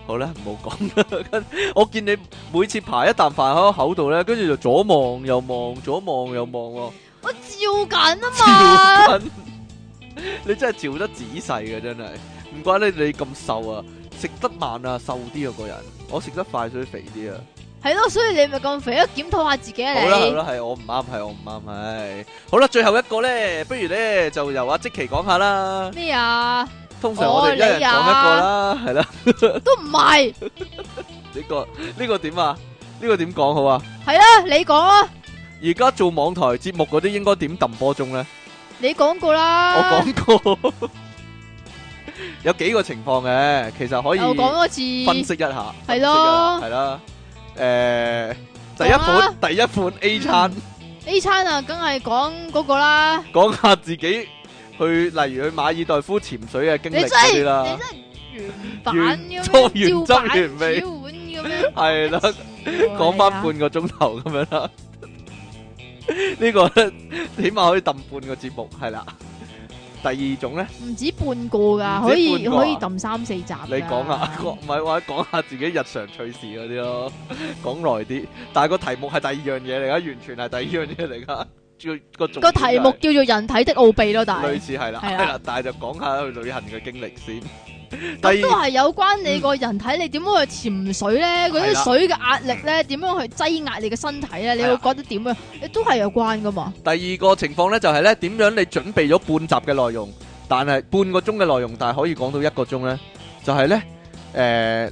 Speaker 1: 好啦，唔好講啦。跟我見你每次扒一啖飯喺個口度咧，跟住就左望右望，左望右望喎。
Speaker 2: 我照緊啊嘛。
Speaker 1: 照緊你真係照得仔細嘅，真係。唔怪得你咁瘦啊，食得慢啊，瘦啲啊個人。我食得快所以肥啲啊。
Speaker 2: 係咯，所以你咪咁肥，都檢討下自己啊
Speaker 1: 好啦好
Speaker 2: 你。
Speaker 1: 啦，係我唔啱，係我唔啱，係。好啦，最後一個咧，不如咧就由阿即奇講下啦。
Speaker 2: 咩啊？
Speaker 1: 通常我哋
Speaker 2: 哦
Speaker 1: 一人講一
Speaker 2: 你
Speaker 1: 個
Speaker 2: 啊
Speaker 1: 啦，係啦。
Speaker 2: 都唔係，
Speaker 1: 呢個呢個點啊？呢個點講好啊？
Speaker 2: 係啦，你講啊啦，
Speaker 1: 而家做網台節目嗰啲應該點揼波鐘咧？
Speaker 2: 你講過啦。
Speaker 1: 我講過有幾個情況嘅，其實可以
Speaker 2: 又啊講多次。
Speaker 1: 分析一下。
Speaker 2: 係咯
Speaker 1: 分析一下係啦。誒，第一
Speaker 2: 講啊
Speaker 1: 款第一款 A 餐，
Speaker 2: A 餐啊，梗係講嗰個啦。
Speaker 1: 講下自己去，例如去馬爾代夫潛水嘅經
Speaker 2: 你
Speaker 1: 歷嗰
Speaker 2: 真係
Speaker 1: 啲啦
Speaker 2: 你。真係原版咁
Speaker 1: 原裝
Speaker 2: 樣，
Speaker 1: 原汁
Speaker 2: 照版
Speaker 1: 原味
Speaker 2: 小碗咁樣。
Speaker 1: 係啦。 講翻半個鐘頭咁樣啦。呢個咧起碼可以揼半個節目，係啦。第二種咧，
Speaker 2: 啊唔止半個㗎，
Speaker 1: 唔止
Speaker 2: 可以
Speaker 1: 半個啊
Speaker 2: 可以揼三四集㗎。
Speaker 1: 你講 啊下，講唔係話講下自己日常趣事嗰啲咯，講耐啲。但係個題目係第二樣嘢嚟噶，完全係第二樣嘢嚟噶。最個重
Speaker 2: 個
Speaker 1: 點
Speaker 2: 題
Speaker 1: 就
Speaker 2: 目
Speaker 1: 係
Speaker 2: 叫做人體的奧秘咯，但
Speaker 1: 類
Speaker 2: 係
Speaker 1: 似係啦，
Speaker 2: 係
Speaker 1: 係
Speaker 2: 啦
Speaker 1: 啦，但係就講下去旅行嘅經歷先。
Speaker 2: 咁
Speaker 1: 第
Speaker 2: 都
Speaker 1: 二
Speaker 2: 係有關你個人體，你點樣去潛水咧？
Speaker 1: 嗯
Speaker 2: 嗰
Speaker 1: 係啦
Speaker 2: 啲水嘅壓力咧，點樣去擠壓你嘅身體咧？你
Speaker 1: 係
Speaker 2: 會
Speaker 1: 啦
Speaker 2: 覺得點樣？你都係有關噶嘛？
Speaker 1: 第二個情況咧就係咧點樣你準備咗半集嘅內容，但係半個鐘嘅內容，但係可以講到一個鐘咧，就係咧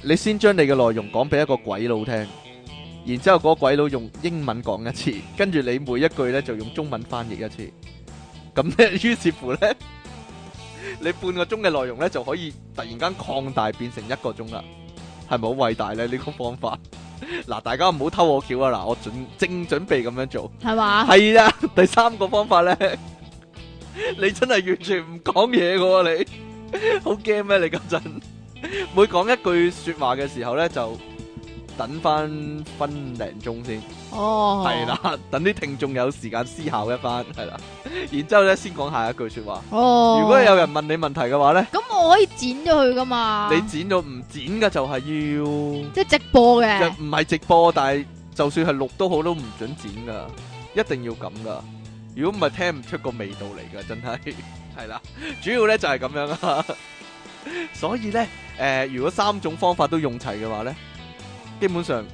Speaker 1: 誒你先將你嘅內容講俾一個鬼佬聽。然之後嗰個鬼佬用英文講一次，跟住你每一句咧就用中文翻譯一次，咁咧於是乎咧，你半個鐘嘅內容咧就可以突然間擴大變成一個鐘啦，係咪好偉大咧呢、個方法？嗱，大家唔好偷我橋啊！嗱，我準正準備咁樣做，
Speaker 2: 係嘛？
Speaker 1: 係啦，第三個方法咧，你真係完全唔講嘢嘅喎，你好驚咩？你嗰陣每講一句説話嘅時候咧，就等翻分零鐘先，
Speaker 2: 哦，
Speaker 1: 係，啦，等啲聽眾有時間思考一番，係啦，然之後咧先講下一句説話。
Speaker 2: 哦，
Speaker 1: 如果有人問你問題嘅話咧，
Speaker 2: 咁，我可以剪咗佢噶嘛？
Speaker 1: 你剪咗唔剪嘅就係要，
Speaker 2: 即係直播嘅，
Speaker 1: 就唔係直播，但係就算係錄都好，都唔准剪噶，一定要咁噶。如果唔係聽唔出個味道嚟噶，真係 係啦。主要咧就係咁樣啊。 所以咧，誒、如果三種方法都用齊嘅話咧，基本上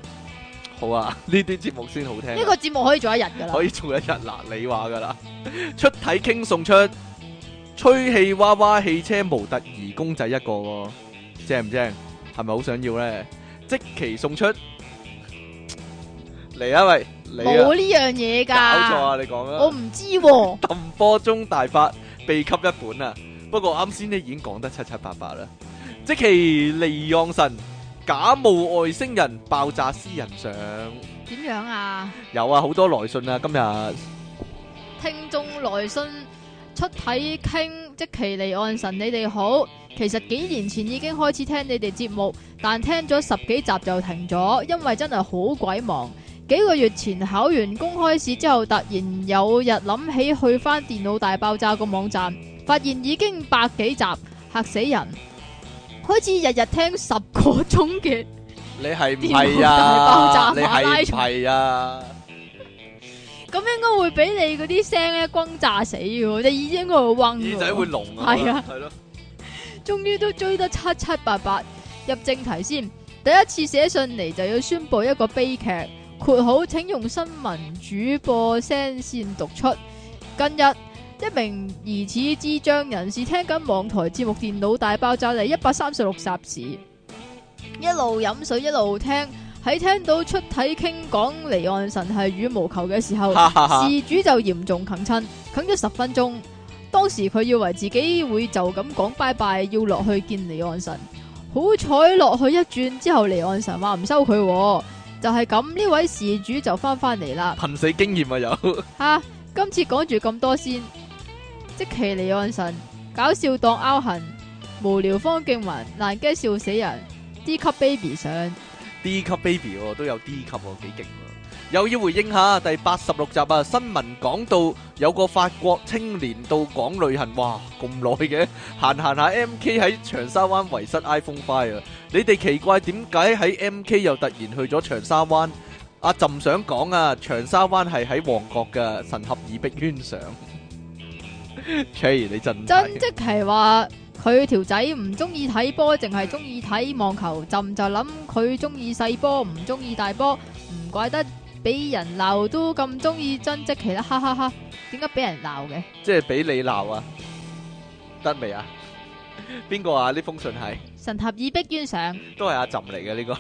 Speaker 1: 好啊，呢啲節目先好聽啊。
Speaker 2: 呢個節目可以做一日噶啦
Speaker 1: 可。以做一日嗱，你話噶啦， 出體傾送出吹氣娃娃汽車模特兒公仔一個喎，正唔正？係咪好想要咧？即期送出嚟啊喂，你啊
Speaker 2: 冇呢樣嘢
Speaker 1: 搞錯
Speaker 2: 㗎，
Speaker 1: 啊！你講
Speaker 2: 我
Speaker 1: 啊，
Speaker 2: 唔知喎。
Speaker 1: 揼波中大法秘笈一本啊！不過啱先咧已經講得七七八八啦。即期利昂神假冒外星人爆炸私人相，
Speaker 2: 點樣啊？
Speaker 1: 有啊好多來信啊今日。
Speaker 2: 聽眾來信出體傾，即其離岸神，你哋好。其實幾年前已經開始聽你哋節目，但聽咗十幾集就停咗，因為真係好鬼忙。幾個月前考完公開試之後，突然有日諗起去翻電腦大爆炸個網站，發現已經百幾集，嚇死人！開始日日聽十個鐘嘅，
Speaker 1: 你係唔
Speaker 2: 電腦
Speaker 1: 係
Speaker 2: 大
Speaker 1: 啊？
Speaker 2: 爆炸
Speaker 1: 你
Speaker 2: 馬拉
Speaker 1: 係唔
Speaker 2: 松
Speaker 1: 係啊？
Speaker 2: 咁應該會俾你嗰啲聲咧轟炸死嘅，隻耳應該會嗡㗎喎。
Speaker 1: 耳仔會聾啊？
Speaker 2: 係啊
Speaker 1: 係咯，
Speaker 2: 終於都追得七七八八。入正題先，第一次寫信嚟就要宣布一個悲劇，括號請用新聞主播聲線讀出。近日。一名疑似智障人士聽緊網台節目《電腦大爆炸》嚟一百三十六集時，一路飲水一路聽。喺聽到出體傾講離岸神係羽毛球嘅時候，
Speaker 1: 哈哈哈
Speaker 2: 事主就嚴重啃親，啃咗十分鐘。當時佢以為自己會就咁講拜拜，要落去見離岸神。好彩落去一轉之後，離岸神話唔收佢喎，就係咁呢位事主就翻返嚟啦。
Speaker 1: 瀕死經驗啊有。
Speaker 2: 吓、今次講住咁多先。即其離岸神，搞笑當拗痕，無聊方敬文，爛 g 笑死人，D 級 baby 上。
Speaker 1: D 級 baby 喎，都有 D 級喎，幾勁喎！又要回應下第八十六集啊，新聞講到有個法國青年到港旅行，哇咁耐嘅， 行行下 MK 喺長沙灣遺失 iPhone Five 啊！你哋奇怪點解喺 MK 又突然去咗長沙灣？阿朕想講啊，長沙灣係喺旺角嘅，神合以逼冤上。Cherry 你真
Speaker 2: 真
Speaker 1: 係
Speaker 2: 即係話佢條仔唔中意睇波，淨係中意睇網球。朕就諗佢中意細波，唔中意大波，唔怪得俾人鬧都咁中意真即其啦，哈哈哈！點解俾人鬧嘅？
Speaker 1: 即係俾你鬧啊，得未啊？邊個啊？呢封信係？
Speaker 2: 神合以逼冤上，
Speaker 1: 都係阿朕嚟嘅呢個。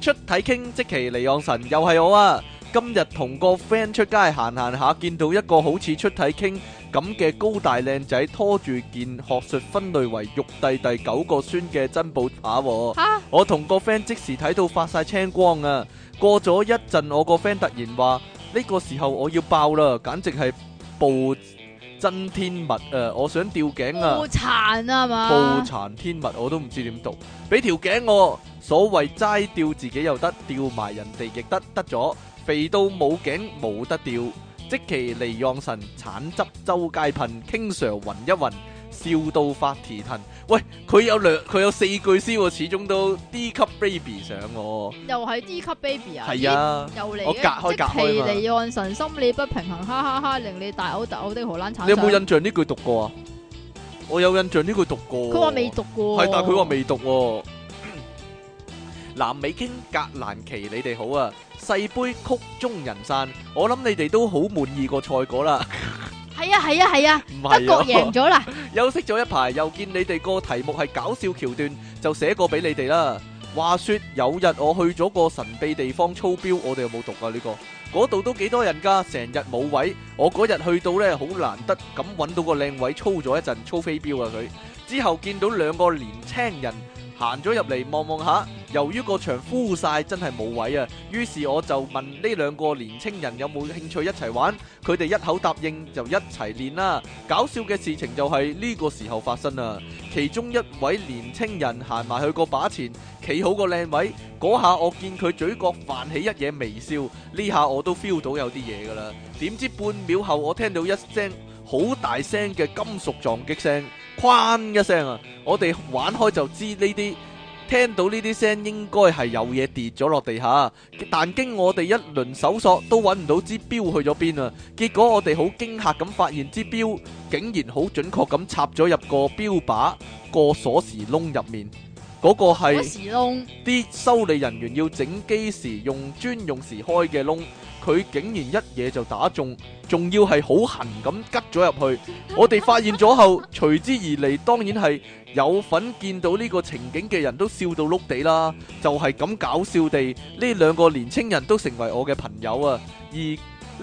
Speaker 1: 出體傾即其離岸神又係我啊！今日同個 friend 出街行行下，見到一個好似出體傾咁嘅高大靚仔，拖住件學術分類為玉帝第九個孫嘅珍寶塔喎、
Speaker 2: 哈
Speaker 1: 我同個 friend 即時睇到發晒青光啊！過咗一陣，我個 friend 突然話：呢、個時候我要爆啦，簡直係暴真天物啊！我想吊頸啊！
Speaker 2: 好殘啊
Speaker 1: 暴
Speaker 2: 嘛！
Speaker 1: 殘天物我都唔知點讀，俾條頸我，所謂齋吊自己又得，吊埋人哋亦得，得咗肥到冇頸冇得吊，即其離讓神橙汁周街噴，King Sir 暈一暈，笑到發蹄騰。喂，佢有兩佢有四句詩喎，始終都 D 級 baby 上喎。
Speaker 2: 又係 D 級 baby 啊？
Speaker 1: 係啊，
Speaker 2: 又嚟嘅
Speaker 1: 我隔開隔
Speaker 2: 即
Speaker 1: 開嘛
Speaker 2: 其離岸神心理不平衡，哈哈哈！令你大嘔特嘔的荷蘭產
Speaker 1: 你有冇印象呢句讀過啊？我有印象呢句讀過喎。
Speaker 2: 佢話未讀過，
Speaker 1: 係，但係佢話未讀喎。南美傾格蘭奇，你哋好啊！世杯曲終人散，我諗你哋都好滿意個賽果啦。
Speaker 2: 係啊係啊係啊，
Speaker 1: 唔
Speaker 2: 德
Speaker 1: 係
Speaker 2: 國
Speaker 1: 啊，
Speaker 2: 贏咗啦！
Speaker 1: 休息咗一排，又見你哋個題目係搞笑橋段，就寫過俾你哋啦。話說有日我去咗個神秘地方操標，我哋有冇讀啊呢、個？嗰度都幾多人㗎，成日冇位。我嗰日去到呢，好難得咁揾到個靚位，操咗一陣，操飛鏢啊佢。之後見到兩個年青人行咗入嚟望望下，由於個場 full 晒，真係冇位啊。於是我就問呢兩個年青人有冇興趣一齊玩，佢哋一口答應就一齊練啦。搞笑嘅事情就係呢個時候發生啊！其中一位年青人行埋去個靶前，企好個靚位，嗰下我見佢嘴角泛起一嘢微笑，呢下我都 feel 到有啲嘢㗎啦。點知半秒後，我聽到一聲好大聲嘅金屬撞擊聲，哐一聲啊！我哋玩開就知呢啲。聽到呢啲聲應該係有嘢跌咗落地下，但經我哋一輪搜索都揾唔到支標去咗邊啊！結果我哋好驚嚇咁發現支標竟然好準確咁插咗入個標靶個鎖匙窿入面，嗰、個
Speaker 2: 嗰
Speaker 1: 係
Speaker 2: 時窿
Speaker 1: 啲修理人員要整機時用專用時開嘅窿，佢竟然一嘢就打中，仲要係好痕咁吉咗入去。我哋發現咗後，隨之而嚟當然係有份見到呢個情景嘅人都笑到碌地啦，就係、咁搞笑地，呢兩個年青人都成為我嘅朋友啊，而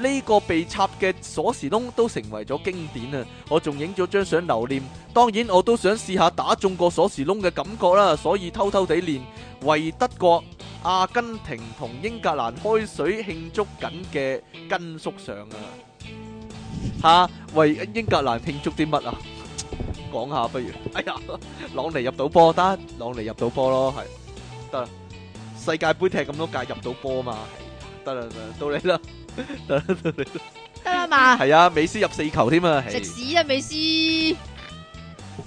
Speaker 1: 呢個被插嘅鎖匙窿都成為咗經典啊！我仲影咗張相留念，當然我都想試下打中個鎖匙窿嘅感覺啦，所以偷偷地練。為德國、阿根廷同英格蘭開水慶祝緊嘅根叔上啊！吓、為英格蘭慶祝啲乜啊？講下不如，哎呀，朗尼入到波得，朗尼入到波咯，係得啦。世界盃踢咁多屆入到波嘛，係得啦，得啦到你啦，得啦到你啦，
Speaker 2: 得啦嘛，
Speaker 1: 係啊，美斯入四球添啊，係
Speaker 2: 食屎啊美斯！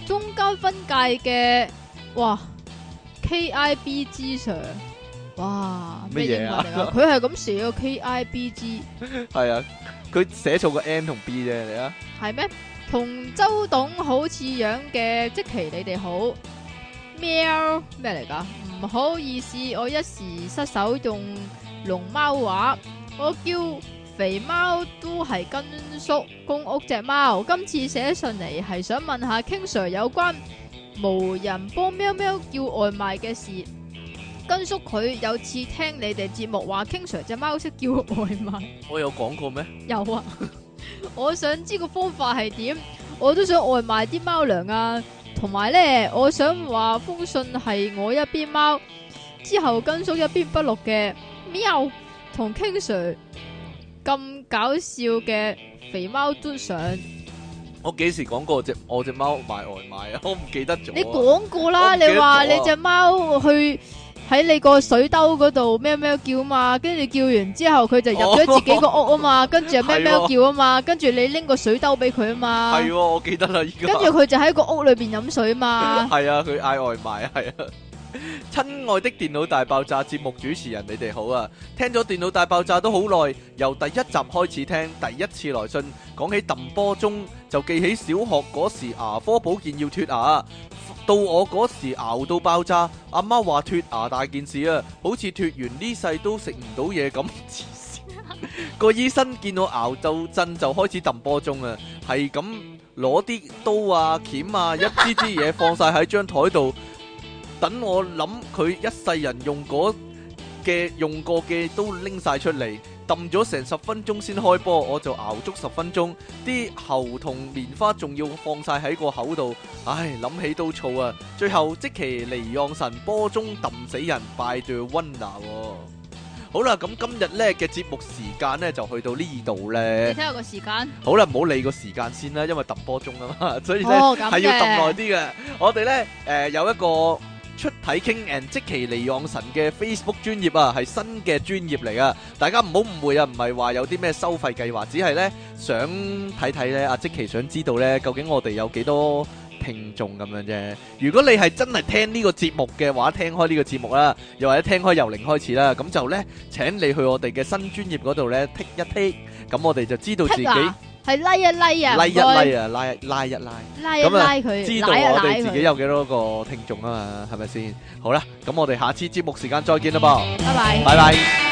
Speaker 2: 中間分界嘅哇 KIBG Sir，哇咩
Speaker 1: 乜嘢
Speaker 2: 英文
Speaker 1: 啊
Speaker 2: 嚟噶？佢係咁寫個 KIBG
Speaker 1: 係啊，佢寫錯個 N 同 B 啫，你啊，
Speaker 2: 係咩？同周董好似樣嘅，即其你哋好。喵咩嚟噶？唔好意思，我一時失手用龍貓話，我叫肥貓都係跟叔公屋只貓。今次寫信嚟係想問下 King Sir 有關無人幫喵喵叫外賣嘅事。跟叔佢有次聽你哋節目話，King Sir 只貓識叫外賣。
Speaker 1: 我有講過咩？
Speaker 2: 有啊， 我想知個方法係點，我都想外賣啲貓糧啊，同埋咧，我想話封信係我一邊貓，之後跟叔一邊不錄嘅喵，同 King Sir 咁搞笑嘅肥貓嘟上，
Speaker 1: 啊我幾時講過只我只貓賣外賣啊？我唔記得咗啊。
Speaker 2: 你講過啦，
Speaker 1: 我唔記得咗啊
Speaker 2: 你話你只貓去。喺你個水兜嗰度喵喵叫嘛，跟住叫完之後佢就入咗自己個屋啊嘛，跟住又喵喵叫啊嘛，跟住你拎個水兜俾佢啊嘛。
Speaker 1: 係喎，我記得啦，依家
Speaker 2: 跟住佢就喺個屋裏邊飲水 嘛。
Speaker 1: 係啊，佢嗌外賣係啊。親愛的電腦大爆炸節目主持人，你哋好啊！聽咗電腦大爆炸都好耐，由第一集開始聽，第一次來信講起揼波鐘，就記起小學嗰時牙科保健要脱牙，到我嗰時熬到爆炸，阿媽話脱牙大件事啊，好似脱完呢世都食唔到嘢咁。黐線個醫生見我熬到震就開始揼波鐘啊，係咁。攞啲刀啊、鉗啊，一支支嘢放晒喺張台度，等我諗佢一世人用嗰嘅用過嘅都拎晒出嚟，揼咗成十分鐘先開波，我就熬足十分鐘，啲喉同棉花仲要放晒喺個口度，唉，諗起都燥啊！最後即其離岸神波中揼死人，拜對温拿喎。好啦，咁今日呢嘅節目時間呢，就去到呢度呢
Speaker 2: 你。睇下個時間，
Speaker 1: 好啦，唔好理個時間先啦，因為揼波鐘啊嘛， 所以咧
Speaker 2: 哦
Speaker 1: 係、
Speaker 2: 咁
Speaker 1: 要揼耐
Speaker 2: 嘅，
Speaker 1: 啲嘅。我哋咧誒有一個出體傾 and 即其離岸神嘅 Facebook 專頁啊，係新嘅專頁嚟噶，大家唔好誤會啊，唔係話有啲咩收費計劃，只係咧想睇睇咧，阿即其想知道咧究竟我哋有幾多。聽眾咁樣啫。如果你係真係聽呢個節目嘅話，聽開呢個節目啦，又或者聽開由零開始啦，咁就呢，請你去我哋嘅新專業嗰度呢剔一剔，咁我哋就知道自己
Speaker 2: Tick 啊係拉一拉啊，
Speaker 1: 拉一
Speaker 2: 唔該
Speaker 1: 拉啊，拉一拉一拉。
Speaker 2: 拉一
Speaker 1: 咁啊
Speaker 2: 拉佢，
Speaker 1: 知道
Speaker 2: 拉一
Speaker 1: 我
Speaker 2: 拉
Speaker 1: 哋自
Speaker 2: 佢
Speaker 1: 己有幾多個聽眾啊嘛，係咪先？好啦，咁我哋下次節目時間再見啦噃，
Speaker 2: 拜拜。
Speaker 1: 拜拜。